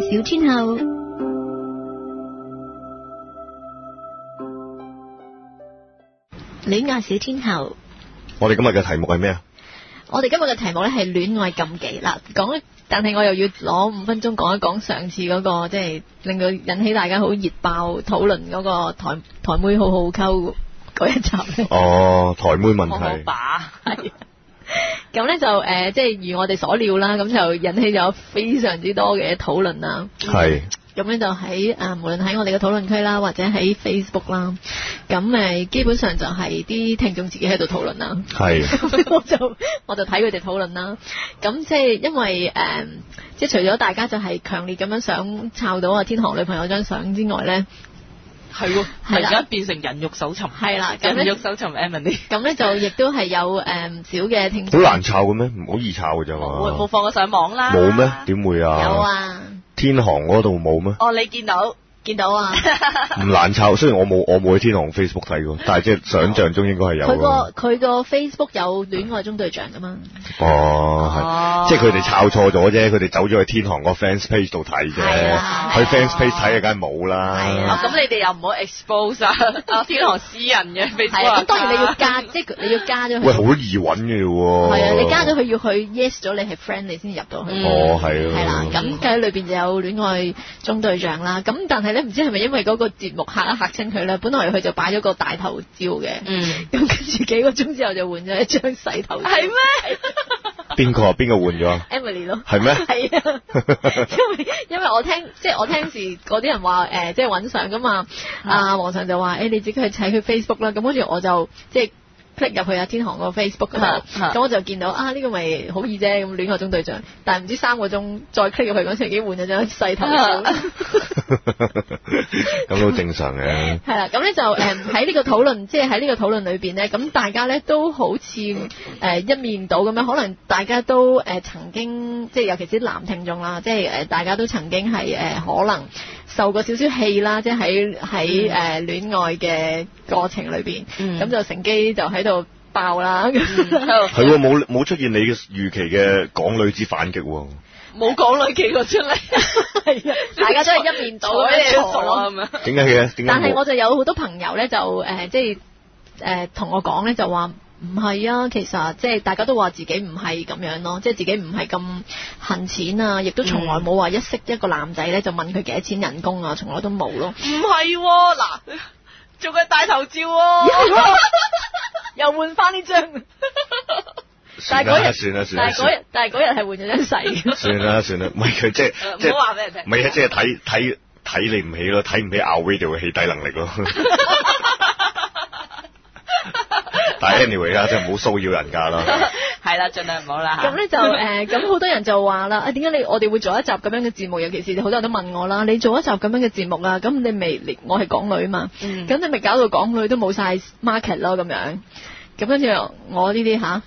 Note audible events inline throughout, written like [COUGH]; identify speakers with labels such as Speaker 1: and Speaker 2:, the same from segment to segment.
Speaker 1: 小天后。戀愛小天后，
Speaker 2: 我哋今日嘅題目係咩啊？
Speaker 1: 我哋今日嘅題目咧係戀愛禁忌啦。講，但係我又要攞五分鐘講一講上次嗰、個，即係令到引起大家好熱爆討論嗰個台台妹好好溝嗰一集咧。
Speaker 2: 哦，台妹問
Speaker 1: 我好
Speaker 2: 題。
Speaker 1: 把係咁咧就誒、呃即係如我哋所料啦，咁就引起咗非常之多嘅討論啦。
Speaker 2: 係
Speaker 1: 咁咧就喺啊，無論喺我哋嘅討論區啦，或者喺 Facebook 啦，咁誒基本上就係啲聽眾自己喺度討論 [LAUGHS] 啦。
Speaker 2: 係
Speaker 1: 咁我就我就睇佢哋討論啦。咁即係因為誒、嗯即係除咗大家就係強烈咁樣想抄到啊天航女朋友張相之外咧，
Speaker 3: 係喎，突
Speaker 1: 係啦
Speaker 3: 然間變成人肉搜尋，
Speaker 1: 係啦啊咁
Speaker 3: 人
Speaker 1: 咧
Speaker 3: 肉搜尋 Emily，
Speaker 1: 咁咧就亦都係有呃誒唔、少嘅聽
Speaker 2: 好
Speaker 1: 眾
Speaker 2: 難抄嘅咩？唔好易抄嘅咋
Speaker 3: 冇冇
Speaker 2: 嘛？
Speaker 3: 放過上網啦？
Speaker 2: 哦冇咩？？點會啊？
Speaker 1: 有啊，
Speaker 2: 天航嗰度冇咩？
Speaker 3: 哦，你見到
Speaker 1: 見到 [LAUGHS] 啊。
Speaker 2: 唔難抄，雖然我冇我冇喺天航 Facebook 睇過，但係即係想像中應該係有
Speaker 1: 佢
Speaker 2: 咯。
Speaker 1: 個佢個 Facebook 有戀愛中對象噶嘛？
Speaker 2: 哦，
Speaker 3: 哦
Speaker 2: 係，即係佢哋抄錯咗啫，佢哋走咗去天航個 fans page 度睇
Speaker 1: 係
Speaker 2: 啫
Speaker 1: 啦，
Speaker 2: 去 fans page 睇啊，梗係冇
Speaker 1: 係啊
Speaker 3: 哦
Speaker 2: 啦
Speaker 1: 啦。
Speaker 3: 咁你哋又唔好
Speaker 1: [LAUGHS]
Speaker 3: expose 啊啊！天航私人嘅 f a
Speaker 1: 係哦啊，咁當然你要加，即係你要加咗佢。
Speaker 2: 喂，好易揾嘅喎。
Speaker 1: 係啊，你加咗佢要佢 yes 咗你係 friend 你先入到去。
Speaker 3: 哦嗯
Speaker 2: 哦，係啊。
Speaker 1: 係啦，咁佢喺裏邊就有戀愛中對象啦。咁但係咧，唔知係咪因為嗰個節目嚇一嚇親佢咧，本來佢就擺咗個大頭照嘅，咁、
Speaker 3: 嗯，
Speaker 1: 跟住幾個鐘之後就換咗一張細頭照
Speaker 3: 係咩？
Speaker 2: 邊個啊？邊個換咗啊？
Speaker 1: ，Emily 咯。
Speaker 2: 係
Speaker 1: [LAUGHS]
Speaker 2: 咩？
Speaker 1: 係啊，因為因為我聽即係我聽時嗰啲人話誒、呃即係揾相噶嘛，
Speaker 2: 嗯
Speaker 1: 啊皇上就話誒、欸你自己去睇佢 Facebook 啦，咁跟住我就即係。click 入去阿天航個 Facebook 嗰度，
Speaker 2: 嗯
Speaker 3: 啊
Speaker 1: 咁我就見到啊呢、個咪好易啫，咁戀愛中對象，但係唔知三個鐘再 click 入去嗰時已經換咗張細頭照，
Speaker 2: [LAUGHS] 嗯
Speaker 1: [LAUGHS]
Speaker 2: 咁都正常嘅。
Speaker 1: 係啦，咁咧就誒喺呢個討論，即係喺呢個討論裏邊咧，咁大家咧都好似誒、呃一面倒咁樣，可能大家都誒、呃曾經，即係尤其是啲男聽眾啦，即係誒、呃大家都曾經係誒、呃可能受過少少氣啦，即係喺喺誒戀愛嘅過程裏邊，咁、
Speaker 3: 嗯
Speaker 1: 就乘機就喺度爆啦。
Speaker 2: 係喎，冇冇出現你嘅預期嘅港女之反擊喎。
Speaker 3: 冇講女幾個出嚟，
Speaker 1: 係啊，大家都係一面倒咁
Speaker 3: 睬你
Speaker 1: 樣
Speaker 3: 都
Speaker 1: 坐
Speaker 3: 傻
Speaker 1: 咯
Speaker 3: 啊。咁樣
Speaker 2: 點解嘅？點解
Speaker 1: 但係
Speaker 2: 冇？
Speaker 1: 我就有好多朋友咧，就誒、呃即係誒同我講咧，就話唔係啊，其實即係大家都話自己唔係咁樣咯，即係自己唔係咁恨錢啊，亦都從來冇話一識一個男仔咧就問佢幾多錢人工啊，從來都冇咯。
Speaker 3: 唔係喎，嗱，仲係大頭照喎。
Speaker 1: 又換翻呢張，
Speaker 2: 算啦，算啦，算
Speaker 1: 但
Speaker 2: 啦，
Speaker 1: 係嗰日，但係嗰日係換咗張細嘅。
Speaker 2: [LAUGHS] 算啦，算啦，唔係佢即係
Speaker 3: 誒
Speaker 2: 即
Speaker 3: 唔好
Speaker 2: 係，
Speaker 3: 話俾人聽。
Speaker 2: 唔係啊，即
Speaker 3: [LAUGHS]
Speaker 2: 係睇睇睇你唔起咯，睇唔起 our radio 嘅起底能力
Speaker 1: [LAUGHS]
Speaker 2: 咯。但係 anyway 啦，即係唔好騷擾人家啦。
Speaker 3: 係啦，盡量唔好啦嚇
Speaker 1: 咁咧就誒，咁、好多人就話啦，啊點解你我哋會做一集咁樣嘅節目？尤其是好多人都問我啦，你做一集咁樣嘅節目啊，咁你咪你我係港女嘛，
Speaker 3: 嗯
Speaker 1: 咁、你咪搞到港女都冇晒 market 咯咁樣。咁跟住我呢啲吓，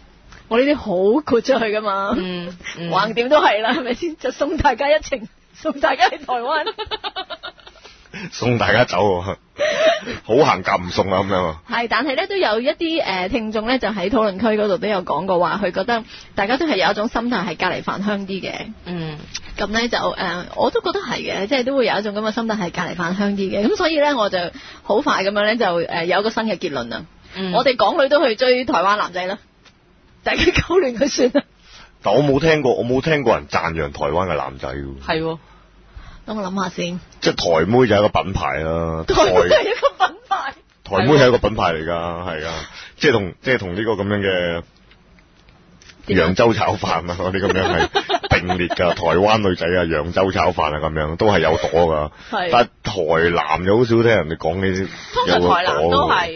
Speaker 1: 我呢啲好豁出去噶嘛，
Speaker 3: 嗯嗯
Speaker 1: 橫掂都係啦，係咪先？就送大家一程，送大家去台灣。
Speaker 2: 送大家走喎，好行夾唔送啊咁樣啊。
Speaker 1: 係，但係咧都有一啲誒、呃、聽眾咧，就喺討論區嗰度都有講過話，佢覺得大家都係有一種心態係隔離飯香啲嘅。
Speaker 3: 嗯
Speaker 1: 咁咧就誒、呃我都覺得係嘅，即係都會有一種咁嘅心態係隔離飯香啲嘅。咁所以咧，我就好快咁樣咧就誒、呃有一個新嘅結論啦。
Speaker 3: 嗯
Speaker 1: 我哋港女都去追台灣男仔啦，大家搞亂佢算啦。
Speaker 2: 但我冇聽過，我冇聽過人讚揚台灣嘅男仔喎。
Speaker 3: 係喎，
Speaker 1: 等我諗下先，
Speaker 2: 即係台妹就係一個品牌啦，台
Speaker 1: 台灣都係一個品牌。
Speaker 2: 台妹係一個品牌嚟㗎，係啊，即係同即係同呢個咁樣嘅
Speaker 1: 點啊
Speaker 2: 揚州炒飯啊，嗰啲咁樣
Speaker 3: [LAUGHS]
Speaker 2: 係並列㗎，台灣女仔啊，揚州炒飯啊咁樣都係有朵㗎，
Speaker 1: 係
Speaker 2: 但係台男就好少聽人哋講呢啲
Speaker 3: 通
Speaker 2: 有
Speaker 3: 常
Speaker 2: 個
Speaker 3: 台南都
Speaker 2: 朵㗎，
Speaker 3: 係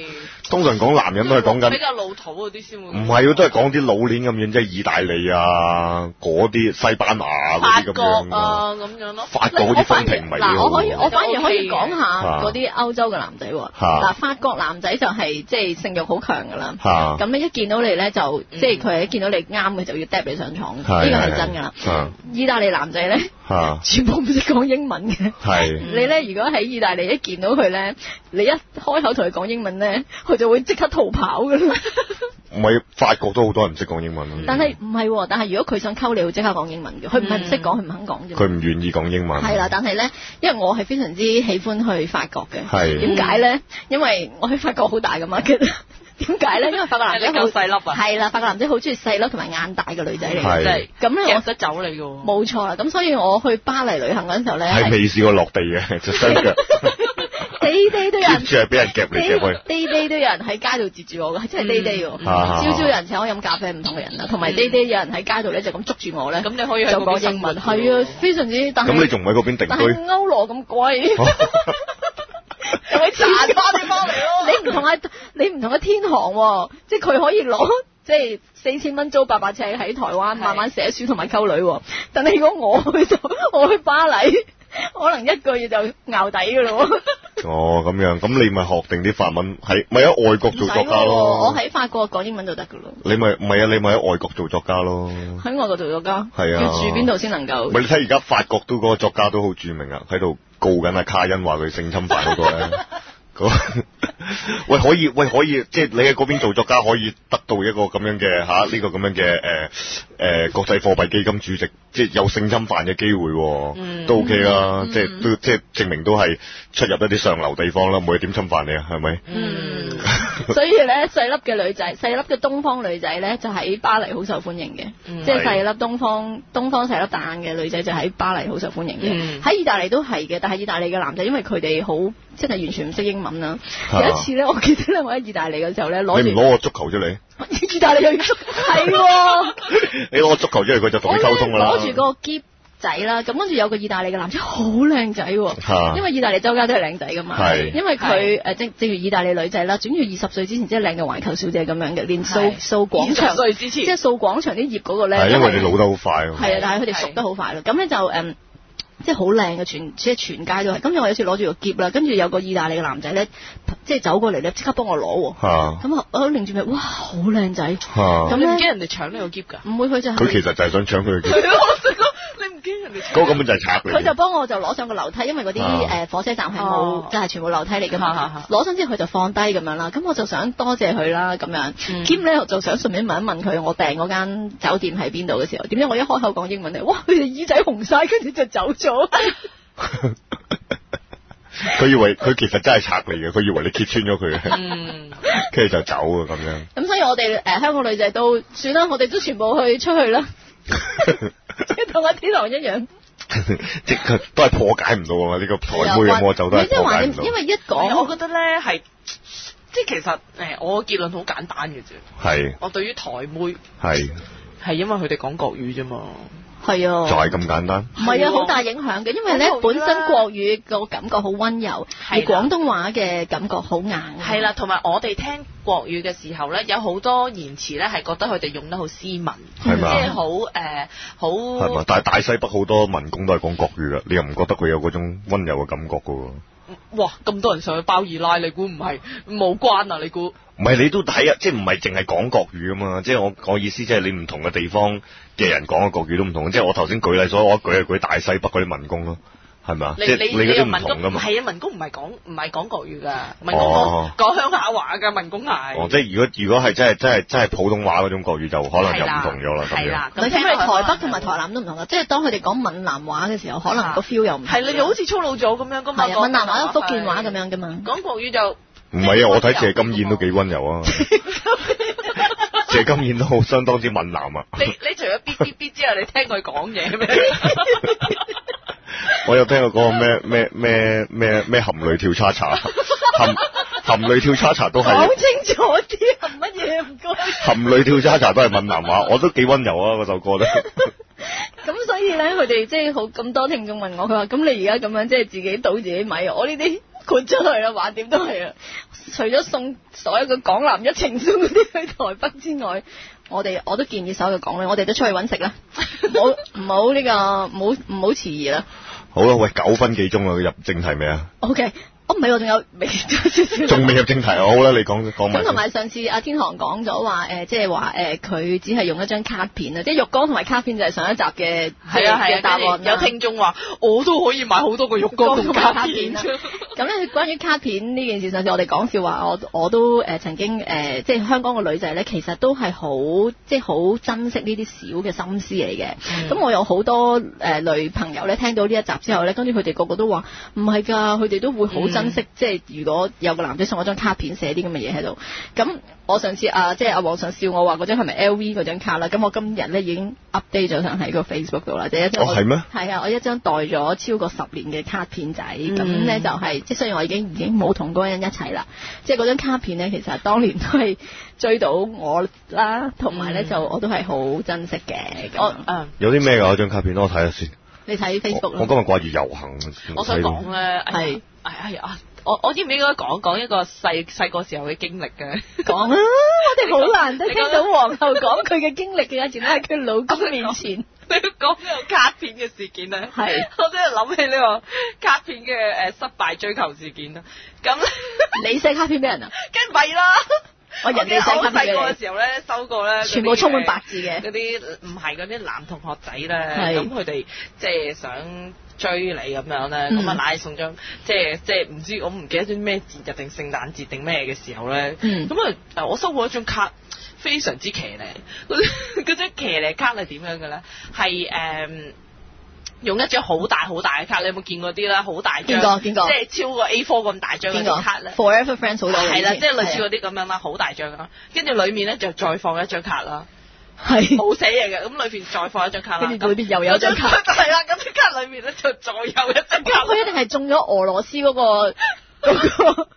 Speaker 2: 通常講男人都係講緊
Speaker 3: 比。較老土嗰啲先會。
Speaker 2: 唔係喎，都係講啲老年咁遠，即係意大利啊，嗰啲西班牙嗰啲咁
Speaker 3: 法
Speaker 2: 樣
Speaker 3: 國
Speaker 2: 啊。
Speaker 3: 啊咁樣咯。
Speaker 2: 法國嗰啲風評唔係幾
Speaker 1: 嗱，
Speaker 2: 好
Speaker 1: 我可以，我反而可以
Speaker 3: 都 OK
Speaker 1: 講
Speaker 3: 嘅
Speaker 1: 下
Speaker 2: 啊
Speaker 1: 嗰啲歐洲嘅男仔喎。嗱，
Speaker 2: 啊
Speaker 1: 法國男仔就係即係性慾好強㗎啦。
Speaker 2: 嚇
Speaker 3: 啊
Speaker 1: 咁咧一見到你咧就即係佢係一見到你啱嘅就要嗒你上床，呢個係啊真㗎啦。
Speaker 2: 嚇
Speaker 1: 意大利男仔咧，
Speaker 2: 嚇
Speaker 1: 全部唔識講英文嘅。
Speaker 2: 係
Speaker 1: 你咧，如果喺意大利一見到佢咧，你一開口同佢講英文咧，佢就會即刻逃跑噶啦。
Speaker 2: 唔係法國都好多人唔識講英文啊咯。
Speaker 1: 但係唔係喎？但係如果佢想溝你，會即刻講英文嘅。佢唔係唔識講，佢唔肯講啫。
Speaker 2: 嗯佢唔願意講英文。
Speaker 1: 係啦，但係咧，因為我係非常之喜歡去法國嘅。
Speaker 2: 係
Speaker 1: 點解咧？因為我去法國好大噶嘛，其實點解咧？因為法國男仔
Speaker 3: 你夠
Speaker 1: 好
Speaker 3: 細粒啊，
Speaker 1: 係啦，法國男仔好中意細粒同埋眼大嘅女仔嚟嘅。
Speaker 2: 係
Speaker 3: 真係
Speaker 1: 咁咧，
Speaker 3: 夾
Speaker 1: 我
Speaker 3: 得走你嘅喎。
Speaker 1: 冇錯啦。咁所以我去巴黎旅行嗰陣時候咧，
Speaker 2: 係
Speaker 1: 係
Speaker 2: 未試過落地嘅， [LAUGHS] 隻雙腳
Speaker 1: [LAUGHS] 地地都有
Speaker 2: keep
Speaker 1: 人啊
Speaker 2: 住係俾人夾嚟夾去。
Speaker 1: day day 都有人喺街度截住我㗎，真係 day day 喎。
Speaker 3: 嗯
Speaker 2: 啊
Speaker 1: 朝朝有人請我飲咖啡，唔同嘅人啦，啊同埋
Speaker 3: 嗯
Speaker 1: day day 有人喺街度咧就咁捉住我咧，
Speaker 3: 咁你可以去
Speaker 1: 就
Speaker 3: 嗰邊
Speaker 1: 講
Speaker 3: 生
Speaker 1: 英
Speaker 3: 活
Speaker 1: 文，係啊，非常之。但
Speaker 2: 咁你
Speaker 1: 係
Speaker 2: 仲唔喺哦嗰邊定
Speaker 1: 但
Speaker 2: 居？
Speaker 1: 係歐羅咁貴， [LAUGHS] 就會賺翻你翻嚟咯。你唔同啊，你唔同嘅天航喎，即係佢可以攞。 [LAUGHS] 即係四千蚊租八百尺喺台灣，
Speaker 3: 係
Speaker 1: 慢慢寫書同埋溝女喎。但係如果我去到 [LAUGHS] 我去巴黎， [LAUGHS] 可能一個月就熬底㗎咯喎。
Speaker 2: 哦，咁樣，咁你咪學定啲法文，喺咪喺外國
Speaker 1: 唔
Speaker 2: 做
Speaker 1: 使
Speaker 2: 作
Speaker 1: 喎
Speaker 2: 家
Speaker 1: 我
Speaker 2: 咯。
Speaker 1: 喺法國講英文就得㗎咯。
Speaker 2: 你咪唔係啊？你咪喺外國做作家咯。
Speaker 1: 喺外國做作家，
Speaker 2: 係啊
Speaker 1: 要住邊度先能夠？
Speaker 2: 咪你睇而家法國都嗰個作家都好著名啊，喺度告緊阿卡恩話佢性侵犯嗰
Speaker 1: [LAUGHS]
Speaker 2: 個咧。嗰喂可以喂可以，即係你喺嗰邊做作家可以得到一個咁樣嘅吓呢個咁樣嘅誒誒國際貨幣基金主席，即係有性侵犯嘅機會喎，
Speaker 3: 嗯
Speaker 2: 都 OK 啦，
Speaker 1: 嗯
Speaker 2: 即係都即係證明都係出入一啲上流地方啦，唔會點侵犯你啊，係咪？
Speaker 1: 嗯， [LAUGHS] 所以咧細粒嘅女仔，細粒嘅東方女仔咧，就喺巴黎好受歡迎嘅，
Speaker 3: 嗯
Speaker 1: 即係
Speaker 2: 係
Speaker 1: 細粒東方東方細粒大眼嘅女仔就喺巴黎好受歡迎嘅，
Speaker 3: 嗯
Speaker 1: 喺、意大利都係嘅，但係意大利嘅男仔因為佢哋好真係完全唔識英文啦。
Speaker 2: 啊
Speaker 1: 有一次咧，我記得咧，我喺意大利嘅時候咧，攞
Speaker 2: 你唔
Speaker 1: 住
Speaker 2: 攞個足球出嚟，
Speaker 1: [LAUGHS] 意大利嘅
Speaker 2: [LAUGHS]
Speaker 1: 係
Speaker 3: 哦
Speaker 1: 喎。
Speaker 2: 你攞個足球出嚟佢就同
Speaker 1: 我
Speaker 2: 你
Speaker 1: 咧
Speaker 2: 溝通㗎啦。
Speaker 1: 攞住個箧仔啦，咁跟住有個意大利嘅男仔好靚仔喎，
Speaker 2: 嚇
Speaker 1: 因為意大利周街都係靚仔噶嘛，
Speaker 2: 係
Speaker 1: 因為佢誒正正如意大利女仔啦，總之二十歲之前即係靚嘅環球小姐咁樣嘅，連掃
Speaker 3: 係
Speaker 1: 掃廣
Speaker 3: 二
Speaker 1: 場
Speaker 3: 十歲之
Speaker 1: 即
Speaker 3: 前
Speaker 1: 係掃廣場啲葉嗰個咧，
Speaker 2: 係因為你老
Speaker 1: 係
Speaker 2: 得好快啊。
Speaker 1: 係啊，但係佢哋
Speaker 3: 係
Speaker 1: 熟得好快咯，咁咧就誒。即係好靚嘅，全即係全街都係。跟住我有次攞住個箧啦，跟住有個意大利嘅男仔咧，即係走過嚟咧，即刻幫我攞
Speaker 2: 嚇
Speaker 1: 喎。咁啊，我擰住咪，哇，好靚仔！
Speaker 2: 嚇
Speaker 1: 咁
Speaker 3: 你唔
Speaker 1: 咧
Speaker 3: 驚人哋搶你個夾
Speaker 1: [LAUGHS]
Speaker 3: 㗎？
Speaker 1: 唔會佢就係
Speaker 2: [LAUGHS] 佢其實就係想搶佢嘅
Speaker 1: [LAUGHS]
Speaker 2: 機會
Speaker 3: 係咯，我想講你唔驚人哋搶
Speaker 2: 嗰個根本就係賊嚟
Speaker 1: 佢就
Speaker 2: 嘅。
Speaker 1: 幫我就攞上個樓梯，因為嗰啲
Speaker 2: 啊
Speaker 1: 誒火車站係
Speaker 3: 哦
Speaker 1: 冇，就係全部樓梯嚟噶
Speaker 3: 啊啊
Speaker 1: 嘛
Speaker 3: 啊。
Speaker 1: 攞上之後佢就放低咁樣啦，咁我就想多謝佢啦咁樣。
Speaker 3: 嗯
Speaker 1: 兼咧我就想順便問一問佢我訂嗰間酒店喺邊度嘅時候，點解我一開口講英文咧？哇！佢哋耳仔紅晒，跟住就走
Speaker 3: [LAUGHS]
Speaker 1: 咗。
Speaker 2: [LAUGHS] 佢以為佢其實真係賊嚟嘅，佢以為你揭穿咗佢嘅，
Speaker 3: 嗯，
Speaker 2: [LAUGHS] 跟住就走啊咁樣。 [LAUGHS]
Speaker 1: 咁所以我哋誒香港女仔都算啦，我哋都全部去出去啦， [LAUGHS]
Speaker 2: 嗯
Speaker 1: 即係同阿天堂一樣。
Speaker 2: 即係佢都係破解唔到啊！呢個台妹嘅魔咒都
Speaker 1: 你
Speaker 2: 係
Speaker 1: 即係
Speaker 2: 破
Speaker 1: 話
Speaker 2: 解唔
Speaker 1: 你，
Speaker 2: 到
Speaker 1: 因。為一
Speaker 3: 講
Speaker 1: 講
Speaker 3: 我覺得咧係，即係其實誒，我嘅結論好簡單嘅啫。
Speaker 2: 係
Speaker 3: 我對於台妹
Speaker 2: 係
Speaker 3: 係因為佢哋講國語啫嘛。
Speaker 1: 係
Speaker 2: 就
Speaker 1: 啊。
Speaker 2: 係咁簡單。
Speaker 1: 唔係
Speaker 3: 係
Speaker 1: 啊，
Speaker 3: 喎
Speaker 1: 好大影響嘅，因為咧
Speaker 3: 好
Speaker 1: 本
Speaker 3: 無聊啦
Speaker 1: 身國語個感覺好温柔，而
Speaker 3: 係啦
Speaker 1: 廣東話嘅感覺好硬。啊
Speaker 3: 係，啦，同埋我哋聽國語嘅時候咧，有好多言辭咧係覺得佢哋用得好斯文，
Speaker 2: 係嘛
Speaker 3: 即係好誒
Speaker 1: 哦
Speaker 2: 係嘛
Speaker 3: 好？
Speaker 2: 但係大西北好多民工都係講國語噶，你又唔覺得佢有嗰種温柔嘅感覺噶喎？
Speaker 3: 哇！咁多人上去包二奶，你估唔係冇關啊？你估
Speaker 2: 唔係你都睇啊，即係唔係淨係講國語啊嘛？即係我我意思即係你唔同嘅地方嘅人講嘅國語都唔同。即係我頭先舉例，所以我一舉就舉大西北嗰啲民工咯，係咪啊？即
Speaker 3: 你
Speaker 2: 係
Speaker 3: 你
Speaker 2: 嗰啲
Speaker 3: 個
Speaker 2: 唔
Speaker 3: 民
Speaker 2: 同噶
Speaker 3: 工
Speaker 2: 嘛？
Speaker 3: 係啊，民工唔係講唔係講國語噶，民工
Speaker 2: 哦
Speaker 3: 講講鄉下話㗎，民工係。
Speaker 2: 哦，即係如果如果係真係真係真係普通話嗰種國語，就可能就唔同咗啦咁
Speaker 3: 係
Speaker 2: 樣。
Speaker 3: 啦，
Speaker 1: 咁
Speaker 3: 咁
Speaker 1: 因為台北同埋台
Speaker 3: 南，
Speaker 1: 南都唔同嘅，啊即係啊當佢哋講閩南話嘅時候，可能個 feel 又唔同
Speaker 3: 係你就好似粗魯咗咁樣噶嘛。
Speaker 1: 係啊，閩南話、福建話咁
Speaker 3: 樣。
Speaker 1: 樣噶嘛。
Speaker 3: 講國語就
Speaker 2: 唔係啊，我睇謝金燕都幾温柔啊， [LAUGHS] 謝金燕都好相當之閩南啊。
Speaker 1: [LAUGHS]
Speaker 3: 你你除咗嗶嗶嗶之後，你聽佢講嘢咩？
Speaker 2: 我有聽過嗰個咩咩咩咩咩含淚跳叉叉，含含淚跳叉叉都係
Speaker 1: 講清楚啲係乜嘢唔該。
Speaker 2: 含淚跳叉叉都係閩南話，我都幾温柔啊嗰
Speaker 1: [LAUGHS]
Speaker 2: 首歌咧。
Speaker 1: 咁所以咧，佢哋即係好咁多聽眾問我，佢話：咁你而家咁樣即係自己倒自己米啊！我呢啲豁出去啦，話點都係啊！除咗送所有嘅港男一程送嗰啲去台北之外，我哋 [LAUGHS] 我都建議所有嘅港女，我哋都出去揾食啦，唔
Speaker 3: [LAUGHS]
Speaker 1: 好唔好呢個唔好唔好遲疑啦。
Speaker 2: 好啦，喂，九分幾鐘啦，入正題
Speaker 1: [LAUGHS]
Speaker 2: 未啊？
Speaker 1: OK，我唔哦係我仲有未咗少少。
Speaker 2: 仲未入正題，好啦，你講講
Speaker 1: 咁
Speaker 2: 埋
Speaker 1: 同
Speaker 2: 先。
Speaker 1: 埋上次阿天航講咗話誒，即係話誒，佢只係用一張卡片啊，即係浴缸同埋卡片就係上一集嘅即
Speaker 3: 係啊係
Speaker 1: 嘅
Speaker 3: 啊，
Speaker 1: 答
Speaker 3: 答
Speaker 1: 案
Speaker 3: 案
Speaker 1: 啦
Speaker 3: 有聽眾話我都可以買好多個浴缸同卡
Speaker 1: 浴缸同埋
Speaker 3: 片
Speaker 1: 卡片啊。咁咁咧，關於卡片呢件事，上次我哋講笑話，我我都誒、呃曾經誒、呃即係香港嘅女仔咧，其實都係好即係好珍惜呢啲小嘅心思嚟嘅。 [LAUGHS] 咁、我有好多誒、呃女朋友咧，聽到呢一集之後咧，跟住佢哋個個都話唔係㗎，佢哋都會好珍
Speaker 2: 嗯
Speaker 1: 惜，即係如果有個男仔送我張卡片，寫啲咁嘅嘢喺度。咁我上次啊，即係阿黃上笑我話嗰張係咪 LV 嗰張卡啦？咁我今日咧已經 update 咗上喺個 Facebook 度啦，即係一張
Speaker 2: 哦係咩
Speaker 1: 係啊，我一張袋咗超過十年嘅卡片仔，咁
Speaker 3: 嗯
Speaker 1: 咧、就係即係雖然我已經已經冇同嗰個人一齊啦，即係嗰張卡片咧，其實當年都係追到我啦，同埋咧
Speaker 3: 嗯
Speaker 1: 就我都係好珍惜嘅。
Speaker 3: 我
Speaker 1: 咁
Speaker 3: [LAUGHS] 嗯。
Speaker 2: 有啲咩㗎？張卡片我睇下先。
Speaker 1: 你睇 Facebook 啊啦
Speaker 2: 我我，今日掛住遊行，
Speaker 3: 我想講
Speaker 1: 啊
Speaker 3: 咧，哎呀
Speaker 1: 係
Speaker 3: 哎哎呀，我我應唔應該講講一個細細個時候嘅經歷嘅？ [LAUGHS]
Speaker 1: 講啦，我哋好難得
Speaker 3: 你
Speaker 1: 聽
Speaker 3: 講哦
Speaker 1: 到皇后講佢嘅經歷嘅，仲喺佢老公面前。
Speaker 3: 你要講呢個卡片嘅事件咧，
Speaker 1: 係
Speaker 3: [LAUGHS] 我真係諗起呢個卡片嘅誒失敗追求事件啦。咁咧，
Speaker 1: 你寫卡片俾人啊？
Speaker 3: 梗唔係啦。
Speaker 1: [LAUGHS] 我人哋
Speaker 3: 記得
Speaker 1: 寫卡
Speaker 3: 我好
Speaker 1: 片
Speaker 3: 細個
Speaker 1: 俾
Speaker 3: 嘅時候咧，收過咧，
Speaker 1: 你，全部充滿白字嘅。
Speaker 3: 嗰啲呃唔係嗰啲男同學仔咧，
Speaker 1: 係
Speaker 3: 咁佢哋即係想追你咁樣咧，
Speaker 1: 嗯
Speaker 3: 咁啊奶送張即係即係唔知我唔記得咗咩節日定聖誕節定咩嘅時候咧，
Speaker 1: 嗯
Speaker 3: 咁啊、誒我收過一張卡。非常之騎呢， [LAUGHS] 嗰嗰張騎呢卡係點樣嘅咧？係誒、嗯用一張好大好大嘅卡，你有冇見過啲啦？好大張，
Speaker 1: 見過見過
Speaker 3: 即係超過 A4 咁大張嗰
Speaker 1: 邊
Speaker 3: 啲
Speaker 1: 個
Speaker 3: 卡咧。
Speaker 1: ？Forever Friends 好耐
Speaker 3: 係啦，
Speaker 1: 以前
Speaker 3: 即係類似嗰啲咁樣啦，好大張啦，跟住裡面咧就再放一張卡
Speaker 1: [LAUGHS]
Speaker 3: 啦，
Speaker 1: 係
Speaker 3: 冇寫嘢嘅，咁裏邊再放一張卡啦，
Speaker 1: 跟住裏邊又有張卡
Speaker 3: [LAUGHS] 係啦，咁張卡裏面咧就再有一張
Speaker 1: 咁 [LAUGHS]
Speaker 3: 卡啦，
Speaker 1: 佢一定係中咗俄羅斯嗰個嗰
Speaker 3: [LAUGHS]
Speaker 1: 個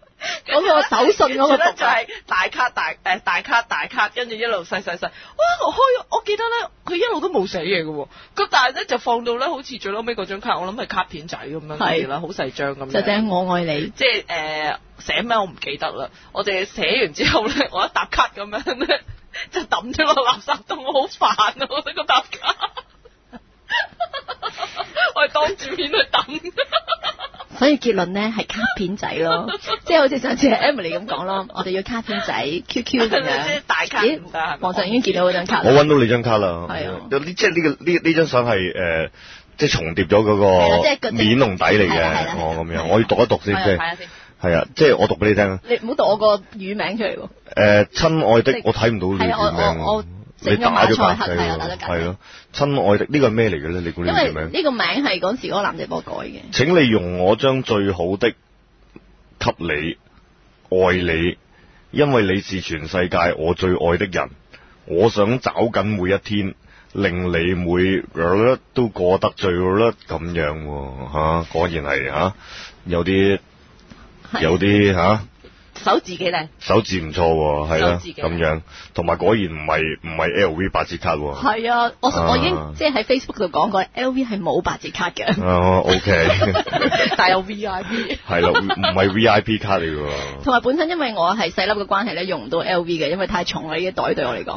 Speaker 1: 嗰個手信嗰個
Speaker 3: 跟住咧
Speaker 1: 毒
Speaker 3: 就
Speaker 1: 啊。
Speaker 3: 係大卡大誒大卡大卡，跟住一路細細細，哇！我開我記得咧，佢一路都冇寫嘢嘅喎，咁但係咧就放到咧好似最撈尾嗰張卡，我諗係卡片仔咁樣
Speaker 1: 係
Speaker 3: 嗰啲啦，好細張咁樣。
Speaker 1: 啊就正我愛你，
Speaker 3: 即係誒、呃、寫咩我唔記得啦。我哋寫完之後咧， [LAUGHS] 我一沓卡咁樣咧， [LAUGHS] 就抌咗落垃圾桶，我好煩啊！我覺得嗰沓卡， [LAUGHS] 我係當住面去抌。
Speaker 1: 所以結論咧係卡片仔
Speaker 3: [LAUGHS]
Speaker 1: 咯，即係好似上次 Emily 咁講咯，我哋要卡片仔 QQ 咁
Speaker 3: 即係 [LAUGHS]
Speaker 1: 樣。
Speaker 3: 大卡
Speaker 1: 咦
Speaker 3: 唔得係咪，
Speaker 1: 網上已經見到嗰張卡
Speaker 2: 我
Speaker 1: 啦，
Speaker 2: 揾到你張卡啦。
Speaker 1: 係啊
Speaker 2: 有啲即係呢個呢呢張相係誒，即係重
Speaker 1: 係啦啊即係
Speaker 2: 疊咗嗰
Speaker 1: 個
Speaker 2: 個面同底
Speaker 1: 係
Speaker 2: 嚟
Speaker 1: 啦係
Speaker 2: 嘅
Speaker 1: 啦。
Speaker 2: 哦，咁
Speaker 1: 係啦
Speaker 2: 樣我要讀一讀先，即
Speaker 3: 係
Speaker 2: 係
Speaker 3: 啊睇下先。
Speaker 2: 係啊，即係我讀俾你聽啊。
Speaker 1: 你唔好讀我個乳名出嚟喎。
Speaker 2: 誒，親愛的
Speaker 1: 即，
Speaker 2: 我睇唔到你
Speaker 1: 係啊我
Speaker 2: 點
Speaker 1: 我
Speaker 2: 樣
Speaker 1: 我
Speaker 2: 喎。
Speaker 1: 整
Speaker 2: 你
Speaker 1: 咗
Speaker 2: 打咗格
Speaker 1: 馬賽克
Speaker 2: 仔
Speaker 1: 係啊打咗格
Speaker 2: 喎，
Speaker 1: 仔
Speaker 2: 係咯。親愛的，呢個係咩嚟嘅咧？你估呢
Speaker 1: 因
Speaker 2: 個
Speaker 1: 為
Speaker 2: 叫咩？
Speaker 1: 呢個名係嗰時嗰個男仔幫我改嘅。
Speaker 2: 請你用我將最好的給你，愛你，因為你是全世界我最愛的人。我想找緊每一天，令你每日都過得最叻咁樣喎、嚇果然係嚇、有啲
Speaker 1: 係
Speaker 2: 有啲嚇、
Speaker 3: 手指幾靚，
Speaker 2: 手字唔錯喎、係
Speaker 3: 手
Speaker 2: 啦
Speaker 3: 字嘅
Speaker 2: 咁樣，同埋果然唔係唔係 LV 八折卡喎、
Speaker 1: 係啊，我
Speaker 2: 啊
Speaker 1: 我已經即係喺 Facebook 度講過，LV 係冇八折卡嘅。
Speaker 2: 哦，OK，
Speaker 3: [LAUGHS] 但有 V I P。
Speaker 2: 係啦，唔係 VIP 卡嚟嘅
Speaker 1: [LAUGHS]
Speaker 2: 喎。
Speaker 1: 同埋本身因為我係細粒嘅關係咧，用唔到 LV 嘅，因為太重啦，呢啲袋對我嚟講。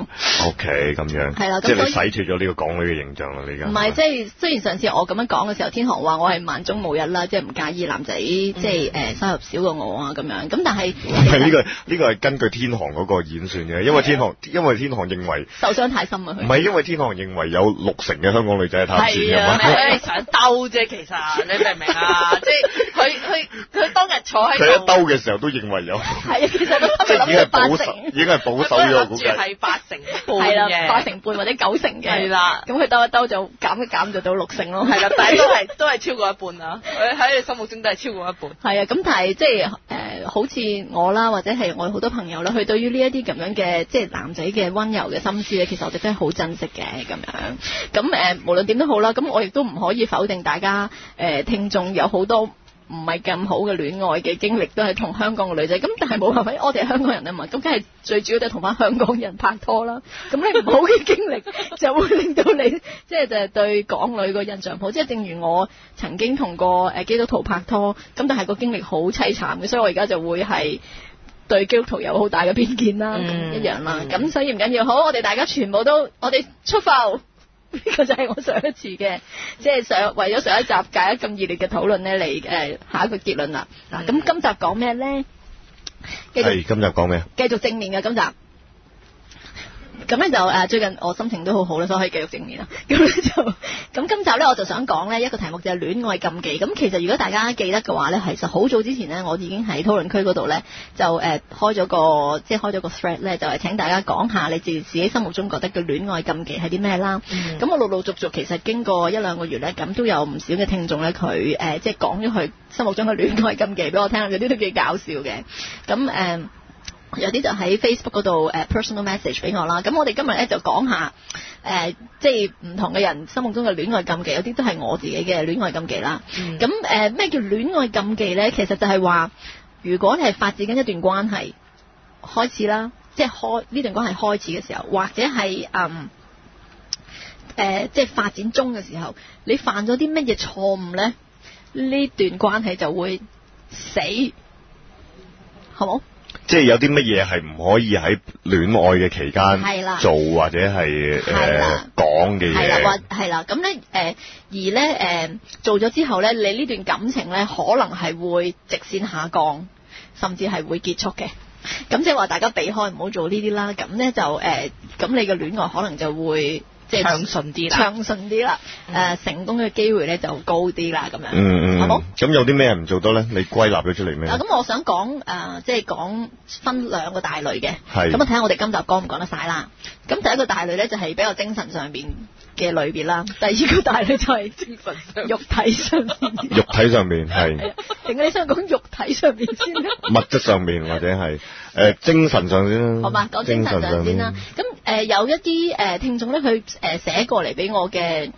Speaker 2: O K，咁樣，
Speaker 1: 係啦咁
Speaker 2: 即係你
Speaker 1: 所以
Speaker 2: 洗脱咗呢個港女嘅形象啦，你而家
Speaker 1: 唔係，即係雖然上次我咁樣講嘅時候，天航話我係萬中無一啦，即係唔介意男仔即係誒收入少過我啊咁樣。咁但係啊
Speaker 2: 係嗯 [LAUGHS] 呢個呢個係根據天航嗰個演算嘅，因為天航因為天航認為
Speaker 1: 受傷太深啊
Speaker 2: 唔
Speaker 1: 佢。
Speaker 2: 係因為天航認為有六成嘅香港女仔係貪錢
Speaker 3: 係
Speaker 2: 嘅
Speaker 3: 啊，
Speaker 2: 嘛，
Speaker 3: 佢係想兜啫，其實你明唔明啊？即係佢佢佢當日坐
Speaker 2: [LAUGHS]
Speaker 3: 喺
Speaker 2: 佢一
Speaker 3: 度
Speaker 2: 兜。嘅時候都認為有，
Speaker 1: 係啊，其實我都
Speaker 2: [LAUGHS] 即
Speaker 1: 心
Speaker 2: 係
Speaker 1: 入
Speaker 2: 已經係
Speaker 1: 諗八
Speaker 2: 保守，
Speaker 1: 成
Speaker 2: 已，經係保守咗我
Speaker 1: [LAUGHS]
Speaker 2: 估
Speaker 3: 佢本來諗
Speaker 2: 計。
Speaker 3: 住係八成半
Speaker 1: 係啦，
Speaker 3: 嘅，
Speaker 1: 八成半或者九成嘅。
Speaker 3: 係啦
Speaker 1: 咁佢兜一兜就減一減就到六成咯。
Speaker 3: 係啦，但係都係都係超過一半啊 [LAUGHS] 啦。佢喺你心目中都係超過一
Speaker 1: [LAUGHS]
Speaker 3: 半。
Speaker 1: 係啊，咁但係即係誒、呃好似我啦，或者係我好多朋友啦，佢對於呢一啲咁樣嘅即係男仔嘅温柔嘅心思咧，其實我哋真係好珍惜嘅咁樣。咁誒、呃，無論點都好啦，咁我亦都唔可以否定大家誒、呃、聽眾有好多。唔係咁好嘅戀愛嘅經歷，都係同香港嘅女仔。咁但係冇辦法，我哋係香港人啊嘛，咁梗係最主要都係同翻香港人拍拖啦。咁你唔好嘅經歷就會令到你即係就係對港女個印象唔好。即係正如我曾經同個誒基督徒拍拖，咁但係個經歷好凄慘嘅，所以我而家就會係。對基督徒有好大嘅偏見啦，咁、
Speaker 3: 嗯
Speaker 1: 一樣啦，
Speaker 3: 嗯
Speaker 1: 咁、所以唔緊要，好，我哋大家全部都，我哋出埠，呢、個就係我上一次嘅即係上為咗上一集解咗咁熱烈嘅討論咧，嚟誒、呃下一個結論啦。嗱、
Speaker 3: 嗯
Speaker 1: 咁今集講咩咧？繼續
Speaker 2: 係今日講咩？啊
Speaker 1: 繼續正面嘅今集。咁咧就誒、呃最近我心情都好好啦，所以可以繼續正面啦。 [LAUGHS] 咁咧就咁今集咧我就想講咧一個題目就係戀愛禁忌。咁其實如果大家記得嘅話咧，其實好早之前咧我已經喺討論區嗰度咧就誒、呃、開咗個即係開咗個 thread 咧，就係請大家講下你自自己心目中覺得嘅戀愛禁忌係啲咩啦。
Speaker 3: 嗯
Speaker 1: 咁、我陸陸續續其實經過一兩個月咧，咁都有唔少嘅聽眾咧，佢誒、呃即係講咗佢心目中嘅戀愛禁忌俾我聽，嗰啲都幾搞笑嘅。咁誒、呃有啲就喺 Facebook 嗰度誒 personal message 俾我啦。咁我哋今日咧就講下誒、呃即係唔同嘅人心目中嘅戀愛禁忌，有啲都係我自己嘅戀愛禁忌啦。
Speaker 3: 嗯
Speaker 1: 咁誒咩叫戀愛禁忌呢？其實就係話，如果你係發展緊一段關係開始啦，即係開呢段關係開始嘅時候，或者係嗯誒、呃即係發展中嘅時候，你犯咗啲乜嘢錯誤呢？呢段關係就會死，好冇？
Speaker 2: 即係有啲乜嘢係唔可以喺戀愛嘅期
Speaker 1: 係啦
Speaker 2: 間做或者係
Speaker 1: 係
Speaker 2: 誒
Speaker 1: 啦
Speaker 2: 講嘅
Speaker 1: 係啦
Speaker 2: 嘢，，
Speaker 1: 或係啦，咁咧誒，而咧誒、做咗之後咧，你呢段感情咧可能係會直線下降，甚至係會結束嘅。咁即係話大家避開唔好做呢啲啦。咁咧就誒，咁、你嘅戀愛可能就會即係
Speaker 3: 暢順啲啦。
Speaker 1: 暢順啲啦，誒、成功嘅機會咧就高啲啦，咁樣。
Speaker 2: 嗯
Speaker 1: 好冇啊
Speaker 2: 嗯，咁有啲咩唔做得咧？你歸納咗出嚟咩
Speaker 1: 嗱，？咁我想講誒、呃即係講分兩個大類嘅，
Speaker 2: 係
Speaker 1: 咁啊睇下我哋今集講唔講得晒啦。咁第一個大類咧就係比較精神上邊嘅類別啦，第二個大類就係
Speaker 3: [LAUGHS] 精神
Speaker 1: [LAUGHS]
Speaker 3: 上
Speaker 1: 肉體上邊，
Speaker 2: 肉體上面係。
Speaker 1: 定係你想講肉體上邊先咧？
Speaker 2: 物質上面或者係誒、呃精神上先啦，
Speaker 1: 好嘛，講嗯精神上先啦
Speaker 2: 精神上面。
Speaker 1: 咁誒、呃有一啲誒、呃、聽眾咧，佢誒寫過嚟俾我嘅。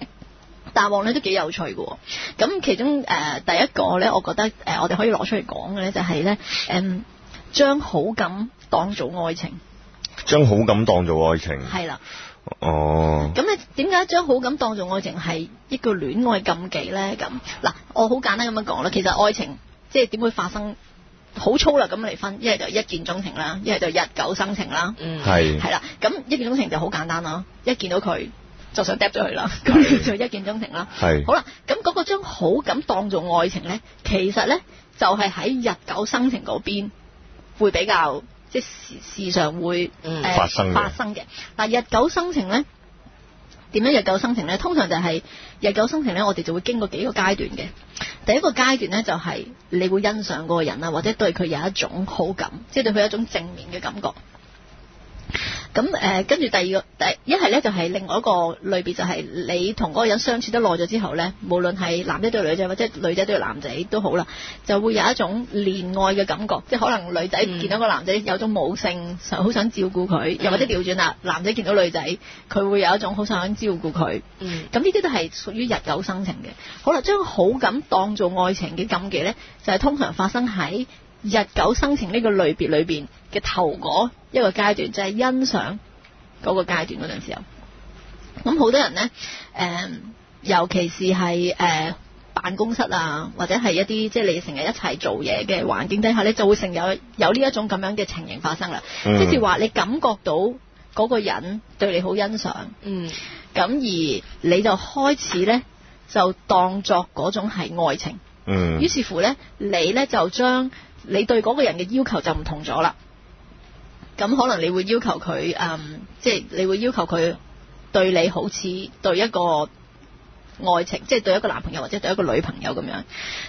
Speaker 1: 答案咧都幾有趣嘅喎，咁其中誒、呃第一個咧，我覺得誒、呃我哋可以攞出嚟講嘅咧，就係咧誒將好感當做愛情，
Speaker 2: 將好感當做愛情。
Speaker 1: 係啦。
Speaker 2: 哦，
Speaker 1: 咁你點解將好感當做愛情係一個戀愛禁忌呢？咁嗱，我好簡單咁樣講啦，其實愛情即係點會發生好粗略咁嚟分，一係就一見鍾情啦，一係就日久生情啦，
Speaker 3: 嗯，
Speaker 2: 係
Speaker 1: 係啦。咁一見鍾情就好簡單啦，一見到佢就想嗒咗佢啦，咁就一見鍾情啦。
Speaker 2: 係
Speaker 1: 好啦，咁嗰個將好感當做愛情呢，其實呢就係喺日久生情嗰邊會比較即係時時常會
Speaker 3: 嗯
Speaker 1: 呃
Speaker 2: 發生嘅
Speaker 1: 發生嘅。但日久生情呢，點樣日久生情呢？通常就係日久生情呢，我哋就會經過幾個階段嘅。第一個階段呢，就係、你會欣賞嗰個人啊，或者對佢有一種好感，即係對佢有一種正面嘅感覺。咁誒，呃跟、住第二個，第一係咧就係、另外一個類別，就係你同嗰個人相處得耐咗之後咧，無論係男仔對女仔或者女仔對男仔都好啦，就會有一種戀愛嘅感覺，即係可能女仔
Speaker 3: 嗯
Speaker 1: 見到個男仔有種母性，想好想照顧佢，又或者調轉啦，男仔見到女仔，佢會有一種好想照顧佢。
Speaker 3: 嗯
Speaker 1: 咁呢啲都係屬於日久生情嘅。好啦，將好感當做愛情嘅禁忌呢，就係、通常發生喺日久生情呢個類別裏邊嘅頭嗰一個階段，就係、欣賞嗰個階段嗰陣時候。咁好多人呢，誒、尤其是係誒、呃辦公室啊，或者係一啲即係你成日一齊做嘢嘅環境底下呢，就會成有有呢一種咁樣嘅情形發生啦。
Speaker 2: 嗯
Speaker 1: 即是話你感覺到嗰個人對你好欣賞。
Speaker 3: 嗯
Speaker 1: 咁而你就開始呢，就當作嗰種係愛情。
Speaker 2: 嗯
Speaker 1: 於是乎呢，你呢就將你對嗰個人嘅要求就唔同咗啦。咁可能你會要求佢，嗯，即係你會要求佢對你好似對一個愛情，即係對一個男朋友或者對一個女朋友咁樣。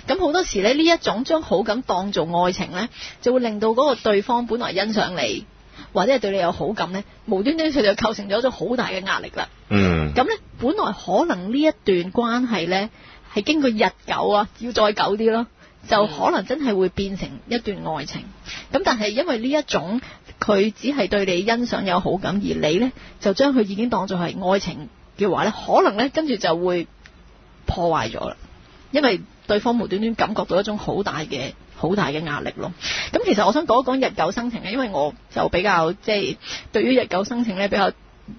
Speaker 1: 咁好多時咧，呢一種將好感當做愛情呢，就會令到嗰個對方本來欣賞你或者係對你有好感呢，無端端佢就構成咗一種好大嘅壓力啦。
Speaker 2: 嗯
Speaker 1: 咁咧，本來可能呢一段關係咧，係經過日久啊，要再久啲咯，就可能真係會變成一段愛情。咁但係因為呢一種佢只係對你欣賞有好感，而你咧就將佢已經當做係愛情嘅話咧，可能咧跟住就會破壞咗啦，因為對方無端端感覺到一種好大嘅好大嘅壓力咯。咁其實我想講一講日久生情咧，因為我就比較即係對於日久生情咧比較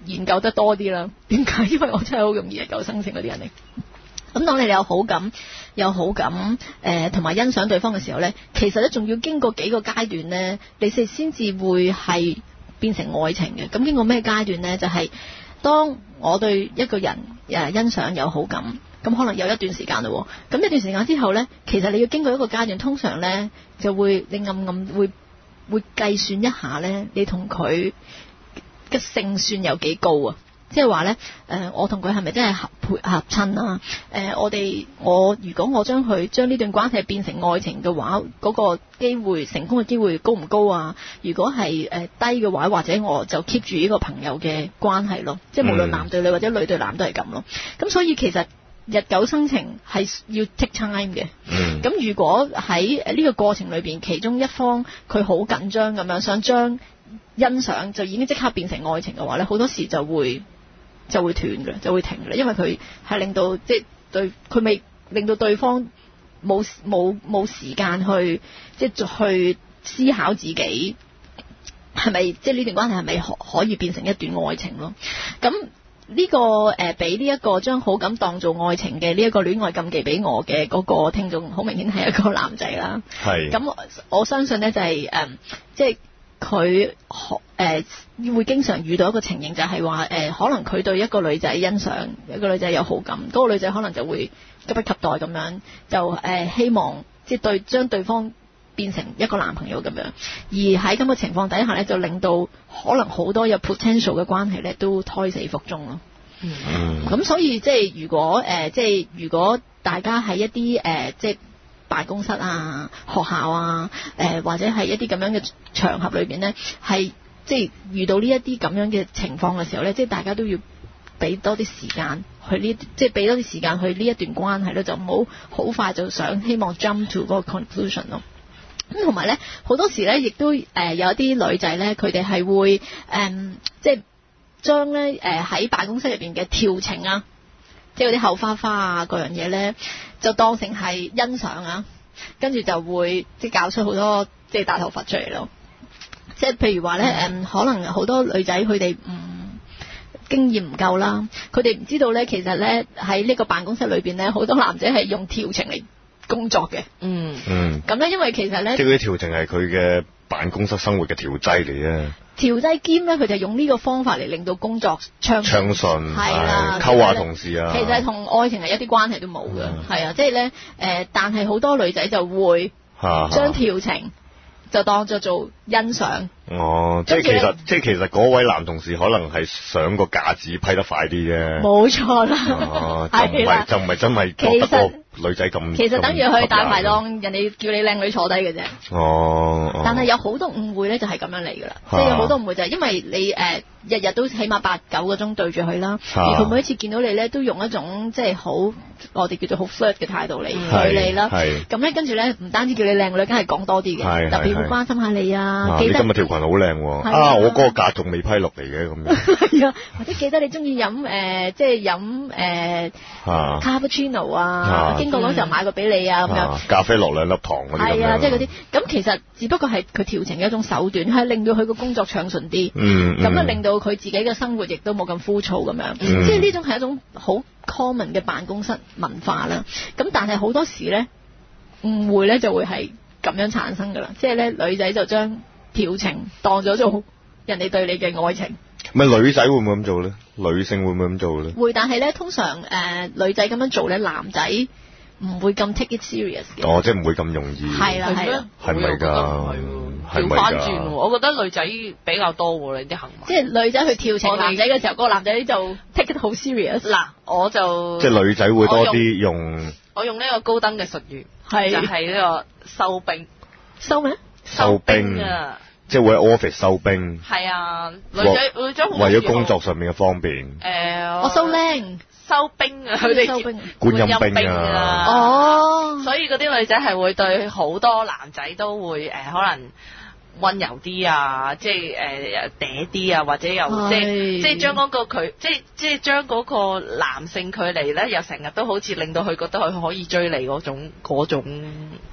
Speaker 1: 研究得多啲啦。點解？因為我真係好容易日久生情嗰啲人嚟。咁當你哋有好感、有好感，誒同埋欣賞對方嘅時候呢，其實咧仲要經過幾個階段呢，你哋先至會係變成愛情嘅。咁經過咩階段呢？就係、當我對一個人誒欣賞有好感，咁可能有一段時間咯喎。咁一段時間之後呢，其實你要經過一個階段，通常呢就會你暗暗會會計算一下呢，你同佢嘅勝算有幾高啊？即係話呢，誒、呃我同佢係咪真係合配合親啊？誒、我哋我如果我將佢將呢段關係變成愛情嘅話，嗰、個機會成功嘅機會高唔高啊？如果係誒、低嘅話，或者我就 keep 住呢個朋友嘅關係咯，即係無論
Speaker 2: 嗯
Speaker 1: 男對女或者女對男都係咁咯。咁所以其實日久生情係要 take time 嘅。
Speaker 2: 嗯，
Speaker 1: 咁如果喺呢個過程裏邊，其中一方佢好緊張咁樣，想將欣賞就已經即刻變成愛情嘅話咧，好多時就會就會斷嘅，就會停嘅，因為佢係令到即係對佢未令到對方冇冇冇時間去即係去思考自己係咪即係呢段關係係咪可可以變成一段愛情咯？咁呢、個誒俾呢一個將好感當做愛情嘅呢一個戀愛禁忌俾我嘅嗰個聽眾，好明顯係一個男仔啦。
Speaker 2: 系，
Speaker 1: 咁我我相信呢，就係、嗯即係佢可誒會經常遇到一個情形，就係話誒，可能佢對一個女仔欣賞，一個女仔有好感，嗰、個女仔可能就會急不及待咁樣，就誒、呃希望即係對將對方變成一個男朋友咁樣。而喺咁嘅情況底下呢，就令到可能好多有 potential 嘅關係呢，都胎死腹中咯。
Speaker 3: 嗯
Speaker 2: 嗯，
Speaker 1: 咁所以即係如果誒、呃即係如果大家喺一啲誒、呃即係辦公室啊、學校啊、誒、或者係一啲咁樣嘅場合裏邊呢，係即係遇到呢一啲咁樣嘅情況嘅時候呢，即係大家都要俾多啲時間去呢，即係俾多啲時間去呢一段關係咯，就唔好好快就想希望 jump to 嗰個 conclusion 咯。咁同埋咧，好多時咧，亦都誒、呃有一啲女仔咧，佢哋係會誒、嗯即係將咧誒喺辦公室入邊嘅調情啊，即係嗰啲後花花啊嗰樣嘢咧，就當成係欣賞啊，跟住就會即係搞出好多即係大頭佛出嚟咯。即係譬如話咧，誒、可能好多女仔佢哋唔經驗唔夠啦，佢哋唔知道咧，其實咧喺呢個辦公室裏邊咧，好多男仔係用調情嚟工作嘅。
Speaker 3: 嗯，
Speaker 2: 嗯，
Speaker 1: 咁咧，因為其實咧
Speaker 2: 即系。嗰啲調情係佢嘅辦公室生活嘅調劑嚟嘅，
Speaker 1: 調低兼咧，佢就用呢個方法嚟令到工作暢
Speaker 2: 暢順
Speaker 1: 係啦，
Speaker 2: 係溝下同事啊，
Speaker 1: 其實同愛情係一啲關係都冇嘅
Speaker 2: 嗯，
Speaker 1: 係啊，即係咧誒，但係好多女仔就會
Speaker 2: 嚇嚇
Speaker 1: 將調情就當作做欣賞，
Speaker 2: 哦，即係其
Speaker 1: 跟住
Speaker 2: 實即係其實嗰位男同事可能係想個架子批得快啲啫。
Speaker 1: 冇錯啦
Speaker 2: 嗯哦，，
Speaker 1: [LAUGHS]
Speaker 2: 就唔
Speaker 1: 係
Speaker 2: 係
Speaker 1: 啦。
Speaker 2: 就唔係真係覺得個女仔咁。
Speaker 1: 其實等於去大排
Speaker 2: 咁吸引。
Speaker 1: 檔，人哋叫你靚女坐低嘅啫。
Speaker 2: 哦。哦
Speaker 1: 但係有好多誤會咧，就係咁樣嚟㗎啦。
Speaker 2: 啊
Speaker 1: 即係有好多誤會就係因為你誒日日都起碼八九個鐘對住佢啦，
Speaker 2: 啊
Speaker 1: 而佢每一次見到你咧，都用一種即係好我哋叫做好 flirt 嘅態度嚟
Speaker 2: 係
Speaker 1: 對你啦。
Speaker 2: 係
Speaker 1: 咁咧跟住咧，唔單止叫你靚女，梗係講多啲
Speaker 2: 係
Speaker 1: 嘅，特別
Speaker 2: 係
Speaker 1: 會關心下你啊，
Speaker 2: 啊
Speaker 1: 記
Speaker 2: 你
Speaker 1: 得
Speaker 2: 今日條裙好靚喎，
Speaker 1: 係啊
Speaker 2: 啊！我嗰個價仲未批落嚟嘅咁
Speaker 1: [LAUGHS]
Speaker 2: 樣，
Speaker 1: 係啊，或者記得你中意飲誒，即係飲誒
Speaker 2: 嚇
Speaker 1: cappuccino 啊
Speaker 2: 啊，
Speaker 1: 經過嗰時候買個俾你啊咁樣。
Speaker 2: 啊咖啡落兩粒糖嗰啲咁
Speaker 1: 係啊，
Speaker 2: 樣。
Speaker 1: 即係嗰啲，咁其實只不過係佢調情嘅一種手段，係令到佢個工作暢順啲。
Speaker 2: 嗯。嗯
Speaker 1: 咁啊令到佢自己嘅生活亦都冇咁枯燥咁樣，
Speaker 2: 嗯
Speaker 1: 即係呢種係一種好 common 嘅辦公室文化啦。咁但係好多時呢，誤會呢就會係咁樣產生噶啦，即係呢，女仔就將調情當咗做人哋對你嘅愛情，
Speaker 2: 咪女仔會唔會咁做咧？女性會唔會咁做咧？
Speaker 1: 會但係呢，通常誒、呃女仔咁樣做呢，男仔唔會咁 take it serious 嘅。
Speaker 2: 哦，即係唔會咁容易。
Speaker 1: 嗯係啦
Speaker 3: 係咩？
Speaker 2: 係咪㗎
Speaker 3: 我又
Speaker 2: 係
Speaker 3: 覺得唔係喎調
Speaker 2: 咪㗎
Speaker 3: 翻轉喎，我覺得女仔比較多喎，你啲行為。
Speaker 1: 即係女仔去調情
Speaker 3: 我哋
Speaker 1: 男仔嘅時候，嗰個男仔就 take it 好 serious，
Speaker 3: 嗱，啊我就
Speaker 2: 即係女仔會多啲用
Speaker 3: 我用呢個高登嘅術語，就
Speaker 1: 係
Speaker 3: 係呢個收兵。
Speaker 1: 收咩？
Speaker 2: 收兵
Speaker 3: 啊！
Speaker 2: 即係會喺 office 收兵。
Speaker 3: 係啊，女仔女仔好
Speaker 2: 為咗工作上面嘅方便，
Speaker 3: 誒，
Speaker 1: 我收靚，
Speaker 3: 收兵啊！佢哋
Speaker 1: 收兵
Speaker 2: 觀音
Speaker 3: 觀
Speaker 2: 兵
Speaker 3: 音
Speaker 2: 啊，
Speaker 1: 哦。
Speaker 3: 所以嗰啲女仔係會對好多男仔都會誒、呃可能温柔啲啊，即係誒嗲啲啊，或者又
Speaker 1: 係
Speaker 3: 即係即係將嗰個佢，即係即係將嗰個男性距離咧，又成日都好似令到佢覺得佢可以追你嗰種嗰種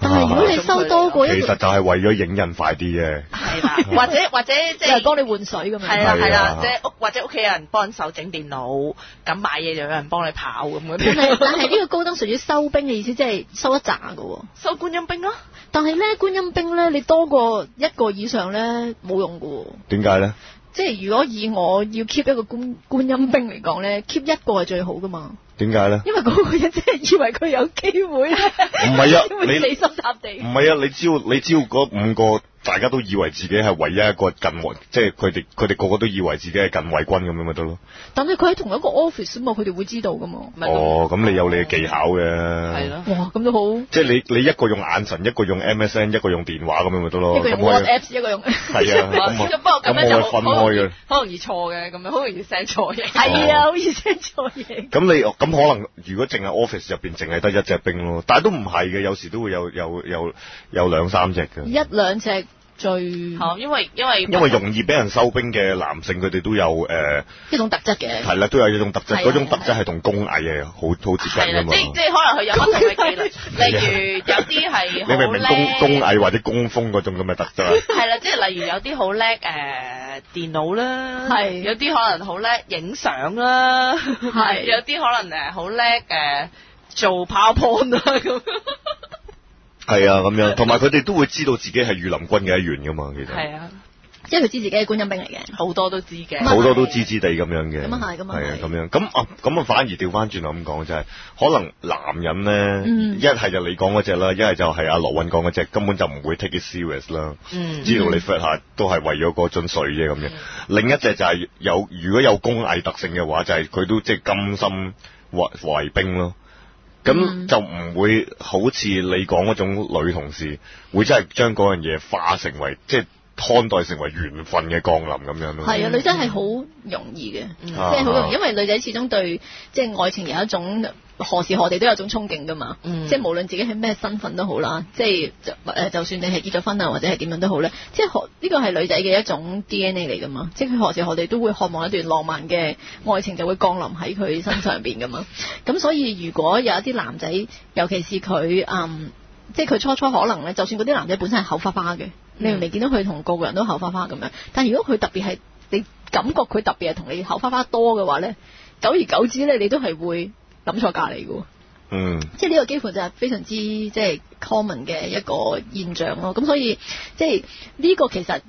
Speaker 1: 但係如果你收多過
Speaker 2: 其
Speaker 1: 一
Speaker 2: 實
Speaker 1: 個，
Speaker 2: 就係為咗影印快啲啫。
Speaker 3: 係啦， [LAUGHS] 或者或者即
Speaker 1: 即係
Speaker 3: 係。
Speaker 1: 幫你換水咁
Speaker 3: 係
Speaker 1: 樣。
Speaker 3: 啦
Speaker 2: 係啊
Speaker 3: 係啦，即係屋或者屋企有人幫手整電腦，咁買嘢就有人幫你跑咁嗰
Speaker 1: 但
Speaker 2: [LAUGHS]
Speaker 1: 係但
Speaker 3: 啲，
Speaker 1: 係呢個高登屬於收兵嘅意思，即係收一扎噶喎。
Speaker 3: [LAUGHS] 收觀音兵咯，
Speaker 1: 但係咧，觀音兵咧，你多過一個以上咧，冇用噶喎。
Speaker 2: 點解咧？
Speaker 1: 即係如果以我要 keep 一個觀觀音兵嚟講咧，keep 一個係最好噶嘛，
Speaker 2: 點解咧？
Speaker 1: 因為嗰個人真係以為佢有機會咧，
Speaker 2: 唔係啊
Speaker 1: 會 [LAUGHS]
Speaker 2: 你嗯
Speaker 1: 死心塌地
Speaker 2: 唔。係啊，你只要你只要嗰五個大家都以為自己係唯一一個近衛，即係佢哋佢哋個個都以為自己係近衛軍咁樣咪得咯。
Speaker 1: 但係佢喺同一個 office 啊嘛，佢哋會知道噶嘛。
Speaker 3: 咪
Speaker 2: 哦，咁你有你嘅技巧嘅。
Speaker 3: 係。咯，
Speaker 1: 哇，咁都好，
Speaker 2: 即係你你一個用眼神，一個用 MSN，一個用電話咁樣咪得咯。
Speaker 1: 一個用
Speaker 2: 哦咁可以
Speaker 1: WhatsApp，一個用 [LAUGHS]
Speaker 2: 係啊，咁
Speaker 3: 咁不過
Speaker 2: 我
Speaker 3: 咁樣
Speaker 2: 咁
Speaker 3: 就
Speaker 2: 我會
Speaker 3: 好
Speaker 2: 分開
Speaker 3: 好容
Speaker 2: 嘅
Speaker 3: 易。好容易錯嘅，咁樣好容易 send 錯嘢。
Speaker 1: 係啊，好似 send 錯嘢。
Speaker 2: 咁你咁可能如果淨係 office 入邊淨係得一隻兵咯，但係都唔係嘅，有時都會有有有有兩三隻嘅。
Speaker 1: 一兩隻最
Speaker 3: 好，哦因為因為
Speaker 2: 因為容易俾人收兵嘅男性，佢哋都有呃誒
Speaker 1: 一種特質嘅。
Speaker 2: 係啦，都有一種特
Speaker 1: 係啊
Speaker 2: 質，嗰種特質係同工藝係好好接近
Speaker 3: 係
Speaker 2: 啊
Speaker 3: 啦
Speaker 2: 㗎，嘛
Speaker 3: 即。即係可能佢有不同嘅技能，例如有啲係
Speaker 2: 你明唔明
Speaker 3: 好
Speaker 2: 工
Speaker 3: 叻
Speaker 2: 工啊藝或者工風嗰種咁嘅特質啊？
Speaker 3: 係啦，即係例如有啲好叻誒電腦啦，
Speaker 1: 係
Speaker 3: 有啲可能好叻影相啦，
Speaker 1: 係
Speaker 3: [LAUGHS] 有啲可能誒好叻誒做 PowerPoint 啦咁，
Speaker 2: 係啊，咁樣，同埋佢哋都會知道自己係御林軍嘅一員㗎嘛，其實
Speaker 3: 係啊，
Speaker 1: 即係佢知自己係觀音兵嚟嘅。
Speaker 3: 好多都知嘅，
Speaker 1: 咁啊
Speaker 2: 好多都知知地咁樣嘅。
Speaker 1: 咁啊係咁啊係
Speaker 2: 係啊，咁樣咁啊，咁啊反而調翻轉頭咁講就係，可能男人咧，
Speaker 1: 嗯
Speaker 2: 一係就你講嗰只啦，一係就係阿羅韻講嗰只，根本就唔會 take it serious 啦。
Speaker 3: 嗯
Speaker 2: 知道你 fit 下都係為咗嗰樽水啫咁樣。
Speaker 1: 嗯
Speaker 2: 另一隻就係有如果有工藝特性嘅話，就係、佢都即係甘心為為兵咯。咁
Speaker 1: 嗯
Speaker 2: 就唔會好似你講嗰種女同事，會真係將嗰樣嘢化成為即係看待成為緣分嘅降臨咁樣咯。啊
Speaker 1: 係啊，女仔係好容易嘅，即係好容易，因為女仔始終對即係愛情有一種何時何地都有一種憧憬噶嘛。
Speaker 3: 嗯
Speaker 1: 即係無論自己係咩身份都好啦，即係就誒，就算你係結咗婚啊，或者係點樣都好咧，即係何呢個係女仔嘅一種 DNA 嚟噶嘛。即係佢何時何地都會渴望一段浪漫嘅愛情，就會降臨喺佢身上邊噶嘛。咁所以如果有一啲男仔，尤其是佢嗯。即係佢初初可能咧，就算嗰啲男仔本身係口花花嘅，你明明見到佢同個個人都口花花咁樣，但如果佢特別係你感覺佢特別係同你口花花多嘅話咧，久而久之咧，你都係會諗錯隔離嘅喎。
Speaker 2: 嗯。
Speaker 1: 即係呢個幾乎就係非常之即係 common 嘅一個現象咯。咁所以即係呢個其實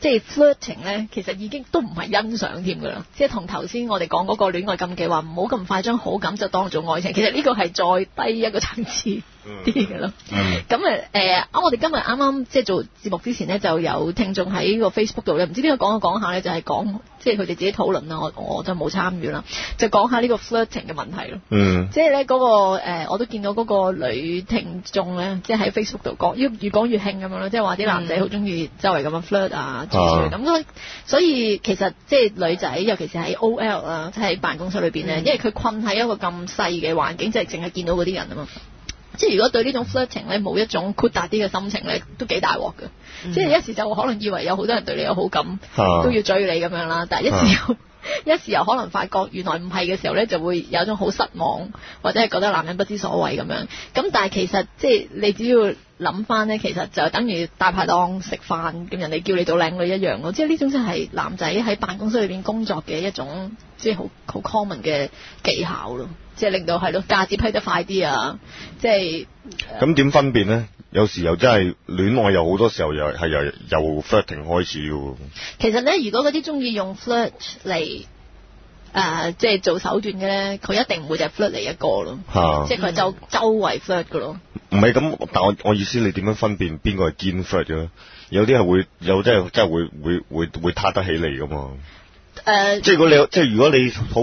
Speaker 1: 即係 flirting 咧，其實已經都唔係欣賞添㗎啦。即係同頭先我哋講嗰個戀愛禁忌話，唔好咁快將好感就當做愛情。其實呢個係再低一個層次
Speaker 2: 嗯
Speaker 1: [LAUGHS] 啲嘅咯。
Speaker 2: 嗯
Speaker 1: 咁誒誒，啊我哋今日啱啱即係做節目之前咧，就有聽眾喺個 Facebook 度咧，唔知邊個講一講下咧，就係講即係佢哋自己討論啦，我我就冇參與啦，就講下呢個 flirting 嘅問題咯。
Speaker 2: 嗯
Speaker 1: 即係咧嗰個誒，我都見到嗰個女聽眾咧，即係喺 Facebook 度講，越越講越興咁樣咯，即係話啲男仔好中意周圍咁樣 flirt 啊，諸如此類咁所以所以其實即係女仔，尤其是喺 OL 啦，即係喺辦公室裏邊咧，
Speaker 3: 嗯
Speaker 1: 因為佢困喺一個咁細嘅環境，即係淨係見到嗰啲人啊嘛。即係如果對呢種 flirting 咧冇一種豁達啲嘅心情咧，都幾大鑊㗎。即係一時就可能以為有好多人對你有好感，
Speaker 2: 啊
Speaker 1: 都要追你咁樣啦，但係一時又、一時又可能發覺原來唔係嘅時候呢，就會有一種好失望，或者係覺得男人不知所謂咁樣。咁但係其實即係你只要諗翻呢，其實就等於大排檔食飯，咁人哋叫你做靚女一樣咯。即係呢種就係男仔喺辦公室裏邊工作嘅一種即係好好 common 嘅技巧咯，即係令到係咯價值批得快啲啊，即係
Speaker 2: 咁點分辨咧？有時又真係戀愛，又好多時候又係由由 flirting 開始嘅喎。
Speaker 1: 其實咧，如果嗰啲中意用 flirt 嚟誒、呃即係做手段嘅咧，佢一定唔會就係 flirt 嚟一個咯，
Speaker 2: 嚇
Speaker 1: 即係佢就
Speaker 2: 嗯
Speaker 1: 周圍 flirt 嘅咯。
Speaker 2: 唔係咁，但我我意思，你點樣分辨邊個係堅 flirt 嘅咧？有啲係會，有啲
Speaker 1: 嗯
Speaker 2: 係真係會會會會撻得起你噶嘛？
Speaker 1: 誒、
Speaker 2: 即係如果你即係如果你好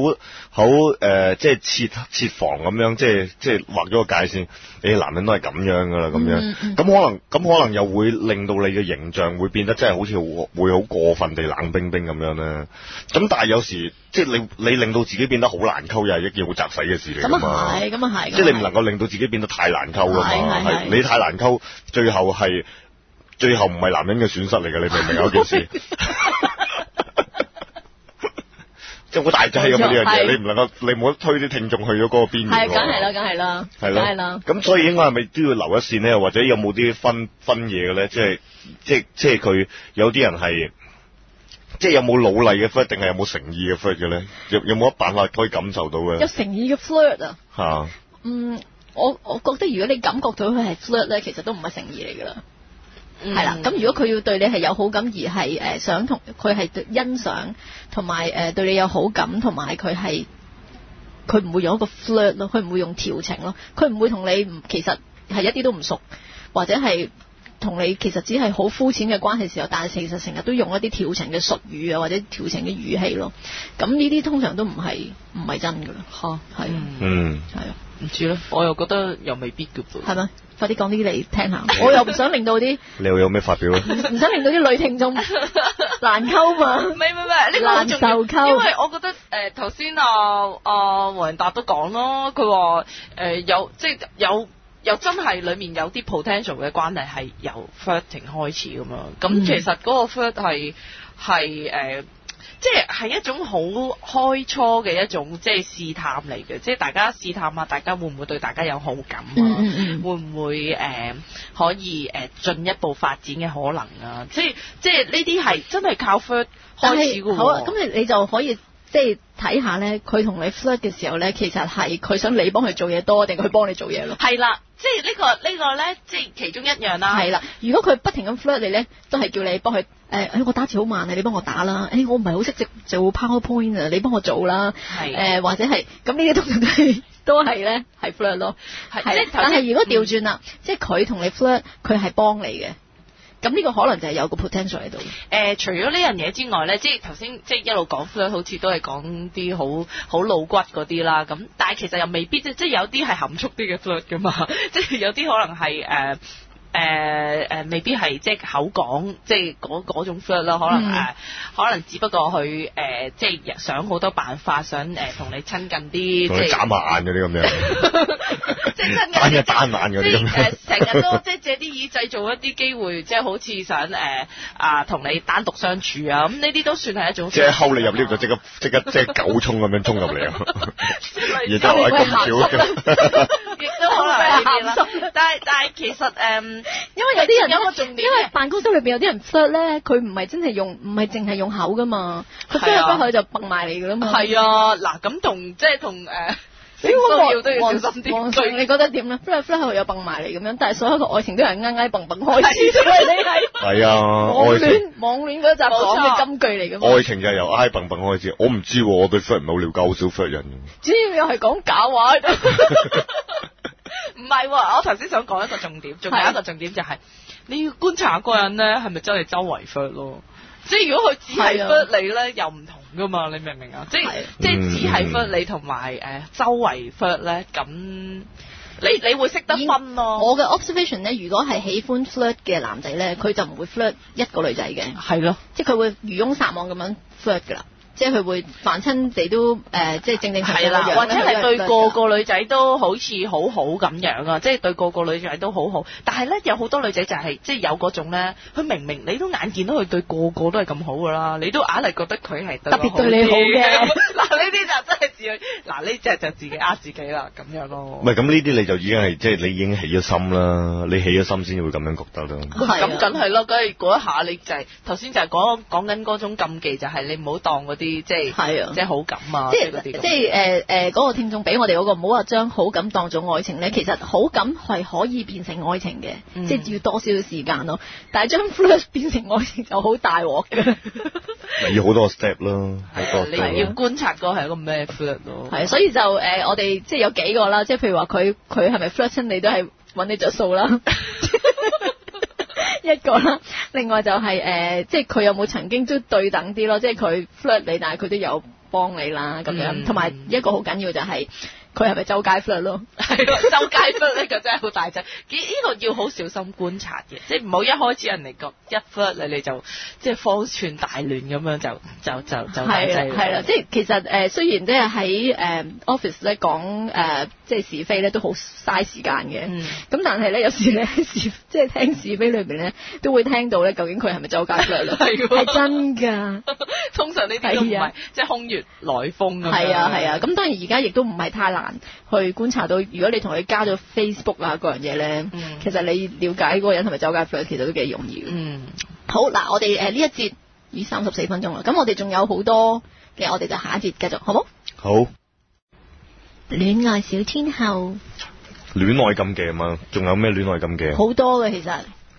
Speaker 2: 好誒、呃即係設設防咁樣，即係即係劃咗個界線，你男人都係咁樣噶啦，咁樣咁、
Speaker 1: 嗯嗯
Speaker 2: 可能咁可能又會令到你嘅形象會變得真係好似好會好過分地冷冰冰咁樣咧。咁但係有時即係你你令到自己變得好難溝，又係一件好雜使嘅事嚟㗎
Speaker 1: 咁
Speaker 2: 嘛
Speaker 1: 啊。係，咁啊係，
Speaker 2: 即係
Speaker 1: 咁啊
Speaker 2: 你唔能
Speaker 1: 係
Speaker 2: 夠令到自己變得太難溝噶嘛，
Speaker 1: 係係係
Speaker 2: 係你太難溝，最後係最後唔係男人嘅損失嚟嘅，你明唔明有
Speaker 1: [LAUGHS]
Speaker 2: 件事？即係好大劑咁嘛呢樣
Speaker 1: 係
Speaker 2: 嘢，你唔能夠，你冇得推啲聽眾去咗嗰個邊緣喎。
Speaker 1: 係，梗係啦，梗係啦，
Speaker 2: 係
Speaker 1: 梗係
Speaker 2: 咯
Speaker 1: 啦，。嗯
Speaker 2: 咁所以應該係咪都要留一線咧？或者有冇啲分分嘢嘅咧？即係即係即係佢有啲人係。即係有冇努力嘅 f r i e n d 定係有冇誠意嘅 f r i e n d 嘅咧？有有冇一辦法可以感受到
Speaker 1: 有
Speaker 2: 嘅
Speaker 1: 誠意嘅 flirt 啊，
Speaker 2: 嚇？
Speaker 1: 嗯，我我覺得如果你感覺到佢係 flirt 咧，其實都唔係誠意嚟㗎啦。
Speaker 3: 嗯
Speaker 1: 係啦，咁如果佢要對你係有好感，而係誒、呃想同佢係對欣賞，同埋誒對你有好感，同埋佢係佢唔會用一個 flirt 咯，佢唔會用調情咯，佢唔會同你唔其實係一啲都唔熟，或者係同你其實只係好膚淺嘅關係時候，但係其實成日都用一啲調情嘅術語啊，或者調情嘅語氣咯。咁呢啲通常都唔係唔係真噶啦，嚇係啊
Speaker 3: 嗯
Speaker 2: 嗯，
Speaker 1: 係啊，
Speaker 3: 唔知咧，我又覺得又未必嘅噃。
Speaker 1: 係咪？快啲講啲嚟聽下，我又唔想令到啲
Speaker 2: 你又有咩發
Speaker 3: [LAUGHS]
Speaker 2: 表啊？
Speaker 1: 唔唔想令到啲女聽眾難溝
Speaker 3: [LAUGHS]
Speaker 1: [LAUGHS]
Speaker 3: 唔
Speaker 1: 嘛。
Speaker 3: 係唔係唔係，呢個好
Speaker 1: 難
Speaker 3: 重
Speaker 1: 受溝
Speaker 3: 要，因為我覺得誒頭先啊啊黃仁達都講咯，佢話誒有即係有有真係裡面有啲 potential 嘅關係係由 flirting 開始咁樣，
Speaker 1: 嗯
Speaker 3: 咁其實嗰個 flirt 係係誒。即係係一種好開初嘅一種即係試探嚟嘅，即係大家試探下大家會唔會對大家有好感啊？
Speaker 1: 嗯嗯嗯
Speaker 3: 會唔會誒、呃可以誒、呃、進一步發展嘅可能啊？即係即係呢啲係真係靠 first
Speaker 1: 但
Speaker 3: 開始
Speaker 1: 係
Speaker 3: 嘅喎。
Speaker 1: 好啊，咁你你就可以即係睇下咧，佢同你 flirt 嘅時候咧，其實係佢想你幫佢做嘢多，定佢幫你做嘢咯。
Speaker 3: 係啦，即係呢、個呢、個咧，即係其中一樣啦。
Speaker 1: 係啦，如果佢不停咁 flirt 你咧，都係叫你幫佢。誒、哎我打字好慢啊，你幫我打啦。誒、我唔係好識做 PowerPoint 啊，你幫我做啦。
Speaker 3: 係
Speaker 1: 誒、或者係咁呢啲通常都
Speaker 3: [LAUGHS]
Speaker 1: 係都係咧係 flirt 咯。
Speaker 3: 係
Speaker 1: 係
Speaker 3: 即係頭先嗯
Speaker 1: 但係如果調轉啦，即係佢同你 flirt，佢係幫你嘅，咁呢個可能就係有個 potential 喺度。
Speaker 3: 誒、呃除咗呢樣嘢之外咧，即係頭先即係一路講 flirt，好似都係講啲好好露骨嗰啲啦。咁但係其實又未必即即係有啲係含蓄啲嘅 flirt 噶嘛， [LAUGHS] 即係有啲可能係誒。誒誒，呃未必係即係口講，即係嗰嗰種 flirt 啦，可能誒、
Speaker 1: 嗯
Speaker 3: 啊可能只不過佢誒、即係想好多辦法，想誒同、你親近啲，
Speaker 2: 同
Speaker 3: 即
Speaker 2: 你
Speaker 3: 係
Speaker 2: 眨下眼嗰啲咁樣，
Speaker 3: [LAUGHS] 即係真
Speaker 2: 單一
Speaker 3: 嘅，
Speaker 2: 單眼嗰啲
Speaker 3: 即係
Speaker 2: 咁樣
Speaker 3: 誒成日都即係借啲意製造一啲機會，即係好似想誒啊同你單獨相處啊，咁呢啲都算係一
Speaker 2: [LAUGHS]
Speaker 3: 種。
Speaker 2: 即係溝你入 lift 就即刻即刻即係狗衝咁樣衝入嚟
Speaker 3: [LAUGHS]
Speaker 2: 啊！
Speaker 3: 之類
Speaker 2: 然之後話咁巧嘅，
Speaker 3: 亦都可能
Speaker 1: [LAUGHS]
Speaker 3: 係呢啲啦。但係但係其實誒，嗯因
Speaker 1: 因為有啲人呢
Speaker 3: 有個重點
Speaker 1: 因為
Speaker 3: 係。
Speaker 1: 辦公室裏邊有啲人 flirt 咧，佢唔係真係用，唔係淨係用口噶嘛，佢
Speaker 3: 係
Speaker 1: flirt
Speaker 3: 啊
Speaker 1: 咗佢就崩埋你噶啦嘛。
Speaker 3: 係啊，嗱咁同即係同誒，
Speaker 1: 所以我
Speaker 3: 需 [LAUGHS] 要都要小心
Speaker 1: 皇
Speaker 3: 啲。
Speaker 1: 上
Speaker 3: 對
Speaker 1: 你覺得點咧？flirt flirt 後又蹦埋嚟咁樣，但係所有嘅愛情都係挨挨蹦蹦開始，因為你係
Speaker 2: [LAUGHS] 係啊，
Speaker 1: 網
Speaker 2: 愛情
Speaker 1: 戀網戀嗰集講嘅金句嚟㗎嘛
Speaker 2: 愛。情就係由挨蹦蹦開始。我唔知喎，我對 flirt 唔係好了解，好少 flirt 人嘅。
Speaker 1: 主要又係講假
Speaker 3: [LAUGHS]
Speaker 1: 話，
Speaker 3: 唔係喎，我頭先想講一個重點，仲有一個重點就係、你要觀察嗰個人咧係咪真係周圍 flirt 咯。即係如果佢只係
Speaker 1: 係啊
Speaker 3: flirt 你咧，又唔同噶嘛，你明唔明啊？即係
Speaker 1: 係
Speaker 3: 即係
Speaker 2: 嗯
Speaker 3: 只係 flirt 你同埋誒周圍 flirt 咧，咁你你會識得分咯。
Speaker 1: 我嘅 observation 咧，如果係喜歡 flirt 嘅男仔咧，佢就唔會 flirt 一個女仔嘅，
Speaker 3: 係咯，
Speaker 1: 即係佢會漁翁撒網咁樣 flirt 㗎啦。即係佢會凡親地都誒、即係正正常常
Speaker 3: 係啦，
Speaker 1: 咁樣
Speaker 3: 或者係對
Speaker 1: 佢都 flirt 㗎
Speaker 3: 個個女仔都好似好好咁樣啊，即係對個個女仔都好好。但係咧，有好多女仔就係、即係有嗰種咧，佢明明你都眼見到佢對個個都係咁好噶啦，你都硬係覺得佢係對我
Speaker 1: 特別對你好
Speaker 3: 啲
Speaker 1: 嘅
Speaker 3: [LAUGHS] 嗱呢啲就真係自己，嗱呢只就自己呃自己啦，咁樣咯
Speaker 2: 唔。係咁呢啲你就已經係即係你已經起咗心啦，你起咗心先至會咁樣覺得咯。
Speaker 1: 係啊
Speaker 3: 咁梗係咯，梗係嗰一下你就係頭先就係講講緊嗰種禁忌，就係你唔好當嗰啲即係
Speaker 1: 係啊
Speaker 3: 即係好感啊，
Speaker 1: 即
Speaker 3: 係嗰
Speaker 1: 係
Speaker 3: 啲咁
Speaker 1: 即係誒誒嗰個聽眾俾我哋嗰、個，唔好話將好感當做愛情咧。其實好感係可以變成愛情嘅，
Speaker 3: 嗯
Speaker 1: 即係要多少少時間咯。但係將 flirt 變成愛情就好大鑊嘅，
Speaker 2: 咪要好多 step 咯，喺
Speaker 3: 係
Speaker 2: 角
Speaker 3: 啊
Speaker 2: 度
Speaker 3: 你要
Speaker 2: 咯。
Speaker 3: 觀察嗰係一個咩 flirt 咯。
Speaker 1: 係所以就誒、呃我哋即係有幾個啦，即係譬如話佢佢係咪 flirt 親你都係揾你着數啦。 [LAUGHS] 一個啦，另外就係、呃即係佢有冇曾經都對等啲咯，即係佢 flirt 你，但係佢都有幫你啦咁樣，
Speaker 3: 嗯
Speaker 1: 同埋、一個好緊要就係佢係咪周街 flirt 咯。
Speaker 3: 係咯，周街 flirt 呢個真係好大劑，呢個要好小心觀察嘅，即係唔好一開始人嚟講一 flirt 你你就即係方寸大亂咁樣就就就就大
Speaker 1: 係
Speaker 3: 劑
Speaker 1: 啦，係啦，即係其實誒、呃雖然即係喺誒 office 咧講誒，即係是非咧都好嘥時間嘅。
Speaker 3: 嗯
Speaker 1: 咁但係咧，有 [LAUGHS] 時你喺是即係聽是非裏邊咧，都會聽到咧，究竟佢係咪周街 flirt 咯？
Speaker 3: [LAUGHS] 係喎
Speaker 1: 係真㗎，
Speaker 3: [LAUGHS] 通常呢啲都唔
Speaker 1: 嗯係啊
Speaker 3: 係即係空穴來風咁樣。
Speaker 1: 係啊係啊。咁當然而家亦都唔係太難去觀察到，如果你同佢加咗 Facebook 啊嗰樣嘢咧，
Speaker 3: 嗯
Speaker 1: 其實你了解嗰個人係咪周街 flirt 其實都幾容易嘅。
Speaker 3: 嗯，
Speaker 1: 好嗱，我哋呃誒呢一節已三十四分鐘啦，咁我哋仲有好多嘅，我哋就下一節繼續，好冇？
Speaker 2: 好，
Speaker 1: 戀愛小天后
Speaker 2: 戀愛禁忌啊嘛，仲有咩戀愛禁忌啊？
Speaker 1: 好多嘅其實，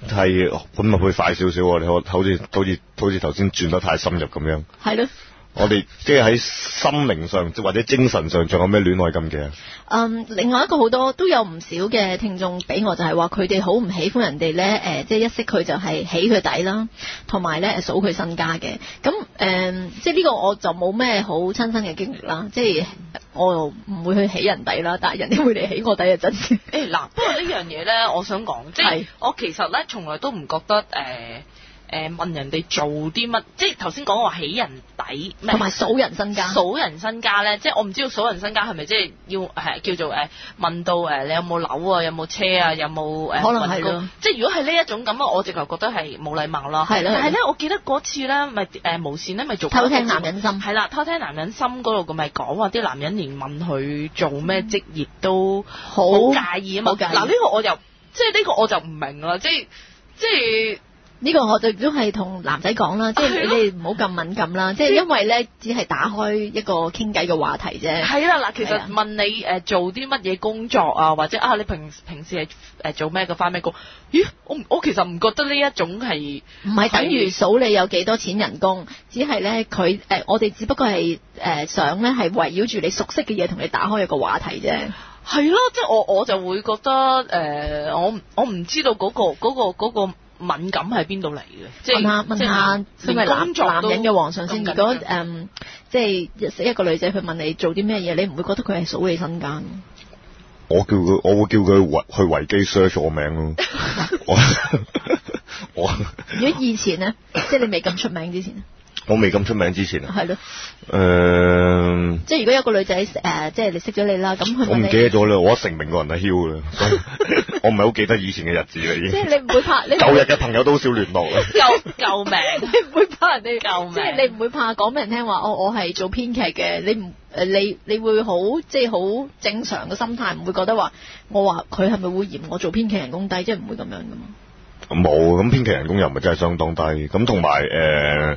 Speaker 2: 係咁咪會快少少喎，你好好似好似好似頭先轉得太深入咁樣。
Speaker 1: 係咯，
Speaker 2: 我哋即係喺心靈上或者精神上，仲有咩戀愛禁忌啊？
Speaker 1: 嗯，另外一個好多都有唔少嘅聽眾俾我，就係話佢哋好唔喜歡人哋咧，誒、即係一識佢就係起佢底啦，同埋咧數佢身家嘅。咁誒、嗯即係呢個我就冇咩好親身嘅經歷啦，即係我又唔會去起人底啦，但係人哋會嚟起我底就真嘅。
Speaker 3: 誒嗱，不過呢樣嘢咧，我想講，即係
Speaker 1: 係
Speaker 3: 我其實咧，從來都唔覺得誒誒、呃呃、問人哋做啲乜，即係頭先講話起人底，咩
Speaker 1: 同埋數人身家。
Speaker 3: 數人身家咧，即係我唔知道數人身家係咪即係要係叫做誒、呃、問到誒、呃你有冇樓啊，有冇車啊，有冇誒、呃
Speaker 1: 可能係
Speaker 3: 運工
Speaker 1: 咯
Speaker 3: 即係如果係呢一種咁啊，我直頭覺得係冇禮貌啦。
Speaker 1: 係啦
Speaker 3: 但係咧，我記得嗰次咧，咪誒無線咧咪做
Speaker 1: 偷聽男人心
Speaker 3: 係啦，偷聽男人心嗰度，佢咪講話啲男人連問佢做咩職業都
Speaker 1: 好
Speaker 3: 介意啊嘛。
Speaker 1: 好介意
Speaker 3: 嗱呢個我又即係呢個我就唔明啦，即係即係。
Speaker 1: 呢個我就都係同男仔講
Speaker 3: [LAUGHS]
Speaker 1: 啦，即係你
Speaker 3: 係咯
Speaker 1: 哋唔好咁敏感啦，即係因為咧只係打開一個傾偈嘅話題啫。
Speaker 3: 係啦，嗱，其
Speaker 1: 係啊
Speaker 3: 實問你誒、呃做啲乜嘢工作啊，或者啊，你平平時係誒、呃做咩嘅，翻咩工？咦，我唔我其實唔覺得呢一種係
Speaker 1: 唔係等於數你有幾多錢人工，只係咧佢誒，我哋只不過係誒、呃想咧係圍繞住你熟悉嘅嘢同你打開一個話題啫。
Speaker 3: 係咯，即係我我就會覺得誒、呃我唔我唔知道嗰、個嗰、個嗰、個敏感係邊度嚟嘅，即
Speaker 1: 問
Speaker 3: 係
Speaker 1: 下問下，
Speaker 3: 即
Speaker 1: 身為
Speaker 3: 係
Speaker 1: 男
Speaker 3: 工作
Speaker 1: 男
Speaker 3: 都
Speaker 1: 人嘅皇上先，
Speaker 3: 咁緊
Speaker 1: 如果誒
Speaker 3: 張、
Speaker 1: 嗯即係一個女仔去問你做啲咩嘢，你唔會覺得佢係數你身家。
Speaker 2: 我叫佢，我會叫佢維去維基 search 我
Speaker 1: [LAUGHS]
Speaker 2: 名咯。我我
Speaker 1: 如果以前
Speaker 3: [LAUGHS]
Speaker 1: 呢，即係你未咁出名之前，
Speaker 2: 我未咁出名之
Speaker 1: [LAUGHS]
Speaker 2: 前啊，
Speaker 1: 係咯，
Speaker 2: 誒、
Speaker 1: 即係如果有個女仔誒、呃即係你識咗你啦，咁佢
Speaker 2: 我
Speaker 1: 問
Speaker 2: 唔
Speaker 1: 你，
Speaker 2: 記得咗啦，我一成名個人係囂啦，所以我唔係好記得以前嘅日子啦，已
Speaker 1: 即係
Speaker 2: 經。
Speaker 1: 你唔會怕你唔
Speaker 2: 舊日嘅朋友都好少聯絡啦。啊
Speaker 3: 救
Speaker 1: [LAUGHS]
Speaker 3: 救命！
Speaker 1: 你唔會怕人哋，
Speaker 3: 救命
Speaker 1: 即係你唔會怕講俾人聽話，哦，我係做編劇嘅，你唔誒你你會好即係好正常嘅心態，唔會覺得話我話佢係咪會嫌我做編劇人工低，即係唔會咁樣噶嘛。
Speaker 2: 冇，咁編劇人工又唔係真係相當低，咁同埋誒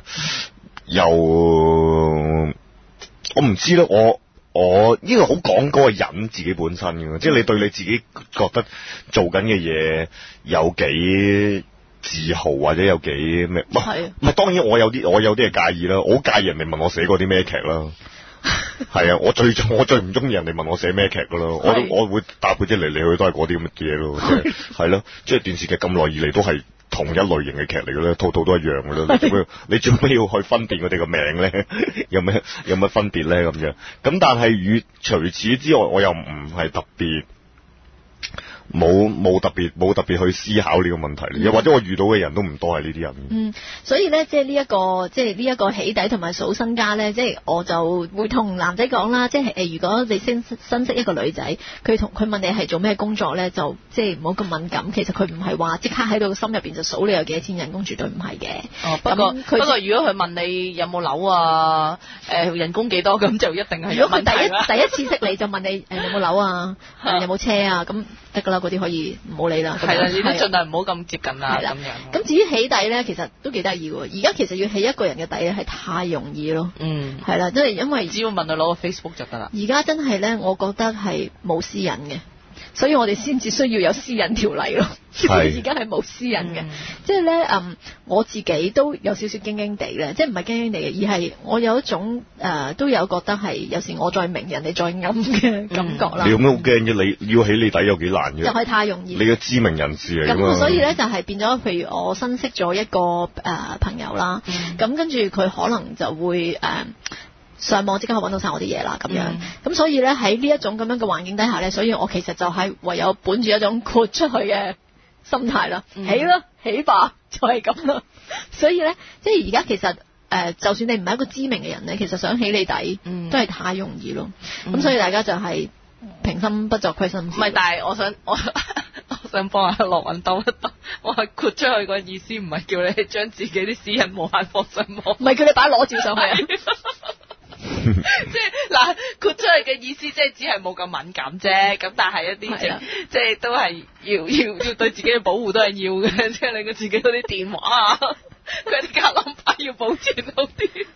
Speaker 2: 又我唔知咧，我我呢、個好講嗰個人自己本身嘅，即係你對你自己覺得做緊嘅嘢有幾自豪或者有幾咩？唔
Speaker 1: 係
Speaker 2: 係唔係當然我有啲我有啲係介意啦，我好介意人哋問我寫過啲咩劇啦。係啊，我最我最唔中意人哋問我寫咩劇噶咯，我都
Speaker 1: 係
Speaker 2: 我會答佢即係嚟嚟去去都係嗰啲咁嘅嘢咯，即係係咯，即係電視劇咁耐以嚟都係同一類型嘅劇嚟嘅咧，套套都一樣嘅啦。你做咩你做咩要去分辨佢哋個名咧？有咩有乜分別咧？咁樣咁但係與除此之外，我又唔係特別。冇冇特別冇特別去思考呢個問題，又或者我遇到嘅人都唔多係呢啲人。
Speaker 1: 嗯，所以咧，即係呢一個，即係呢一個起底同埋數身家咧，即係我就會同男仔講啦，即係誒，如果你新新識一個女仔，佢同佢問你係做咩工作咧，就即係唔好咁敏感。其實佢唔係話即刻喺度心入邊就數你有幾多錢人工，絕對唔係嘅。
Speaker 3: 哦，不過
Speaker 1: 咁
Speaker 3: 不
Speaker 1: 佢
Speaker 3: 過，如果佢問你有冇樓啊，誒、人工幾多咁就一定係
Speaker 1: 如
Speaker 3: 有
Speaker 1: 果
Speaker 3: 問
Speaker 1: 佢第
Speaker 3: 題啦。
Speaker 1: 一第一次識你就問
Speaker 3: [LAUGHS]
Speaker 1: 你誒有冇樓啊，
Speaker 3: 啊
Speaker 1: 誒有冇車啊，咁得噶啦，嗰啲可以唔好理啦。咁樣
Speaker 3: 係啦，你都
Speaker 1: 係啊
Speaker 3: 盡量唔好咁接近啦，
Speaker 1: 係
Speaker 3: 咁
Speaker 1: 啦
Speaker 3: 樣。
Speaker 1: 咁至於起底咧，其實都幾得意喎。而家其實要起一個人嘅底咧，係太容易咯。
Speaker 3: 嗯，
Speaker 1: 係啦，即係因為
Speaker 3: 只要問佢攞個 Facebook 就得啦。
Speaker 1: 而家真係咧，我覺得係冇私隱嘅，所以我哋先至需要有私隱條例咯。
Speaker 2: 係
Speaker 1: [LAUGHS] 而家係冇私隱嘅，
Speaker 3: 嗯
Speaker 1: 即係咧，嗯，我自己都有少少驚驚地咧，即係唔係驚驚地嘅，而係我有一種誒、呃都有覺得係有時我再明人哋再暗嘅感覺啦，
Speaker 2: 你有咩好驚啫？你要起你底有幾難
Speaker 1: 就
Speaker 2: 啫？
Speaker 1: 係太容易
Speaker 2: 你。嘅知名人士嚟㗎嘛
Speaker 1: 咁。所以
Speaker 2: [LAUGHS]
Speaker 1: 咧就係變咗，譬如我新識咗一個誒、呃朋友啦，
Speaker 3: 嗯
Speaker 1: 咁跟住佢可能就會誒、呃上網即刻揾到晒我啲嘢啦，咁樣。
Speaker 3: 嗯
Speaker 1: 咁、所以咧喺呢一種咁樣嘅環境底下咧，所以我其實就係唯有本住一種豁出去嘅心態啦，
Speaker 3: 嗯
Speaker 1: 起啦，起吧， [LAUGHS] 就係咁啦。所以咧，即係而家其實誒、呃就算你唔係一個知名嘅人咧，其實想起你底、
Speaker 3: 嗯
Speaker 1: 都係太容易咯。咁、
Speaker 3: 嗯
Speaker 1: 所以大家就係平心不作虧心
Speaker 3: 唔
Speaker 1: 事。
Speaker 3: 係，但係我想我 [LAUGHS] 我想幫阿樂雲兜一兜， [LAUGHS] 我係豁出去個意思唔係叫你將自己啲私隱無限放上網，
Speaker 1: 唔係叫你擺裸照上去
Speaker 3: [LAUGHS]
Speaker 1: 啊！
Speaker 3: 即係嗱豁出去嘅意思即係只係冇咁敏感啫，咁但係一啊啲
Speaker 1: 係啦
Speaker 3: 即即係都係要要要對自己嘅保護都係要嘅， [LAUGHS] 即係你個自己嗰啲電話啊， [LAUGHS] 佢啲格冧牌要保存好啲。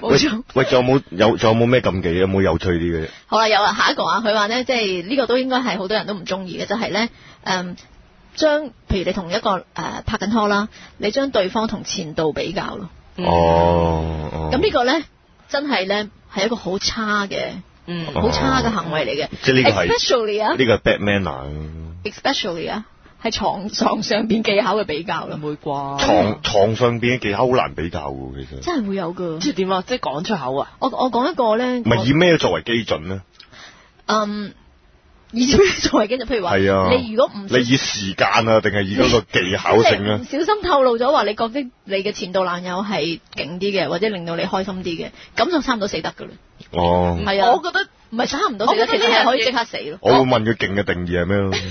Speaker 1: 冇錯。
Speaker 2: 喂，仲有冇有仲有冇咩禁忌？啊有冇有趣啲嘅？
Speaker 1: 好啦，有啦，下一個啊，佢話咧，即係呢個都應該係好多人都唔中意嘅，就係咧，誒，將譬如你同一個誒、呃拍緊拖啦，你將對方同前度比較咯，
Speaker 3: 嗯
Speaker 2: 哦，哦
Speaker 1: 咁呢個咧真係咧係一個好差嘅、
Speaker 3: 嗯
Speaker 2: 哦
Speaker 1: 好差嘅行為嚟嘅。
Speaker 2: 即係呢個係
Speaker 1: especially 啊
Speaker 2: 呢個係 Batman 啊，
Speaker 1: ，especially 啊，係床床上邊技巧嘅比較啦
Speaker 3: 唔，會啩？
Speaker 2: 床床上邊嘅技巧好難比較嘅，其實。
Speaker 1: 哦真係會有噶。
Speaker 3: 即係點啊？即係講出口啊？
Speaker 1: 我我講一個咧，
Speaker 2: 唔係
Speaker 1: 我
Speaker 2: 以咩作為基準咧？
Speaker 1: 嗯，以前作為跟住譬如話，
Speaker 2: 係啊
Speaker 1: 你如果唔
Speaker 2: 你以時間啊，定係以嗰個技巧性啊
Speaker 1: 唔
Speaker 2: 咧？
Speaker 1: 小心透露咗話，你覺得你嘅前度男友係勁啲嘅，或者令到你開心啲嘅，咁就差唔多死得噶啦。
Speaker 2: 哦，
Speaker 1: 係啊
Speaker 3: 我覺得
Speaker 1: 唔係差唔多死得，
Speaker 3: 我覺
Speaker 1: 其
Speaker 3: 得
Speaker 1: 實係可以
Speaker 3: 呢樣嘢
Speaker 1: 即刻死咯。
Speaker 2: 我會問佢勁嘅定義係
Speaker 3: [LAUGHS]
Speaker 2: 咩咯？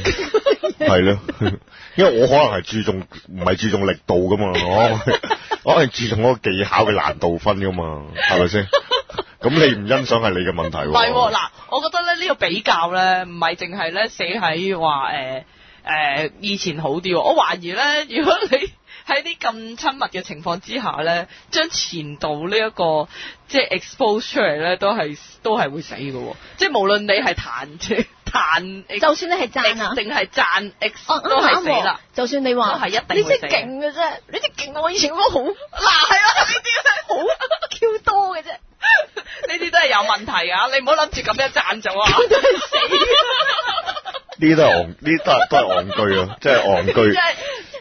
Speaker 2: 係咯，因為我可能係注重唔係注重力度噶嘛，我我係注重嗰個技巧嘅難度分噶嘛，係咪先？咁你唔欣賞係你嘅問題喎。
Speaker 3: 唔係喎，嗱，我覺得咧呢個比較咧，唔係淨係咧死喺話誒誒以前好啲喎，我懷疑咧，如果你 [LAUGHS] 喺啲咁親密嘅情況之下咧，將前度呢、一個即係 expose 出嚟咧，都係都係會死嘅喎，即係無論你係彈即彈 ex-
Speaker 1: 就算你係讚啊
Speaker 3: ex，定係讚 x
Speaker 1: 哦
Speaker 3: 都係
Speaker 1: 啱
Speaker 3: 死
Speaker 1: 啱喎
Speaker 3: 啦。。
Speaker 1: 就算你話
Speaker 3: 都係一定會
Speaker 1: 你真
Speaker 3: 死
Speaker 1: 係勁嘅啫，你真係勁我以前嗰個好
Speaker 3: 嗱係啦，呢啲咧好。
Speaker 1: Q 多嘅啫，
Speaker 3: 呢啲都係有問題啊！你唔好諗住咁樣賺就啊，
Speaker 2: 呢啲都係戇，呢啲都係都係戇居啊，即係戇
Speaker 3: 真
Speaker 2: 居
Speaker 3: 係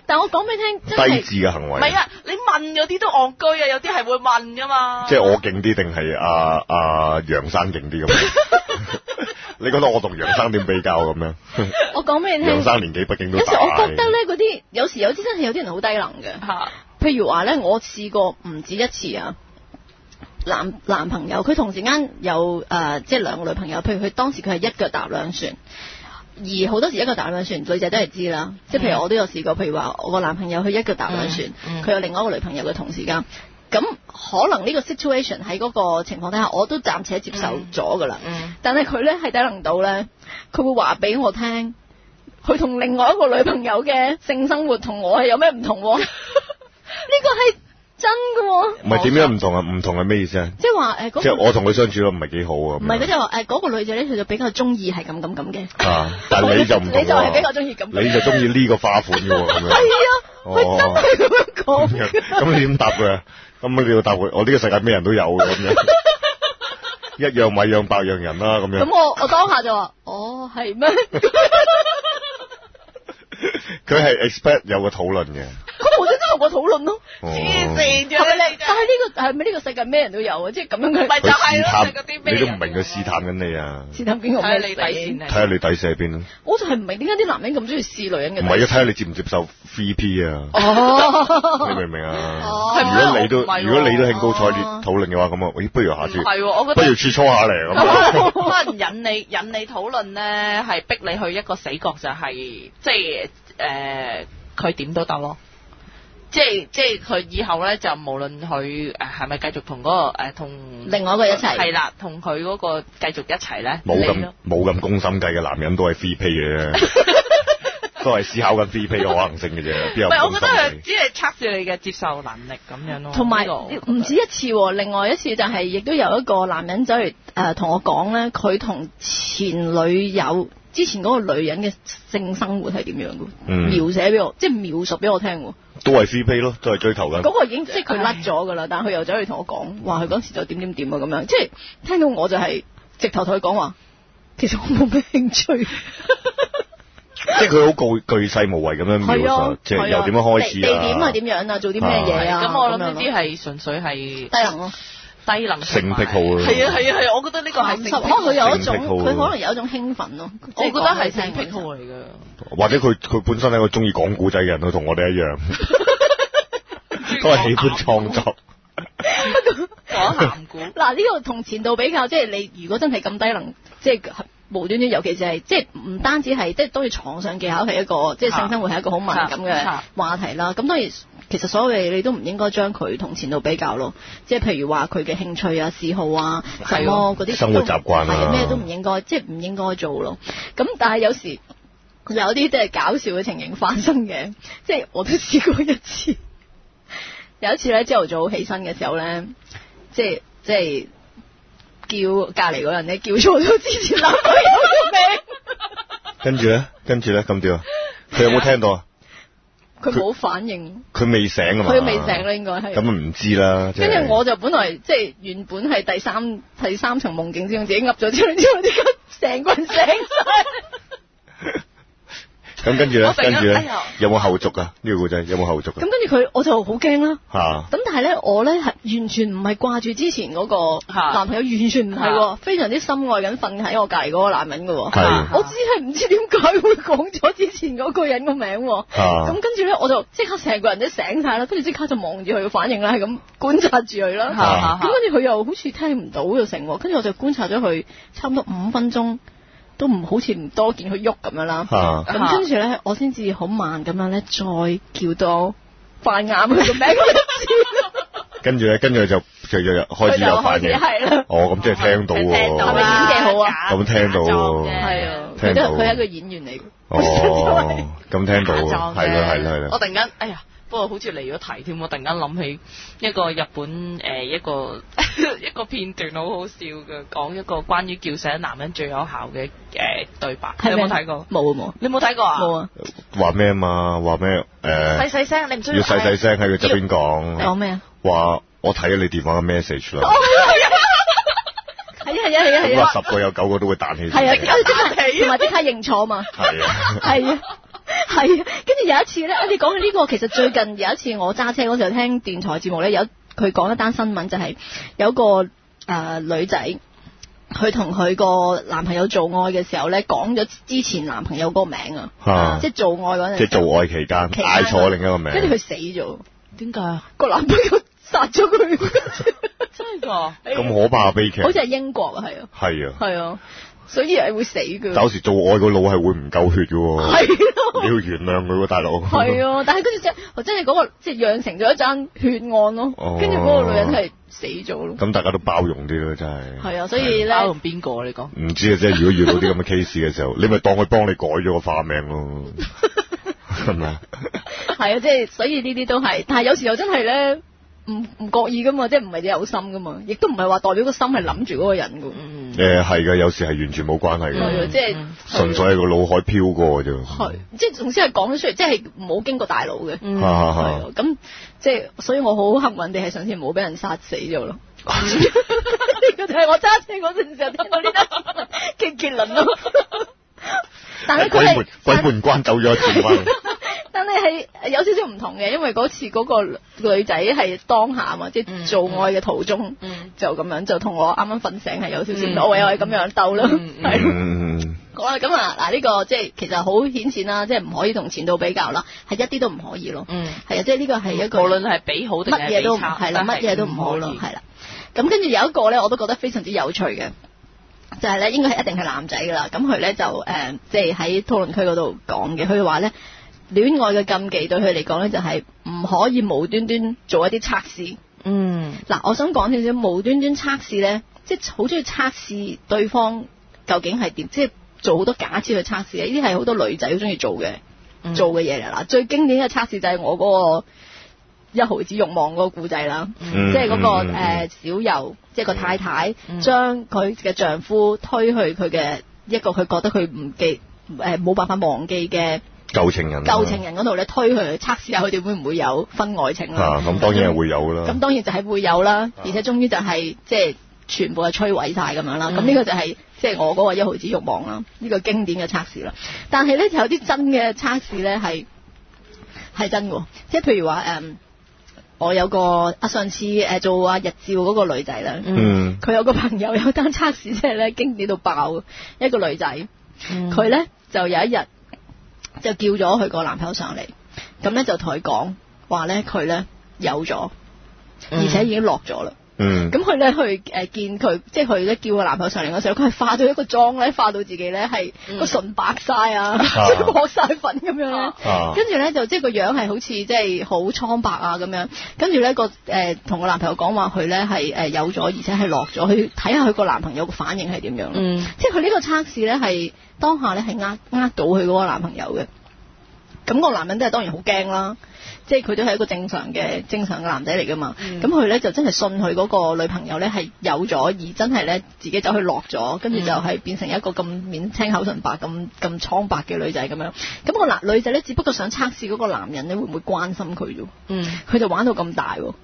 Speaker 1: 但我講俾你聽，真
Speaker 2: 低
Speaker 1: 係
Speaker 2: 智嘅行
Speaker 3: 唔
Speaker 2: 為。
Speaker 3: 係啊！你問嗰啲都戇居啊，有啲係會問噶嘛。
Speaker 2: 啊即係我勁啲定係阿阿楊生勁啲咁樣？ [LAUGHS] 你覺得我同楊生點比較咁
Speaker 3: [LAUGHS]
Speaker 2: 樣？
Speaker 1: 我講俾你聽
Speaker 2: 楊，生年紀畢竟都
Speaker 1: 有時
Speaker 2: 大。
Speaker 1: 我覺得咧嗰啲有時有啲真係有啲人好低能嘅。
Speaker 3: 嚇
Speaker 1: 譬如話咧，我試過唔止一次啊。男男朋友佢同時間有誒、呃即係兩個女朋友。譬如佢當時佢係一腳踏兩船，而好多時一腳踏兩船，女仔都係知
Speaker 3: 嗯
Speaker 1: 啦。即係譬如我都有試過，譬如話我個男朋友佢一腳踏兩船，佢、
Speaker 3: 嗯嗯
Speaker 1: 有另外一個女朋友嘅同時間。咁可能呢個 situation 喺嗰個情況底下，我都暫且接受咗噶啦。
Speaker 3: 嗯
Speaker 1: 但係佢咧係低能到咧，佢會話俾我聽，佢同另外一個女朋友嘅性生活同我係有咩唔同 [LAUGHS] 喎？呢個係真嘅喎，
Speaker 2: 唔係點樣唔同啊？唔同係咩意思啊？
Speaker 1: 即係話誒嗰
Speaker 2: 即係
Speaker 1: 個
Speaker 2: 我同佢相處咯，唔係幾好啊。
Speaker 1: 唔係嗰
Speaker 2: 咁樣
Speaker 1: 就話誒嗰個女仔咧，佢就比較中意係咁咁咁嘅， [LAUGHS]
Speaker 2: 啊！但係你就唔同喎
Speaker 1: 你就係比較中意咁
Speaker 2: 你就中意呢個花款嘅喎，咁
Speaker 1: 係
Speaker 2: 樣。
Speaker 1: 啊，
Speaker 2: 哦
Speaker 1: 佢真係咁樣講
Speaker 2: 咁樣咁你點答佢啊？咁你要答佢，我呢個世界咩人都有嘅咁樣，一樣米養百樣人啦，咁樣
Speaker 1: 咁。我我當下就話，哦係
Speaker 2: [LAUGHS]
Speaker 1: 咩？
Speaker 2: 佢係 expect 有個討論嘅。
Speaker 1: 咁無端端同我討論咯，
Speaker 2: 哦
Speaker 3: 黐線嘅
Speaker 1: 係咪你？
Speaker 3: 你
Speaker 1: 但係呢個係咪呢個世界咩人都有啊？即係咁樣佢
Speaker 2: 佢
Speaker 3: 咪就係
Speaker 2: 試
Speaker 3: 咯，就係嗰
Speaker 2: 探
Speaker 3: 啲，咩
Speaker 2: 你
Speaker 3: 人
Speaker 2: 都唔明佢試探緊你啊！
Speaker 1: 試探邊個咩
Speaker 3: 睇下你底線
Speaker 1: 啊
Speaker 2: 睇下
Speaker 3: 嚟。
Speaker 2: 你底線喺邊咯。
Speaker 1: 我就係唔明點解啲男人咁中意試女人嘅
Speaker 2: 唔
Speaker 1: 底線。
Speaker 2: 係啊，睇下你接唔接受 free P 啊？
Speaker 1: 哦，
Speaker 2: 你明唔明啊
Speaker 1: 哦？
Speaker 2: 如果你都
Speaker 3: 唔係喎
Speaker 2: 如果你都興高采烈
Speaker 1: 哦
Speaker 2: 討論嘅話，咁啊，咦，不如下
Speaker 3: 唔
Speaker 2: 次
Speaker 3: 係喎，我覺
Speaker 2: 不
Speaker 3: 得
Speaker 2: 如切磋下嚟
Speaker 1: [LAUGHS]
Speaker 2: 咁啊。
Speaker 3: [LAUGHS] 可能引你引你討論咧，係逼你去一個死角，就係即係誒，佢點都得咯。即係即係佢以後咧，就無論佢誒係咪繼續同嗰個誒同
Speaker 1: 另外一個一齊
Speaker 3: 係啦，同佢嗰個繼續一齊咧，
Speaker 2: 冇
Speaker 3: 你
Speaker 2: 咁
Speaker 3: 咯
Speaker 2: 冇咁攻心計嘅男人都係 free P 嘅
Speaker 1: [LAUGHS]
Speaker 2: 啫，都係思考緊 free P 嘅可能性嘅啫，邊
Speaker 3: 唔
Speaker 2: 有
Speaker 3: 係，我
Speaker 2: 咁攻
Speaker 3: 覺得
Speaker 2: 心
Speaker 3: 佢
Speaker 2: 計？
Speaker 3: 只係測試你嘅接受能力咁樣咯。
Speaker 1: [LAUGHS] 同埋
Speaker 3: 呢個我覺得
Speaker 1: 唔止一次喎，另外一次就係亦都有一個男人走嚟誒同我講咧，佢同前女友之前嗰個女人嘅性生活係點樣嘅，
Speaker 2: 嗯
Speaker 1: 描寫俾我，即係描述俾我聽喎。
Speaker 2: 都係 free P 咯，都係追求緊。
Speaker 1: 嗰個已經即係佢甩咗㗎啦，但係佢又走嚟同我講話，佢嗰時就點點點啊咁樣，即係聽到我就係直頭同佢講話，其實我冇咩興趣。
Speaker 2: 即係佢好巨巨細無遺咁樣
Speaker 1: 係
Speaker 2: 描
Speaker 1: 啊
Speaker 2: 述，，即係
Speaker 1: 係
Speaker 2: 由點樣開始
Speaker 1: 地地點啊，點樣啊，做啲咩嘢啊？
Speaker 3: 咁我諗
Speaker 1: 樣
Speaker 3: 呢
Speaker 1: 咯啊
Speaker 3: 啲係純粹係
Speaker 1: 低能咯。
Speaker 3: 低能
Speaker 2: 性癖好啊
Speaker 3: 係啊係啊係啊，我覺得呢個係
Speaker 1: 鹹
Speaker 3: 性癖
Speaker 1: 濕，可哦能佢有一種，
Speaker 2: 性癖好
Speaker 1: 佢可能有一種興奮咯。
Speaker 3: 我覺得係性癖好啊
Speaker 1: 好。
Speaker 3: 嚟㗎。
Speaker 2: 或者佢佢本身係一個中意講古仔嘅人，佢同我哋一樣，
Speaker 1: [LAUGHS]
Speaker 2: 都係喜歡創作。
Speaker 3: 講鹹股。
Speaker 1: 嗱，呢個同前度比較，即係你如果真係咁低能，即係無端端，尤其是係即係唔單止係，即係當然床上技巧係一個，即係性生活係一個好敏感嘅
Speaker 3: 啊
Speaker 1: 話題啦。咁當然，其實所有嘢你都唔應該將佢同前度比較咯。即係譬如話佢嘅興趣啊、嗜好啊、什
Speaker 3: 係
Speaker 1: 麼
Speaker 3: 咯
Speaker 1: 嗰啲
Speaker 2: 生活習慣啊
Speaker 1: 係咩都唔應該，即係唔應該做咯。咁但係有時有啲即係搞笑嘅情形發生嘅， [LAUGHS] 即係我都試過一次。 [LAUGHS] 有一次咧，朝頭早起身嘅時候咧，即係即係叫隔離嗰人咧叫錯咗之前男朋友嘅名，
Speaker 2: [LAUGHS] 跟住咧，跟住咧，咁點啊？佢有冇聽到啊？
Speaker 1: 佢冇反應，
Speaker 2: 佢未醒啊嘛，
Speaker 1: 佢未醒啦，應該係。
Speaker 2: 咁咪唔知啦。即係
Speaker 1: 跟住我就本來即係原本係第三第三層夢境之中，自己噏咗之後，之後即刻成個人醒
Speaker 2: [LAUGHS]
Speaker 1: 晒。
Speaker 2: 咁跟住咧
Speaker 3: 我，突然
Speaker 2: 跟
Speaker 3: 間
Speaker 2: 住
Speaker 3: 哎
Speaker 2: 咧
Speaker 3: 呀，
Speaker 2: 有冇後續啊？呢個故仔有冇後續
Speaker 1: 咁跟住佢，我就好驚啦。
Speaker 2: 啊？
Speaker 1: 咁但係咧，我咧係完全唔係掛住之前嗰個
Speaker 3: 嚇
Speaker 1: 男朋友，完全唔係喎，
Speaker 3: 嚇
Speaker 1: 非常之深愛緊瞓喺我隔離嗰個男人嘅喎。
Speaker 2: 嚇
Speaker 3: 啊
Speaker 2: 係
Speaker 1: 我只係唔知點解會講咗之前嗰個人個名
Speaker 3: 啊
Speaker 1: 喎。
Speaker 2: 嚇
Speaker 1: 咁跟住咧，我就即刻成個人都醒晒啦，跟住即刻就望住佢嘅反應啦，係咁觀察住佢啦。
Speaker 3: 嚇
Speaker 1: 咁跟住佢又好似聽唔到又成喎，跟住我就觀察咗佢差唔多五分鐘，都唔好似唔多見佢喐咁樣啦。
Speaker 2: 啊
Speaker 1: 咁跟住咧，我先至好慢咁樣咧，再叫到扮啱佢個名嗰一次，
Speaker 2: 跟住咧，跟住就就就開
Speaker 1: [LAUGHS] 佢
Speaker 2: 始
Speaker 1: 就
Speaker 2: 有
Speaker 1: 開
Speaker 2: 反
Speaker 1: 始
Speaker 2: 應。
Speaker 1: 係啦，
Speaker 2: 哦，咁即係聽到
Speaker 3: 聽到
Speaker 1: 係咪
Speaker 2: 喎。
Speaker 1: 演技好啊
Speaker 3: 啦
Speaker 2: 咁聽到喎
Speaker 3: 假裝啫
Speaker 1: 係啊，佢
Speaker 2: 聽
Speaker 1: 都
Speaker 2: 到
Speaker 1: 佢係一個演員嚟嘅，
Speaker 2: 哦，咁聽
Speaker 3: [LAUGHS]
Speaker 2: 到
Speaker 3: 假
Speaker 2: 喎，
Speaker 3: 裝啫
Speaker 2: 係啦係啦係啦
Speaker 3: 我。突然間，哎呀，不過好似離咗題添，我突然間諗起一個日本誒、一個 [LAUGHS] 一個片段好好笑嘅，講一個關於叫醒男人最有效嘅誒、對白，你
Speaker 1: 係
Speaker 3: 有
Speaker 1: 咪
Speaker 3: 冇睇過？
Speaker 1: 冇啊
Speaker 3: 你冇睇過
Speaker 1: 冇
Speaker 3: 啊？
Speaker 1: 冇啊！
Speaker 2: 話咩啊嘛？話咩
Speaker 3: 細
Speaker 2: 誒？
Speaker 3: 細聲，你唔需
Speaker 2: 要細細聲喺佢側邊
Speaker 1: 講
Speaker 2: 講，
Speaker 1: 咩啊？
Speaker 2: 話我睇咗你電話嘅 message 啦。
Speaker 1: 係啊係啊係啊
Speaker 2: 咁
Speaker 1: 係啊
Speaker 2: 話！十個有九個都會彈起身。
Speaker 1: 係啊，
Speaker 2: 係
Speaker 1: 跟住即刻 [LAUGHS] 同埋即刻認錯嘛。
Speaker 2: 啊。
Speaker 1: [LAUGHS] 係啊，係啊，跟住有一次咧，啊你講起呢個，其實最近有一次我揸車嗰時候聽電台節目咧，有佢講一單新聞，就係、有個誒、呃女仔，佢同佢個男朋友做愛嘅時候咧，講咗之前男朋友嗰個名啊，
Speaker 2: 啊
Speaker 1: 即係做愛嗰陣
Speaker 2: 即
Speaker 1: 時
Speaker 2: 係做愛期間
Speaker 1: 期間
Speaker 2: 嗌錯另一個名，
Speaker 1: 跟住佢死咗，
Speaker 3: 點解啊？
Speaker 1: 個男朋友殺咗
Speaker 2: [LAUGHS]
Speaker 1: 佢，真
Speaker 3: 真係㗎？
Speaker 2: 咁可怕嘅啊悲劇。
Speaker 1: 好似係英國啊，係啊，
Speaker 2: 係啊，
Speaker 1: 係啊，所以係會死
Speaker 2: 但有
Speaker 1: 㗎，
Speaker 2: 時做愛個腦係會唔夠血嘅喎，
Speaker 1: 係啊咯。
Speaker 2: 你要原諒佢喎，大佬。
Speaker 1: 係
Speaker 2: [LAUGHS]
Speaker 1: 啊，但係跟住即係，真係嗰個即係釀成咗一單血案
Speaker 2: 哦
Speaker 1: 咯。跟住嗰個女人係死咗咯。
Speaker 2: 咁大家都包容啲咯，真係。
Speaker 1: 係啊，所以咧
Speaker 3: 包容邊個啊？你講
Speaker 2: 唔知啊，即係如果遇到啲咁嘅 case 嘅時候，你咪當佢幫你改咗個化名咯，係咪
Speaker 1: [LAUGHS]
Speaker 2: 啊？
Speaker 1: 係啊，即係所以呢啲都係，但係有時候真係咧唔唔覺意噶嘛，即係唔係有心噶嘛，亦都唔係話代表個心係諗住嗰個人噶。
Speaker 3: 嗯
Speaker 2: 誒係嘅，有時係完全冇關係
Speaker 1: 係啊，
Speaker 2: 嘅，
Speaker 1: 即係
Speaker 3: 嗯
Speaker 2: 純粹係個腦海飄過嘅啫。
Speaker 1: 係，即係總之係講咗出嚟，即係冇經過大腦嘅。
Speaker 3: 嗯
Speaker 2: 啊啊
Speaker 1: 係
Speaker 2: 啊
Speaker 1: 啊，咁即係，所以我好幸運地係上次冇俾人殺死咗
Speaker 2: [LAUGHS]
Speaker 1: 咯。
Speaker 2: 啊
Speaker 1: 呢個就係我揸車嗰陣時候聽到呢單嘅結論
Speaker 2: [LAUGHS]
Speaker 1: 咯。但啊係
Speaker 2: 鬼
Speaker 1: 佢
Speaker 2: 門
Speaker 1: 係，
Speaker 2: 鬼門關走咗一
Speaker 1: [LAUGHS]
Speaker 2: 轉彎，
Speaker 1: 但係係有少少唔同嘅，因為嗰次嗰個女仔係當下啊嘛，即
Speaker 3: 嗯
Speaker 1: 係做愛嘅途中
Speaker 3: 嗯
Speaker 1: 就咁樣，就同我啱啱瞓醒係有少少唔
Speaker 3: 嗯
Speaker 1: 同，我又係咁樣鬥啦，
Speaker 3: 嗯
Speaker 1: [LAUGHS]
Speaker 3: 嗯
Speaker 1: 係咯
Speaker 2: 嗯，
Speaker 1: 好啦，咁啊，嗱呢個即係其實好顯淺啦，即係唔可以同前度比較啦，係一啲都唔可以咯。
Speaker 3: 嗯，
Speaker 1: 係啊，即係呢個係一個
Speaker 3: 無論係俾好定
Speaker 1: 乜
Speaker 3: 係
Speaker 1: 嘢都唔
Speaker 3: 俾差
Speaker 1: 係啦，乜嘢都唔好
Speaker 3: 可
Speaker 1: 咯
Speaker 3: 以，
Speaker 1: 係啦。咁跟住有一個咧，我都覺得非常之有趣嘅，就係咧應該係一定係男仔噶啦。咁佢咧就誒，即係喺討論區嗰度講嘅，佢話咧戀愛嘅禁忌對佢嚟講咧就係唔可以無端端做一啲測試。
Speaker 3: 嗯
Speaker 1: 嗱，我想講少少無端端測試咧，即係好中意測試對方究竟係點，即係做好多假設去測試嘅。呢啲係好多女仔好中意做嘅。
Speaker 3: 嗯
Speaker 1: 做嘅嘢嚟啦。最經典嘅測試就係我嗰個一毫子欲望嗰個故仔啦，
Speaker 2: 嗯
Speaker 1: 即係嗰
Speaker 2: 嗯
Speaker 1: 個
Speaker 2: 嗯
Speaker 1: 誒小柔，即係個太太
Speaker 3: 嗯
Speaker 1: 將佢嘅丈夫推去佢嘅一個佢覺得佢唔記誒冇辦法忘記嘅
Speaker 2: 舊情人啊，
Speaker 1: 舊情人嗰度咧，推佢去測試下佢哋會唔會有婚外情啦。
Speaker 2: 啊，咁當然係會有啦
Speaker 1: 咁。當然就係會有啦，而且終於就係即係全部係摧毀晒咁樣啦。咁呢、個就係即係我嗰個一毫子欲望啦，呢、個經典嘅測試啦。但係咧有啲真嘅測試咧係係真嘅喎，即係譬如話誒、嗯我有個啊上次誒做啊日照嗰個女仔咧，
Speaker 2: 嗯，
Speaker 1: 佢、有個朋友有單測試即係咧經典到爆，一個女仔。
Speaker 3: 嗯
Speaker 1: 佢咧就有一日就叫咗佢個男朋友上嚟，咁咧就同佢講話咧佢咧有咗，
Speaker 3: 嗯
Speaker 1: 而且已經落咗啦。
Speaker 2: 嗯，
Speaker 1: 咁佢咧去誒見佢，即係佢咧叫個男朋友上嚟嗰時候，佢係化咗一個妝咧，化到自己咧係
Speaker 3: 嗯
Speaker 1: 個唇白晒啊， [LAUGHS] 薄晒粉咁樣咧
Speaker 3: 啊。
Speaker 2: 啊，
Speaker 1: 跟住咧就即係個樣係好似即係好蒼白啊咁樣，跟住咧個誒同個男朋友講話佢咧係誒有咗，而且係落咗，去睇下佢個男朋友個反應係點樣咯。
Speaker 3: 嗯
Speaker 1: 即係佢呢個測試咧係當下咧係呃呃到佢嗰個男朋友嘅。咁、個男人都係當然好驚啦，即係佢都係一個正常嘅正常嘅男仔嚟噶嘛。
Speaker 3: 嗯
Speaker 1: 咁佢咧就真係信佢嗰個女朋友咧係有咗，而真係咧自己走去落咗，跟住就係變成一個咁面青口唇白、咁咁蒼白嘅女仔咁樣。咁、個男女仔咧，只不過想測試嗰個男人咧會唔會關心佢啫，
Speaker 3: 嗯，
Speaker 1: 佢就玩到咁大喎，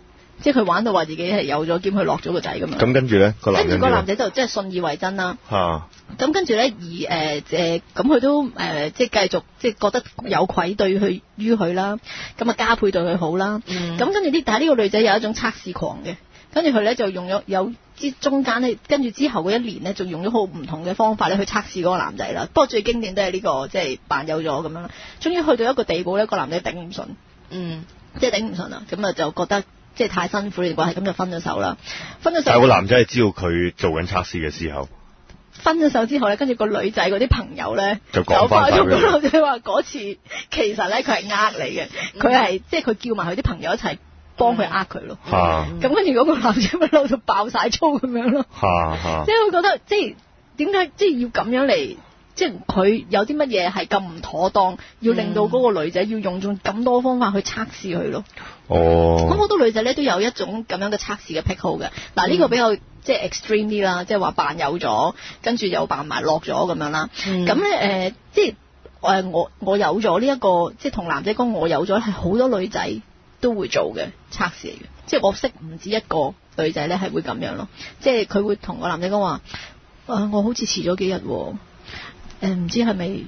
Speaker 1: 即係佢玩到話自己係有咗兼佢落咗個仔咁樣。
Speaker 2: 咁跟住咧個男
Speaker 1: 跟住
Speaker 2: 人
Speaker 1: 個男
Speaker 2: 點
Speaker 1: 仔就即係信以為真啦。
Speaker 2: 啊
Speaker 1: 咁跟住咧，而誒誒，咁佢都誒即係繼續即係覺得有愧對佢於佢啦，咁啊加倍對佢好啦。
Speaker 3: 嗯
Speaker 1: 咁跟住呢，但係呢個女仔有一種測試狂嘅，跟住佢咧就用咗有之中間咧，跟住之後嗰一年咧，就用咗好唔同嘅方法咧去測試嗰個男仔啦。不過最經典都係呢、個即係扮有咗咁樣啦。終於去到一個地步咧，個男仔頂唔順。
Speaker 3: 嗯
Speaker 1: 即係頂唔順啦，咁啊就覺得即係太辛苦呢段關係，咁就分咗手啦。分咗
Speaker 2: 但係個
Speaker 1: 手，
Speaker 2: 男仔係知道佢做緊測試嘅時候，
Speaker 1: 分咗手之後咧，跟住個女仔嗰啲朋友咧，
Speaker 2: 就講
Speaker 1: 返
Speaker 2: 返
Speaker 1: 咗
Speaker 2: 俾佢
Speaker 1: 個女仔話嗰次其實咧佢係呃你嘅，佢係即係佢叫埋佢啲朋友一齊幫佢呃佢咯。
Speaker 2: 嚇
Speaker 1: 咁跟住嗰個男仔咪嬲到爆晒粗咁樣咯，
Speaker 2: 嚇嚇
Speaker 1: 即係會覺得即係點解即係要咁樣嚟？即係佢有啲乜嘢係咁唔妥當，要令到嗰個女仔要用盡咁多方法去測試佢咯。咁好
Speaker 2: 哦，
Speaker 1: 多女仔咧都有一種咁樣嘅測試嘅癖好嘅。嗱，呢個
Speaker 2: 嗯
Speaker 1: 比較即係 extreme 啲啦，即係話扮有咗，跟住又扮埋落咗咁樣啦。
Speaker 3: 嗯
Speaker 1: 咁咧誒，即係誒我我有咗呢一個，即係同男仔講我有咗，係好多女仔都會做嘅測試嚟嘅。即係我識唔止一個女仔咧係會咁樣咯，即係佢會同個男仔講話，誒、我好似遲咗幾日喎，誒唔知係咪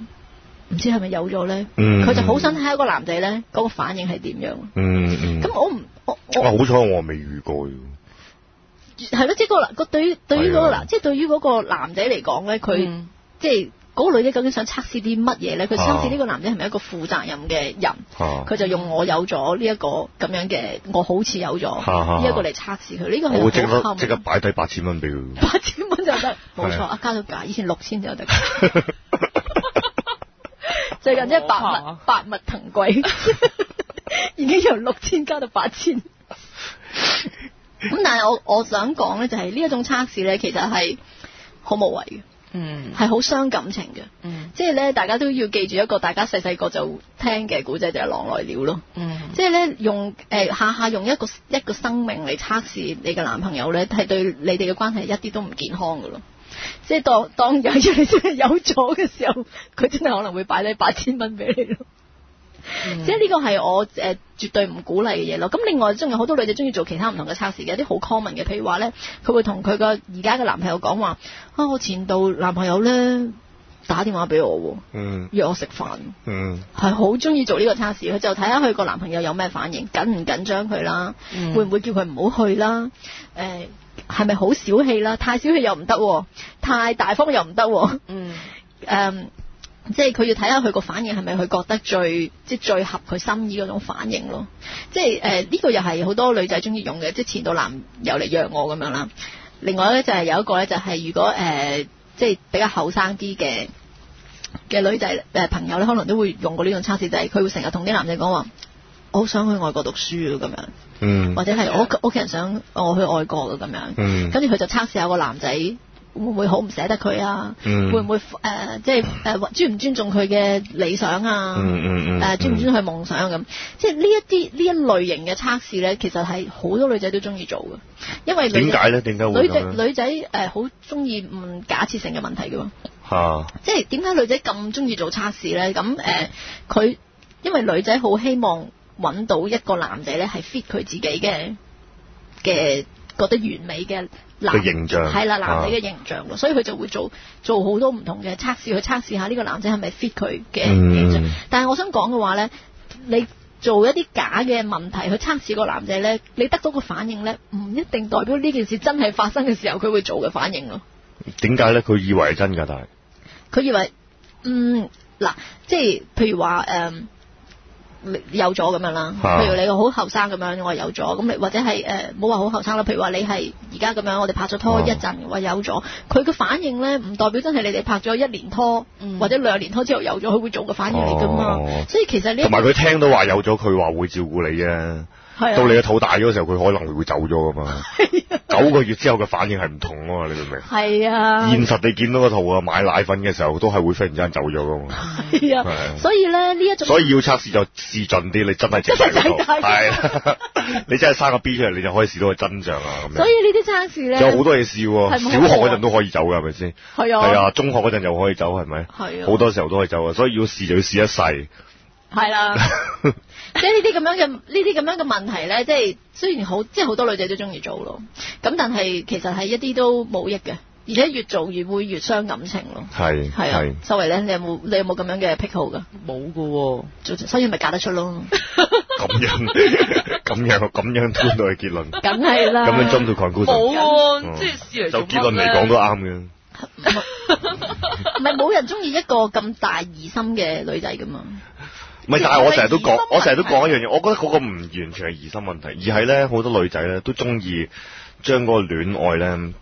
Speaker 1: 唔知係咪有咗咧？
Speaker 2: 嗯
Speaker 1: 佢就好想睇下個男仔咧嗰、個反應係點樣。
Speaker 2: 嗯嗯，哦
Speaker 1: 咁我唔我我
Speaker 2: 哇好彩我未遇過喎，
Speaker 1: 係咯，即係嗰個個對於對於嗰個
Speaker 2: 係
Speaker 1: 男，
Speaker 2: 啊
Speaker 1: 即係對於嗰個男仔嚟講咧，佢、
Speaker 3: 嗯
Speaker 1: 即係嗰個女仔究竟想測試啲乜嘢咧？佢測
Speaker 2: 啊
Speaker 1: 試呢個男仔係咪一個負責任嘅人？
Speaker 2: 嚇
Speaker 1: 佢就用我有咗呢一個咁樣嘅，我好似有咗
Speaker 2: 啊啊
Speaker 1: 呢一個嚟測試佢，呢個
Speaker 2: 我會即
Speaker 1: 係好啊
Speaker 2: 刻即
Speaker 1: 冚
Speaker 2: 刻。擺低八千蚊俾佢。
Speaker 1: 八千蚊就得，冇錯
Speaker 2: 係
Speaker 1: 啊，加到價，以前六千就得。最近即係百物
Speaker 3: 哇
Speaker 1: 百物騰貴，已經由六千加到八千。咁但係我我想講咧，就係呢一種測試咧，其實係好無謂嘅，
Speaker 3: 嗯
Speaker 1: 係好傷感情嘅。
Speaker 3: 嗯
Speaker 1: 即係咧，大家都要記住一個大家細細個就聽嘅古仔，就係、狼來了》咯。
Speaker 3: 嗯
Speaker 1: 即係咧，用誒、下下用一個一個生命嚟測試你嘅男朋友咧，係對你哋嘅關係一啲都唔健康噶咯。即係當當有一日你真係有咗嘅時候，佢真係可能會擺低八千蚊俾你咯。
Speaker 3: 嗯
Speaker 1: 即係呢個係我誒、呃、絕對唔鼓勵嘅嘢咯。咁另外仲有好多女仔中意做其他唔同嘅測試嘅，有啲好 common 嘅，譬如話咧，佢會同佢個而家嘅男朋友講話啊，我前度男朋友咧打電話俾我喎，
Speaker 2: 嗯
Speaker 1: 約我食飯。
Speaker 2: 嗯
Speaker 1: 係好中意做呢個測試，佢就睇下佢個男朋友有咩反應，緊唔緊張佢啦，
Speaker 3: 嗯
Speaker 1: 會唔會叫佢唔好去啦？誒、係咪好小氣啦？太小氣又唔得喎，太大方又唔得喎。
Speaker 3: 嗯
Speaker 1: 誒、即係佢要睇下佢個反應係咪佢覺得最即係最合佢心意嗰種反應咯。即係誒呢個又係好多女仔中意用嘅，即係前度男友嚟約我咁樣啦。另外咧就係有一個咧就係如果誒、呃即係比較後生啲嘅嘅女仔誒朋友咧，可能都會用過呢種測試，就係、佢會成日同啲男仔講話。我好想去外國讀書啊，咁樣，
Speaker 2: 嗯
Speaker 1: 或者係我屋屋企人想我去外國啊，咁樣，
Speaker 2: 嗯
Speaker 1: 跟住佢就測試下個男仔會唔會好唔捨得佢啊，
Speaker 2: 嗯
Speaker 1: 會唔會誒、呃即係誒、呃尊唔尊重佢嘅理想啊？
Speaker 2: 嗯嗯嗯
Speaker 1: 誒尊唔尊重佢夢想啊咁，即係呢一啲呢一類型嘅測試咧，其實係好多女仔都中意做嘅，因為女
Speaker 2: 點
Speaker 1: 仔
Speaker 2: 解咧？點解會
Speaker 1: 女
Speaker 2: 咁
Speaker 1: 仔
Speaker 2: 樣？
Speaker 1: 女仔誒好中意問假設性嘅問題嘅喎，
Speaker 2: 嚇
Speaker 1: 即係點解女仔咁中意做測試咧？咁誒佢因為女仔好希望揾到一個男仔咧係 fit 佢自己嘅嘅覺得完美嘅男
Speaker 2: 嘅形象
Speaker 1: 係啦，男仔嘅
Speaker 2: 啊
Speaker 1: 形象喎，所以佢就會做做好多唔同嘅測試去測試下呢個男仔係咪 fit 佢嘅
Speaker 2: 嗯
Speaker 1: 形象。但係我想講嘅話呢，你做一啲假嘅問題去測試個男仔呢，你得到個反應呢，唔一定代表呢件事真係發生嘅時候佢會做嘅反應咯。
Speaker 2: 點解咧？佢以為係真㗎，但係
Speaker 1: 佢以為嗯嗱，即係譬如話誒。你有咗咁樣啦，
Speaker 2: 啊
Speaker 1: 譬如你好後生咁樣，我有咗咁你，或者係誒冇話好後生啦，譬如話你係而家咁樣，我哋拍咗拖
Speaker 2: 哦
Speaker 1: 一陣，我有咗，佢嘅反應咧唔代表真係你哋拍咗一年拖、
Speaker 3: 嗯
Speaker 1: 或者兩年拖之後有咗，佢會做嘅反應嚟噶嘛，
Speaker 2: 哦
Speaker 1: 所以其實呢一
Speaker 2: 同埋佢聽到話有咗，佢話會照顧你啫。
Speaker 1: 係啊
Speaker 2: 到你嘅肚大咗嘅時候，佢可能會走咗噶
Speaker 1: [LAUGHS]
Speaker 2: 嘛。九個月之後嘅反應係唔同啊嘛，你明唔明？
Speaker 1: 係啊，
Speaker 2: 現實你見到個肚啊，買奶粉嘅時候都係會忽然之間走咗噶嘛。
Speaker 1: 係
Speaker 2: 係
Speaker 1: 啊
Speaker 2: 啊，
Speaker 1: 所以咧呢一種
Speaker 2: 所以要測試就試盡啲，你真係整
Speaker 1: [LAUGHS]
Speaker 2: 大個
Speaker 1: 真係
Speaker 2: 肚，
Speaker 1: 整大
Speaker 2: 係啊 [LAUGHS] 你真係生個 B 出嚟，你就可以試到個真相啊咁
Speaker 1: 所以
Speaker 2: 樣。
Speaker 1: 呢啲測試咧，
Speaker 2: 仲有好多嘢試喎，
Speaker 1: 係冇
Speaker 2: 小學嗰陣都可以走㗎，係咪先？
Speaker 1: 係啊，
Speaker 2: 係啊，中學嗰陣又可以走，係咪？
Speaker 1: 係啊
Speaker 2: 好多時候都可以走啊，所以要試就要試一
Speaker 1: [LAUGHS]
Speaker 2: 世。
Speaker 1: 係啦，即係呢啲咁樣嘅呢啲咁樣嘅問題咧，即係雖然好，即係好多女仔都中意做咯，咁但係其實係一啲都冇益嘅，而且越做越會越傷感情咯。
Speaker 2: 係
Speaker 1: 係啊，周圍咧，你有冇你有冇咁樣嘅癖好噶？
Speaker 3: 冇噶喎，
Speaker 1: 做所以咪嫁得出
Speaker 2: [LAUGHS]
Speaker 1: 咯，
Speaker 2: 咁
Speaker 1: [LAUGHS]
Speaker 2: 樣咁樣咁樣推到嘅結論，
Speaker 1: 梗係啦。
Speaker 2: 咁樣 jump to
Speaker 1: 啊
Speaker 2: conclusion，嗯
Speaker 3: 冇喎，即係試
Speaker 2: 就
Speaker 3: 嚟做
Speaker 2: 結論嚟講都
Speaker 3: 啊，
Speaker 2: 啱嘅。
Speaker 1: 唔係冇人中意一個咁大疑心嘅女仔噶嘛？
Speaker 2: 唔係，但係我成日都
Speaker 1: 疑心
Speaker 2: 講，我成日都講
Speaker 1: 問
Speaker 2: 一樣嘢，我覺得嗰個唔完全係疑心問題，而係咧好多女仔咧都中意將嗰個戀愛咧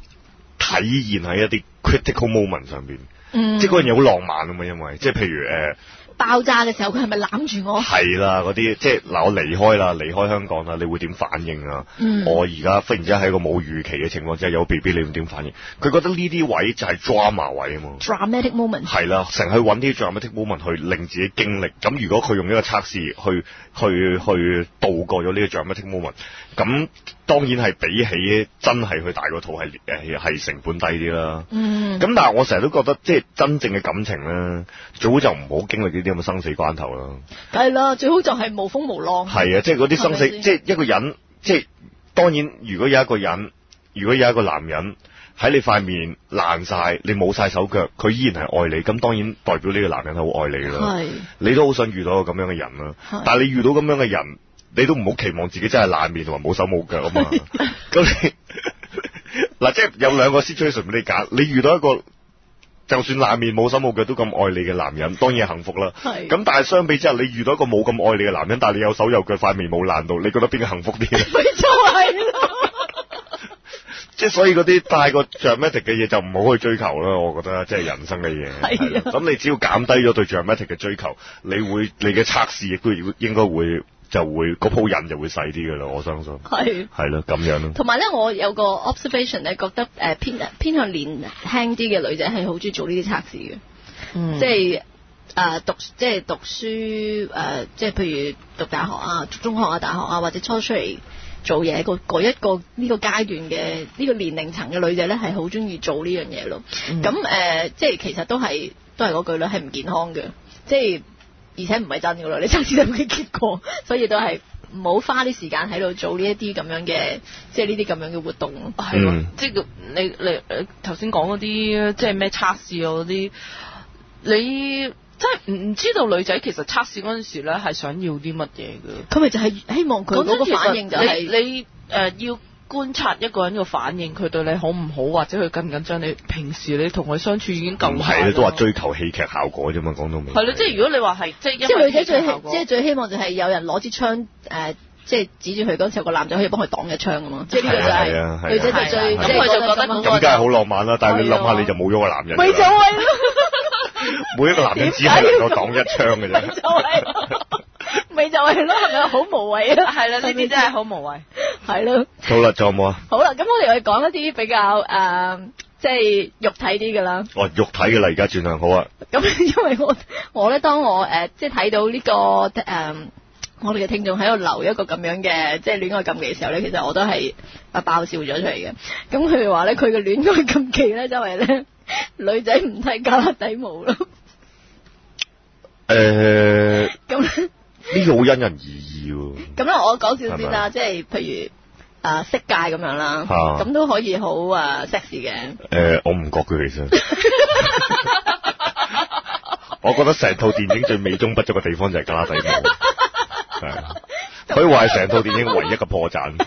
Speaker 2: 體現喺一啲 critical moment 上邊，
Speaker 1: 嗯，
Speaker 2: 即係嗰樣嘢好浪漫啊嘛，因為即係譬如誒。呃
Speaker 1: 爆炸嘅時候，佢係咪攬住我？
Speaker 2: 係啦，嗰啲即係嗱，我離開啦，離開香港啦，你會點反應啊？
Speaker 1: 嗯
Speaker 2: 我而家忽然之間喺一個冇預期嘅情況之下有 B B，你會點反應？佢覺得呢啲位就係 drama 位啊嘛。
Speaker 1: dramatic moment，
Speaker 2: 係啦，成日去揾啲 dramatic moment 去令自己經歷。咁如果佢用呢個測試去去去度過咗呢個 dramatic moment，咁當然係比起真係去大個肚係誒係成本低啲啦。
Speaker 1: 嗯，
Speaker 2: 咁但係我成日都覺得，即係真正嘅感情咧，早就唔好經歷呢啲咁嘅生死關頭啦。
Speaker 1: 梗係啦，最好就係無風無浪。
Speaker 2: 係啊，即係嗰啲生
Speaker 1: 係
Speaker 2: 死，
Speaker 1: 咪先
Speaker 2: 即係一個人，即係當然，如果有一個人，如果有一個男人喺你塊面爛晒，你冇晒手腳，佢依然係愛你，咁當然代表呢個男人係好愛你㗎啦。
Speaker 1: 係
Speaker 2: 你都好想遇到個咁樣嘅人啦
Speaker 1: 係，
Speaker 2: 但係你遇到咁樣嘅人，你都唔好期望自己真係爛面同埋冇手冇腳啊嘛。咁你 [LAUGHS] 嗱，即係有兩個 situation 俾你揀，你遇到一個。就算爛面冇手冇腳都咁愛你嘅男人，當然係幸福啦。
Speaker 1: 係
Speaker 2: 咁但係相比之下，你遇到一個冇咁愛你嘅男人，但係你有手有腳，塊面冇爛到，你覺得邊個幸福啲呢？
Speaker 3: [LAUGHS]
Speaker 1: 咪 [LAUGHS] 就係咯。
Speaker 2: 即係所以嗰啲太過 dramatic 嘅嘢就唔好去追求啦。我覺得即係人生嘅
Speaker 3: [LAUGHS]
Speaker 2: 嘢。
Speaker 1: 係啊
Speaker 2: 係啦咁你只要減低咗對 dramatic 嘅追求，你會你嘅測試亦都要應該會就會嗰鋪癮就會細啲嘅啦。我相信
Speaker 1: 係。
Speaker 2: 係咯，咁樣咯。
Speaker 1: 同埋咧，我有個 observation 咧，覺得誒、呃偏偏向年輕啲嘅女仔係好中意做呢啲測試嘅，
Speaker 3: 嗯
Speaker 1: 即係誒、呃、讀即係讀書誒、呃即係譬如讀大學啊、讀中學啊、大學啊，或者初出嚟做嘢嗰嗰一個呢、個階段嘅呢、個年齡層嘅女仔咧，係好中意做呢樣嘢咯。咁誒、呃即係其實都係都係嗰句啦，係唔健康嘅，即係而且唔係真嘅咯，你測試有嘅結果， [LAUGHS] 所以都係唔好花啲時間喺度做呢一啲咁樣嘅，即係呢啲咁樣嘅活動咯。
Speaker 3: 係喎
Speaker 2: 嗯，
Speaker 3: 即係你你誒頭先講嗰啲即係咩測試啊嗰啲，你真係唔知道女仔其實測試嗰陣時咧係想要啲乜嘢嘅。
Speaker 1: 佢咪就係希望佢嗰個反應就係、
Speaker 3: 你你誒、呃要觀察一個人嘅反應，佢對你好唔好，或者佢緊唔緊張你。平時你同佢相處已經夠
Speaker 2: 唔
Speaker 3: 慣
Speaker 2: 係你都話
Speaker 3: 啦
Speaker 2: 追求戲劇效果啫嘛，講到尾。
Speaker 3: 係咯，即係如果你話係即係因
Speaker 1: 即係
Speaker 3: 為
Speaker 1: 女仔最
Speaker 3: 呢個效果
Speaker 1: 即係最希望就係有人攞支槍誒。呃即係指住佢嗰陣時候，個男仔可以幫佢擋嘅槍啊嘛！即係呢個就
Speaker 2: 係啊係
Speaker 1: 係
Speaker 2: 啊
Speaker 1: 女仔就最
Speaker 3: 係啊
Speaker 1: 即係
Speaker 3: 咁佢就覺得
Speaker 1: 咁樣
Speaker 3: 嗰
Speaker 2: 咁梗係好浪漫啦，但係你諗
Speaker 3: 係
Speaker 2: 下
Speaker 3: 啊
Speaker 2: 你就冇咗個男人㗎啦。
Speaker 1: 咪就係咯，
Speaker 2: 每一個男人只係能夠擋一槍嘅
Speaker 1: 咪
Speaker 2: 啫。
Speaker 1: 就係咯，咪就係咯，係咪好無謂啊？
Speaker 3: 係啦，呢啲真係好無謂。 [LAUGHS]
Speaker 1: 係咯。
Speaker 2: 好啦，仲有冇啊？
Speaker 1: 好啦，咁我哋去講一啲比較誒、呃即係肉體啲嘅啦。
Speaker 2: 哦，肉體嘅啦，而家轉向好啊。
Speaker 1: 咁 [LAUGHS] 因為我我咧，當我誒、呃即係睇到呢、個誒、呃我哋嘅聽眾喺度留一個咁樣嘅即係戀愛禁忌嘅時候咧，其實我都係啊爆笑咗出嚟嘅。咁佢哋話咧，佢嘅戀愛禁忌咧，就係咧 [LAUGHS] 女仔唔剃加勒底毛咯。 [LAUGHS]
Speaker 2: 誒，
Speaker 1: 咁咧
Speaker 2: 呢個好因人而異喎。
Speaker 1: 咁咧，我講少先
Speaker 2: 係
Speaker 1: 啦，
Speaker 2: 咪
Speaker 1: 即係譬如。啊，色戒咁樣啦，
Speaker 2: 啊
Speaker 1: 咁都可以好啊 sexy 嘅，
Speaker 2: 誒，我唔覺佢其 [LAUGHS] 實。我覺得成套電影最美中不足嘅地方就係加拉底 [LAUGHS] 啊舞，係可以話係成套電影唯一嘅破綻。
Speaker 1: 咁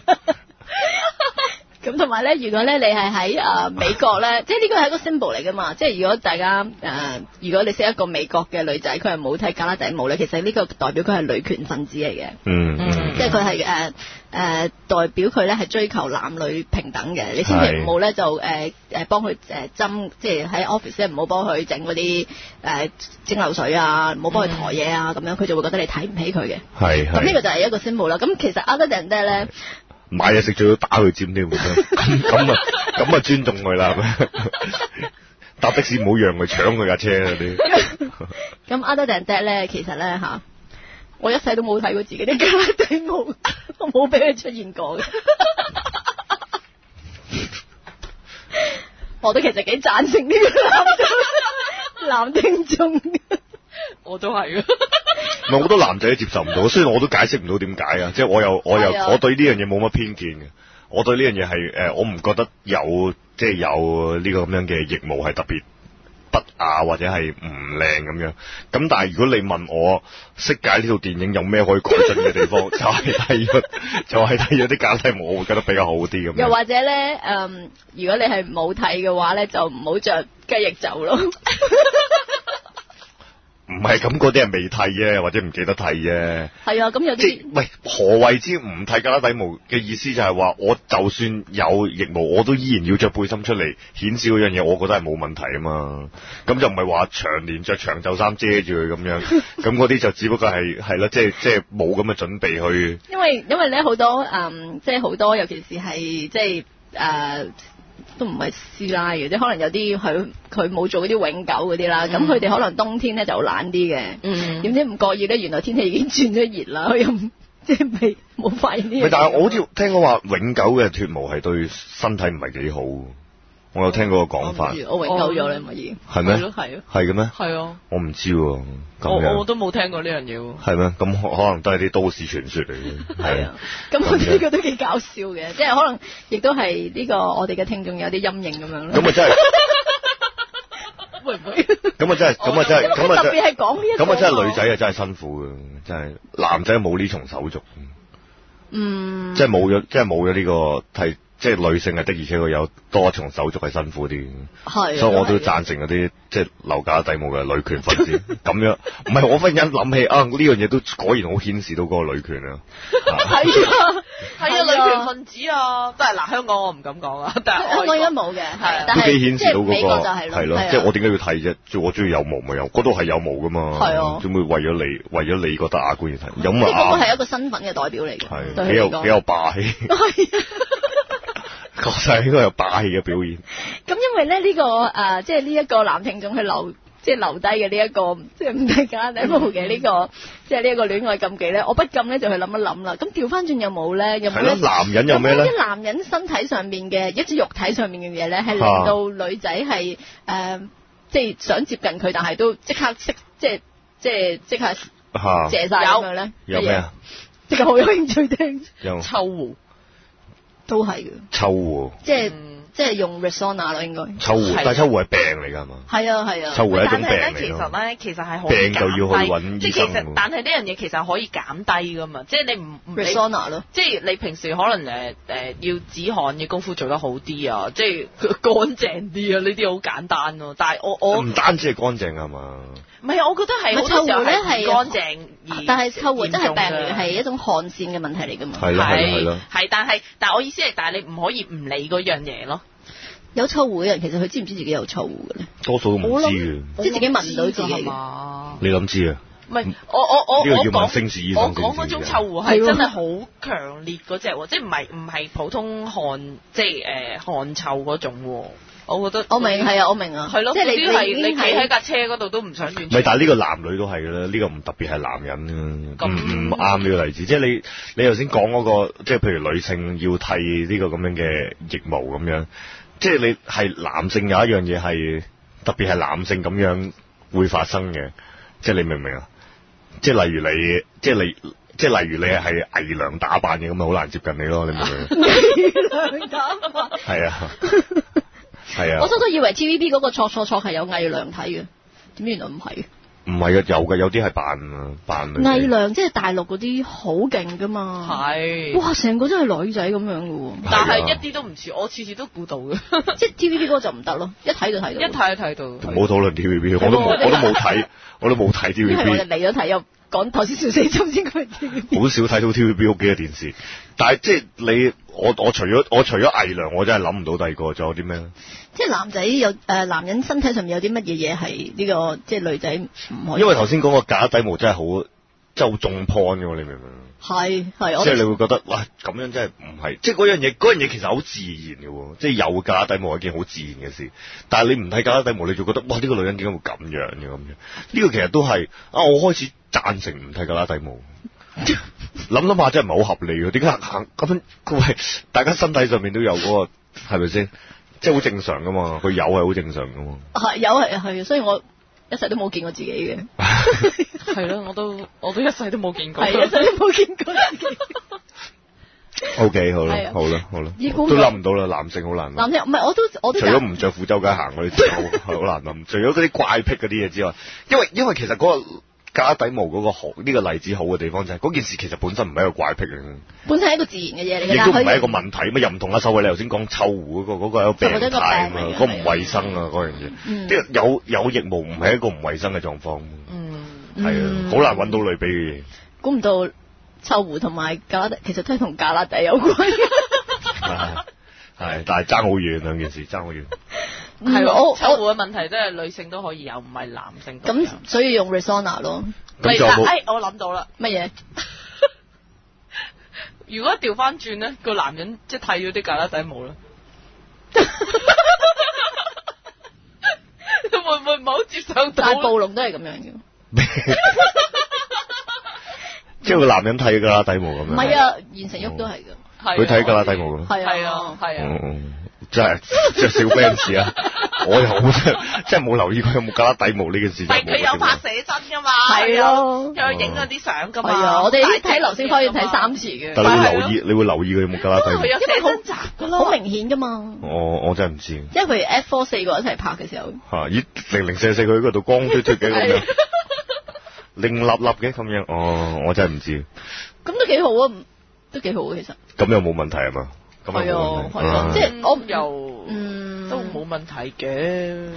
Speaker 1: 咁同埋咧，如果咧你係喺誒美國咧，即係呢個係一個 symbol 嚟噶嘛。即係如果大家誒、呃如果你識一個美國嘅女仔，佢係冇睇格拉底舞咧，其實呢個代表佢係女權分子嚟嘅。
Speaker 2: 嗯
Speaker 3: 嗯
Speaker 2: 嗯，
Speaker 1: 即係佢係誒誒代表佢咧係追求男女平等嘅，你千祈唔好咧就誒誒、呃、幫佢誒針，即係喺 office 咧唔好幫佢整嗰啲誒蒸馏水啊，唔好幫佢抬嘢啊咁樣，佢就會覺得你睇唔起佢嘅。
Speaker 2: 係
Speaker 1: 咁呢
Speaker 2: 係
Speaker 1: 個就係一個 symbol 啦。咁其實 other than that 咧，
Speaker 2: 買嘢食最好打佢尖添，咁咁啊咁啊尊重佢啦，係咪搭的士唔好讓佢搶佢架車啊嗰啲，
Speaker 1: [LAUGHS] 咁 other than that 咧，其實咧嚇，我一世都冇睇過自己啲 [LAUGHS] 格拉底舞，我冇俾佢出現過嘅。 [LAUGHS] 我都其實幾贊成呢個男 [LAUGHS] 男聽眾嘅，
Speaker 3: 我都係啊，
Speaker 2: 唔係好多男仔都接受唔
Speaker 1: [LAUGHS]
Speaker 2: 到，雖然我都解釋唔到點解啊，即係我又我又
Speaker 1: 係啊
Speaker 2: 我對呢樣嘢冇乜偏見嘅，我對呢樣嘢係誒我唔覺得有即係有呢個咁樣嘅腋毛係特別。不雅或者係唔靚咁樣，咁但係如果你問我識解呢套電影有咩可以改進嘅地
Speaker 1: [LAUGHS]
Speaker 2: 方，就係睇咗就係睇咗啲假體舞，我會覺得比較好啲咁樣。
Speaker 1: 又或者咧，嗯，如果你係冇睇嘅話咧，就唔好着雞翼袖
Speaker 2: [LAUGHS]
Speaker 1: 咯。
Speaker 2: 唔係咁，嗰啲係未剃啫，或者唔記得剃啫。
Speaker 1: 係啊，咁有
Speaker 2: 即
Speaker 1: 啲
Speaker 2: 係喂，何謂之唔剃格拉底毛嘅意思就係話，我就算有腋毛，我都依然要着背心出嚟顯示嗰樣嘢，我覺得係冇問題啊嘛。咁就唔係話長年着長袖衫遮住佢咁樣，咁嗰啲就只不過係係啦，即係即係冇咁嘅準備去。
Speaker 1: 因為因為咧好多嗯，即係好多，尤其是係即係誒、呃都唔係師奶嘅，即係可能有啲佢佢冇做嗰啲永久嗰啲啦，咁
Speaker 3: 嗯
Speaker 1: 佢哋可能冬天咧就懶啲嘅，
Speaker 3: 嗯 [LAUGHS]
Speaker 1: 點知唔覺意咧，原來天氣已經轉咗熱啦， [LAUGHS] 佢又唔即係未冇發現呢樣嘢。
Speaker 2: 喂，但係我好似聽講話永久嘅脱毛係對身體唔係幾好，我有聽過個講法，哦
Speaker 1: 我唔知啊我永久咗啦，咪已經
Speaker 2: 係咩
Speaker 3: 係咯係啊
Speaker 2: 係嘅咩？
Speaker 3: 係啊，
Speaker 2: 我唔知喎，咁
Speaker 3: 我
Speaker 2: 樣
Speaker 3: 我。都冇聽過呢樣嘢喎。
Speaker 2: 系咩？咁可可能都係啲都市傳說嚟嘅，係啊。
Speaker 1: 咁我覺得呢個都幾搞笑嘅，即係可能亦都係呢個我哋嘅聽眾有啲陰影咁樣
Speaker 2: 咁
Speaker 1: 咯。
Speaker 2: 啊真係，
Speaker 1: 會唔會？
Speaker 2: 咁啊真係，咁啊真係，咁啊
Speaker 1: 特
Speaker 2: 真
Speaker 1: 別
Speaker 2: 係，
Speaker 1: 係講呢一個
Speaker 2: 咁啊真係女仔。啊真係辛苦嘅，真係男仔冇呢重手續，
Speaker 1: 嗯。
Speaker 2: 即係冇咗，即係冇咗呢個係，即係女性係啊的而且確有多一重手續係辛苦啲，
Speaker 1: 係。啊
Speaker 2: 所以我都。贊成嗰啲即係留假底母嘅女權
Speaker 1: [LAUGHS]
Speaker 2: 分子咁樣。唔係我忽然間諗起啊，呢樣嘢都果然好顯示到嗰個女權啊。
Speaker 1: [LAUGHS] 係啊。
Speaker 3: [LAUGHS] 係啊，女權分子啊，但係嗱，香港我唔敢講 [LAUGHS] 啊，但係
Speaker 1: 香港而家
Speaker 3: 外國
Speaker 1: 冇嘅，係啊
Speaker 3: 係
Speaker 1: 但
Speaker 2: 都幾
Speaker 1: 係
Speaker 2: 顯
Speaker 1: 即
Speaker 2: 示到
Speaker 1: 係美
Speaker 2: 嗰、
Speaker 1: 國
Speaker 2: 個
Speaker 1: 就係啊
Speaker 2: 係咯，即係我點解要睇啫？即係我中意有毛咪有，嗰度係有毛噶嘛。
Speaker 1: 係啊
Speaker 2: 點會為咗你為咗你覺得雅觀而睇？有
Speaker 1: 即
Speaker 2: 咪
Speaker 1: 係嗰個
Speaker 2: 雅？
Speaker 1: 係一個身份嘅代表嚟嘅，
Speaker 2: 啊係
Speaker 1: 對
Speaker 2: 幾
Speaker 1: 佢
Speaker 2: 有
Speaker 1: 嚟
Speaker 2: 幾
Speaker 1: 講。
Speaker 2: 有霸氣，
Speaker 1: [LAUGHS]
Speaker 2: [LAUGHS]
Speaker 1: 係啊
Speaker 2: 確實應該有霸氣嘅表現。
Speaker 1: 咁因為咧呢、個誒、呃即係呢一個男聽眾去留。即係留低嘅呢一個，即係唔係假底毛嘅呢個，即係呢一個戀愛禁忌咧，我不禁咧就去諗一諗啦。咁調翻轉有冇咧？有冇
Speaker 2: 係咯，
Speaker 1: 咧？
Speaker 2: 男人有咩咧
Speaker 1: 冇？啲男人身體上面嘅一啲肉體上面嘅嘢咧，係令
Speaker 2: 啊
Speaker 1: 到女仔係誒，即係想接近佢，但係都即刻識，即係即係即刻
Speaker 2: 嚇
Speaker 1: 謝晒咁樣咧。
Speaker 2: 啊有咩啊？
Speaker 1: 乜嘢？即係好有興趣聽，
Speaker 2: 有
Speaker 3: 臭狐，
Speaker 1: 都係嘅，
Speaker 2: 臭狐，
Speaker 1: 即係
Speaker 3: 嗯
Speaker 1: 即係用 Resona 咯，應該
Speaker 2: 臭狐，
Speaker 1: 啊
Speaker 3: 係
Speaker 2: 但係臭狐係病嚟㗎係嘛？
Speaker 1: 係啊係啊。
Speaker 2: 臭狐係一種
Speaker 3: 但
Speaker 2: 病
Speaker 3: 係咧，
Speaker 2: 嚟
Speaker 3: 其
Speaker 2: 㗎嘛。
Speaker 3: 實咧，其實係可以
Speaker 2: 病就要去揾
Speaker 3: 減低
Speaker 2: 醫
Speaker 3: 即係其實
Speaker 2: 生，
Speaker 3: 但係呢樣嘢其實可以減低噶嘛，即係你唔唔你
Speaker 1: Resona 咯，
Speaker 3: 即係你平時可能誒誒、呃要止汗嘅功夫做得好啲啊，即係乾淨啲啊，呢啲好簡單咯、但係我我
Speaker 2: 唔單止係乾淨係嘛？
Speaker 3: 唔係啊，我覺得係
Speaker 1: 咪
Speaker 3: 好多時候
Speaker 1: 臭狐咧
Speaker 3: 係
Speaker 1: 係啊
Speaker 3: 唔乾淨而
Speaker 1: 但係臭狐真係病嚟嘅，
Speaker 3: 嚴重㗎啊
Speaker 1: 係一種汗腺嘅問題嚟㗎嘛。
Speaker 3: 嗯
Speaker 2: 係咯係咯係咯。
Speaker 3: 係，但係但係我意思係，但係你唔可以唔理嗰樣嘢咯。
Speaker 1: 有臭狐嘅人其實佢知唔知自己有臭狐嘅咧？
Speaker 2: 多數都唔
Speaker 3: 我
Speaker 2: 知啊
Speaker 3: 諗
Speaker 2: 嘅，
Speaker 1: 即係自己聞到自己
Speaker 3: 我唔知㗎
Speaker 1: 嘅
Speaker 3: 係嘛？
Speaker 2: 你諗知啊？
Speaker 3: 唔係，我我我
Speaker 2: 呢個
Speaker 3: 我
Speaker 2: 要問
Speaker 3: 講
Speaker 2: 星士醫
Speaker 3: 我
Speaker 2: 生先知嘅。啊
Speaker 3: 講嗰種臭狐
Speaker 1: 係
Speaker 3: 係
Speaker 1: 喎
Speaker 3: 真係好強烈嗰只喎，即係唔係唔係普通汗，即係誒呃汗臭嗰種喎。我覺得
Speaker 1: 我明係啊，我明啊，
Speaker 3: 係咯，
Speaker 1: 即
Speaker 3: 即
Speaker 1: 係
Speaker 3: 係
Speaker 1: 你
Speaker 3: 你
Speaker 1: 你
Speaker 3: 你
Speaker 1: 已經
Speaker 3: 企
Speaker 1: 係
Speaker 3: 喺架車嗰度都唔想遠
Speaker 2: 唔係，但係
Speaker 3: 係
Speaker 2: 呢個男女都係嘅啦，呢、個唔特別係男人嘅，
Speaker 3: 咁
Speaker 2: 唔唔啱呢個例子。即係你你頭先講嗰個，即係譬如女性要剃呢個咁樣嘅腋毛咁樣，即係你係男性有一樣嘢係特別係男性咁樣會發生嘅，即係你明唔明啊？即係例如你，即係你，即係例如你係偽娘打扮嘅，咁咪好難接近你咯，你明唔明？啊
Speaker 1: 兩膽啊
Speaker 2: 係啊，係啊
Speaker 3: [LAUGHS]
Speaker 1: 我初初以為 TVB 嗰個錯錯錯係有偽娘睇嘅，點知原來唔係。
Speaker 2: 唔係啊，有嘅，有啲係扮啊，扮女仔
Speaker 1: 偽娘即係大陸嗰啲好勁噶嘛，
Speaker 3: 係。
Speaker 1: 哇！成個真係女仔咁樣嘅
Speaker 3: [LAUGHS] 但係
Speaker 2: 係啊
Speaker 3: 一啲都唔似，我次次都估到嘅，
Speaker 1: 喎，即係 TVB 嗰個就唔得咯，一睇就睇
Speaker 3: [LAUGHS] 一
Speaker 1: 到，
Speaker 3: 睇就睇到。
Speaker 2: 唔好討論 TVB，我都冇
Speaker 1: 我哋
Speaker 2: 我都冇睇，我都冇睇
Speaker 1: 因為我哋
Speaker 2: TVB，
Speaker 1: 嚟咗睇又講頭先小四針應該係
Speaker 3: [LAUGHS]
Speaker 1: TVB
Speaker 2: 好少睇到 TVB 屋企嘅電視。但係即係你，我我除咗我除咗偽娘，我真係諗唔到第二個，仲有啲咩咧？
Speaker 1: 即係男仔有誒、呃男人身體上面有啲乜嘢嘢係呢個即係女仔唔可以，
Speaker 2: 因為頭先講個假底毛真係好，真係好中 point 嘅喎，你明唔明？
Speaker 1: 係係我
Speaker 2: 即係你會覺得，哇，咁樣真係唔係，即係嗰樣嘢，嗰樣嘢其實好自然嘅喎，即係有假底毛係一件好自然嘅事。但係你唔睇假底毛，你就覺得，哇，呢、個女人點解會咁樣嘅咁樣？呢、個其實都係啊，我開始贊成唔睇假底毛。
Speaker 1: [LAUGHS]
Speaker 2: 諗諗下真係唔係好合理嘅，點解行咁樣？喂，大家身體上面都有嗰、個，係咪先？即係好正常噶嘛，佢有係好正常
Speaker 1: [LAUGHS]
Speaker 2: 噶嘛。
Speaker 1: 係有係係，所以我一世都冇見過自己嘅，
Speaker 2: [LAUGHS]
Speaker 3: 係咯，我都我都一世都冇見過。
Speaker 1: 係一世都冇見過自
Speaker 2: [LAUGHS]
Speaker 1: 己。
Speaker 2: O、k 好
Speaker 1: 係
Speaker 2: 啦
Speaker 1: 啊，
Speaker 2: 好啦，好啦，
Speaker 1: 義工
Speaker 2: 都諗唔到啦，男性好難諗。
Speaker 1: 男仔唔係我都我都
Speaker 2: 除咗唔着褲周街行嗰啲
Speaker 1: [LAUGHS]
Speaker 2: 真係好好難諗。除咗嗰啲怪癖嗰啲嘢之外，因為因為其實嗰個假底毛嗰個好呢、個例子好嘅地方就係、嗰件事其實本身唔係一個怪癖嚟嘅，
Speaker 1: 本身係一個自然嘅嘢嚟嘅，
Speaker 2: 亦都唔
Speaker 1: 但
Speaker 2: 係
Speaker 1: 佢
Speaker 2: 一個問題咁又唔同阿秀慧你頭先講臭狐嗰、個嗰、個係一
Speaker 1: 就
Speaker 2: 個
Speaker 1: 覺得一
Speaker 2: 病
Speaker 1: 個
Speaker 2: 態啊嘛
Speaker 1: 病嚟嘅，
Speaker 2: 嗰個唔衞生啊嗰樣
Speaker 1: 嗯
Speaker 2: 嘢，即係有有疫毛唔係一個唔衞生嘅狀況，
Speaker 3: 嗯，
Speaker 2: 係啊，好難揾到類比嘅
Speaker 1: [LAUGHS]
Speaker 2: 嘢。
Speaker 1: 估唔到臭狐同埋咖喱，其實都係同咖喱底有 [LAUGHS] 關。
Speaker 2: 係係，但係爭好遠兩件事，爭好遠。
Speaker 3: 係
Speaker 1: 係
Speaker 3: 咯，
Speaker 1: 嗯我
Speaker 3: 嗯我臭
Speaker 1: 我
Speaker 3: 狐嘅問題真係女性都可以有，唔係男性獨有。
Speaker 1: 咁，所以用 Resona 咯。
Speaker 2: 咁
Speaker 3: 喂
Speaker 2: 就
Speaker 3: 嗱
Speaker 2: 冇
Speaker 3: 哎，我諗到啦。
Speaker 1: 乜嘢？
Speaker 3: 如果調翻轉咧，個男人即係剃咗啲格拉底毛啦， [LAUGHS] 會唔會唔好接受到
Speaker 1: 但
Speaker 3: 咧？
Speaker 1: 係暴龍都係咁樣嘅。
Speaker 2: [LAUGHS] 即係個男人剃㗎啦底毛咁樣。
Speaker 1: 唔係啊，現成喐都係嘅。
Speaker 3: 係啊
Speaker 2: 佢睇㗎啦底毛咁。
Speaker 1: 係
Speaker 3: 係啊
Speaker 1: 啊，，
Speaker 3: 係啊。
Speaker 2: 嗯，真係 [LAUGHS] 即係小
Speaker 1: [LAUGHS]
Speaker 2: fans 啊！我又好真係冇留意佢有冇加底毛呢件事。
Speaker 3: 唔係
Speaker 2: 真係冇
Speaker 3: 佢有拍
Speaker 2: 乜
Speaker 3: 寫真噶嘛，
Speaker 1: 啊係咯
Speaker 3: 佢有影嗰啲相噶
Speaker 1: 係
Speaker 3: 嘛。
Speaker 1: 啊，我哋呢啲睇流星花園睇
Speaker 3: 嗯
Speaker 1: 三次
Speaker 2: 點
Speaker 1: 嘅，
Speaker 2: 但你會留意，
Speaker 1: 啊
Speaker 2: 你會留意佢有冇加
Speaker 3: 因
Speaker 2: 底
Speaker 3: 為佢有寫真集噶
Speaker 1: 好
Speaker 3: 咯。
Speaker 1: 明顯㗎嘛。
Speaker 2: 我我真係唔知
Speaker 1: 因為譬如 F Four 四個一齊拍嘅時候，
Speaker 2: 嚇，咦零零四四佢嗰度光脱脱嘅
Speaker 1: [LAUGHS]
Speaker 2: 咁
Speaker 1: 啊
Speaker 2: 樣，零立立嘅咁樣，哦，我真係唔知，
Speaker 1: 咁都幾好啊，唔都幾好嘅其實。
Speaker 2: 咁又冇問題啊嘛？咁
Speaker 1: 係
Speaker 2: 又
Speaker 1: 啊
Speaker 2: 冇，問題
Speaker 1: 係啊，即係我
Speaker 3: 又
Speaker 1: 嗯
Speaker 3: 都冇問題嘅。
Speaker 1: 即係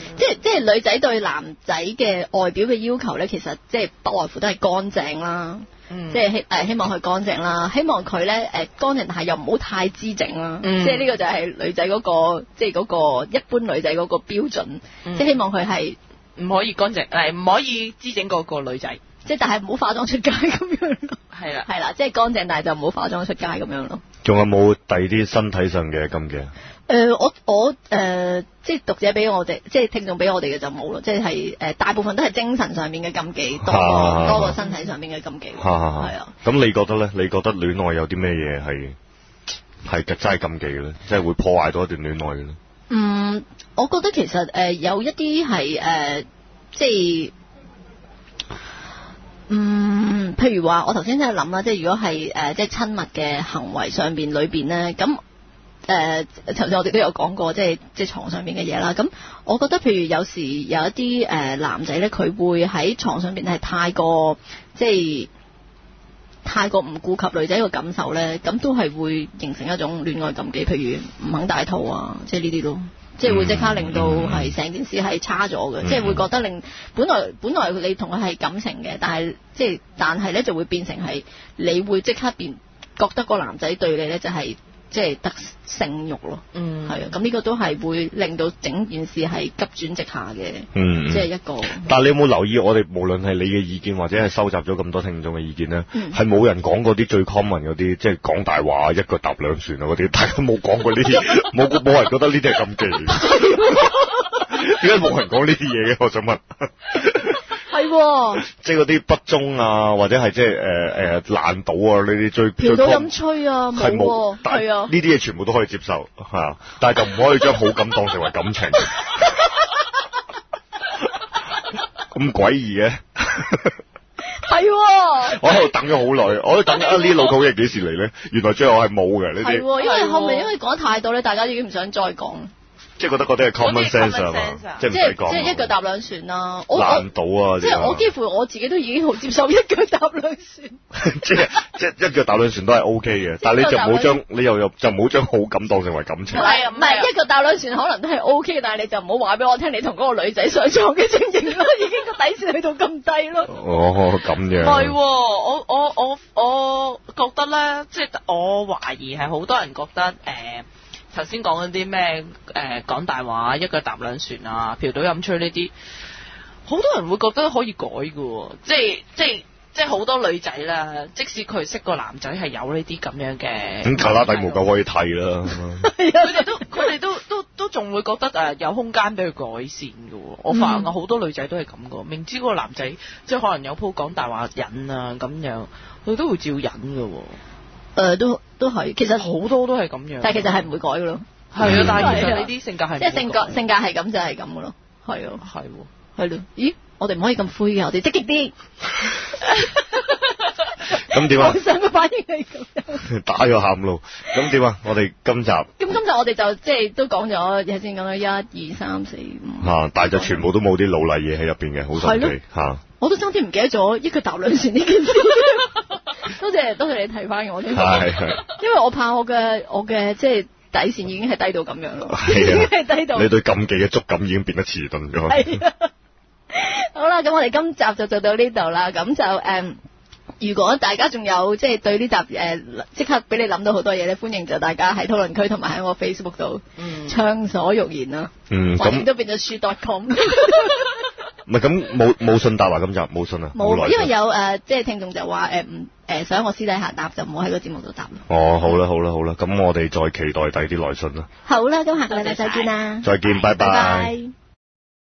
Speaker 1: 即係女仔對男仔嘅外表嘅要求咧，其實即係不外乎都係乾淨啦，
Speaker 3: 嗯
Speaker 1: 即係希誒希望佢乾淨啦，希望佢咧誒乾淨，但係又唔好太姿整啦。
Speaker 3: 嗯
Speaker 1: 即係呢個就係女仔嗰、個即係嗰、個一般女仔嗰個標準，
Speaker 3: 嗯
Speaker 1: 即係希望佢係
Speaker 3: 唔可以乾淨，誒唔可以滋整個個女仔。
Speaker 1: 即係但係唔好化妝出街咁樣咯。
Speaker 3: 係啦，
Speaker 1: 係啦，即係乾淨，但係就唔好化妝出街咁樣咯。
Speaker 2: 仲有冇第二啲身體上嘅禁忌啊？
Speaker 1: 誒、呃我我誒、即係讀者俾我哋，即係聽眾俾我哋嘅就冇咯，即係誒、大部分都係精神上面嘅禁忌多過、
Speaker 2: 啊
Speaker 1: 多過身體上面嘅禁忌，
Speaker 2: 嚇嚇
Speaker 1: 係啊。
Speaker 2: 咁你覺得咧？你覺得戀愛有啲咩嘢係係真係禁忌嘅咧？即係會破壞到一段戀愛嘅咧？
Speaker 1: 嗯，我覺得其實誒、呃有一啲係呃誒，即係嗯，譬如話我頭先真係諗啦，即係如果係誒、呃即係親密嘅行為上邊裏邊咧，咁誒頭先我哋都有講過，即係即係牀上面嘅嘢啦。咁我覺得譬如有時有一啲誒、呃男仔咧，佢會喺床上邊係太過即係。太過唔顧及女仔個感受咧，咁都係會形成一種戀愛禁忌，譬如唔肯大肚啊，即係呢啲咯，即係會即刻令到
Speaker 2: 嗯
Speaker 1: 係成件事係差咗嘅，
Speaker 2: 嗯
Speaker 1: 即係會覺得令本來本來你同佢係感情嘅，但係即係但係咧就會變成係你會即刻變覺得個男仔對你咧就係、即係得性慾咯，
Speaker 3: 嗯
Speaker 1: 係啊，咁呢個都係會令到整件事係急轉直下嘅，
Speaker 2: 嗯
Speaker 1: 即係一個。
Speaker 2: 但係你有冇留意我哋無論係你嘅意見或者係收集咗咁多聽眾嘅意見咧，
Speaker 1: 嗯
Speaker 2: 係冇、人講嗰啲最 common 嗰啲，即係講大話一個搭兩船啊嗰啲， [LAUGHS] 大家冇講過呢啲，冇冇人覺得呢啲係禁忌嚟嘅。點解冇人講呢啲嘢嘅？我想問，
Speaker 1: 係喎，
Speaker 2: 即係嗰啲不忠啊，或者係即係誒誒爛賭啊呢啲最
Speaker 1: 嫖
Speaker 2: 最
Speaker 1: 到
Speaker 2: common-
Speaker 1: 飲吹啊，冇
Speaker 2: 係
Speaker 1: 喎，
Speaker 2: 但
Speaker 1: 係啊
Speaker 2: 呢，啲嘢全部都可以接受，係啊，但係就唔可以將好感當成為
Speaker 1: [LAUGHS]
Speaker 2: 感情，咁詭異嘅。 [LAUGHS]
Speaker 1: 係喎。
Speaker 2: 我喺度等咗好耐，我都等啊呢老土嘢幾時嚟咧？原來最後係冇嘅呢
Speaker 1: 係
Speaker 2: 啲，
Speaker 1: 喎，因為
Speaker 3: 係喎
Speaker 1: 後面因為講得太多咧，大家已經唔想再講。
Speaker 2: 即係覺得嗰啲係 common
Speaker 3: 嗰啲係 common
Speaker 2: sense 啊嘛
Speaker 3: sense 啊，
Speaker 2: 即係唔
Speaker 1: 即
Speaker 2: 使
Speaker 1: 係
Speaker 2: 講啊。
Speaker 1: 即係一腳踏兩船啦。我我
Speaker 2: 難到啊！
Speaker 1: 即
Speaker 2: 係
Speaker 1: 係我幾乎我自己都已經好接受一腳踏兩船。
Speaker 2: [LAUGHS] 即係即係一腳踏兩船都係 O K 嘅，但係你就唔好將你又又就唔好將好感當成為
Speaker 1: [LAUGHS]
Speaker 2: 感情
Speaker 3: 唔。係啊
Speaker 1: 唔
Speaker 3: 唔係啊
Speaker 1: 係一個大女船可能都係 O K，但係你就唔好話俾我聽你同嗰個女仔上床嘅情形咯，已經個底線去到咁低咯。
Speaker 2: 哦，咁
Speaker 3: 唔
Speaker 2: 樣。
Speaker 3: 係喎，我我我我覺得咧，即係我懷疑係好多人覺得誒。頭先講嗰啲咩誒講大話一腳踏兩船啊，嫖賭飲吹呢啲，好多人會覺得可以改嘅喎，即係即係即係好多女仔啦，即使佢識個男仔係有呢啲咁樣嘅，
Speaker 2: 咁卡拉底毛夠可以剃啦。
Speaker 1: 啊
Speaker 3: 佢哋都佢哋都都都仲會覺得誒有空間俾佢改善嘅喎。我發
Speaker 1: 嗯
Speaker 3: 現我好多女仔都係咁嘅，明知嗰個男仔即係可能有鋪講大話忍啊咁樣，佢都會照忍嘅喎。
Speaker 1: 誒，呃都都係，其實
Speaker 3: 好多都係咁樣，
Speaker 1: 但係其實係唔會改嘅咯，
Speaker 3: 係啊，但係其
Speaker 1: 係啊
Speaker 3: 實呢啲性格係
Speaker 1: 即係性格
Speaker 3: 唔會
Speaker 1: 性格係咁就係咁嘅咯，係啊，
Speaker 3: 改係喎。
Speaker 1: 係咯。咦，我哋唔可以咁灰嘅，我哋積極啲。
Speaker 2: [LAUGHS] 咁點啊
Speaker 1: 我？想個反應係咁樣。
Speaker 2: [LAUGHS] 打咗喊路。咁點啊？我哋今集
Speaker 1: 咁今日我哋就即係都講咗，頭先講咗一二三四五，
Speaker 2: 啊，但係就全部都冇啲老禮嘢喺入邊嘅，好神
Speaker 1: 係
Speaker 2: 奇嚇。
Speaker 1: 我都爭啲唔記得咗一腳踏兩船呢件事。 [LAUGHS] 多謝多謝你提翻我添，
Speaker 2: 係係
Speaker 1: 因為我怕我嘅我嘅即係底線已經係低到咁樣咯，已經
Speaker 2: 係
Speaker 1: 係低到
Speaker 2: 啊！你對禁忌嘅觸感已經變得遲鈍咗。
Speaker 1: 係啊。好啦，咁我哋今集就做到呢度啦，咁就誒。嗯如果大家仲有即係對呢集誒即刻俾你諗到好多嘢咧，歡迎就大家喺討論區同埋喺我 Facebook 度
Speaker 3: 嗯
Speaker 1: 暢所欲言啦。
Speaker 2: [LAUGHS] 嗯，
Speaker 1: 橫掂
Speaker 2: 咁
Speaker 1: 都變咗 [LAUGHS] shoot.com。
Speaker 2: 唔係咁冇冇信答啊？今集冇信啊？
Speaker 1: 冇，
Speaker 2: 來
Speaker 1: 因為
Speaker 2: 信
Speaker 1: 有誒、呃即係聽眾就話誒唔誒想我私底下答，就唔好喺個節目度答啦。
Speaker 2: 哦，好啦好啦好啦，咁我哋再期待第二啲來信啦。
Speaker 1: 好啦，咁下個禮拜
Speaker 3: 多謝
Speaker 1: 再見啦，
Speaker 2: 再見，拜
Speaker 1: 嗯拜拜。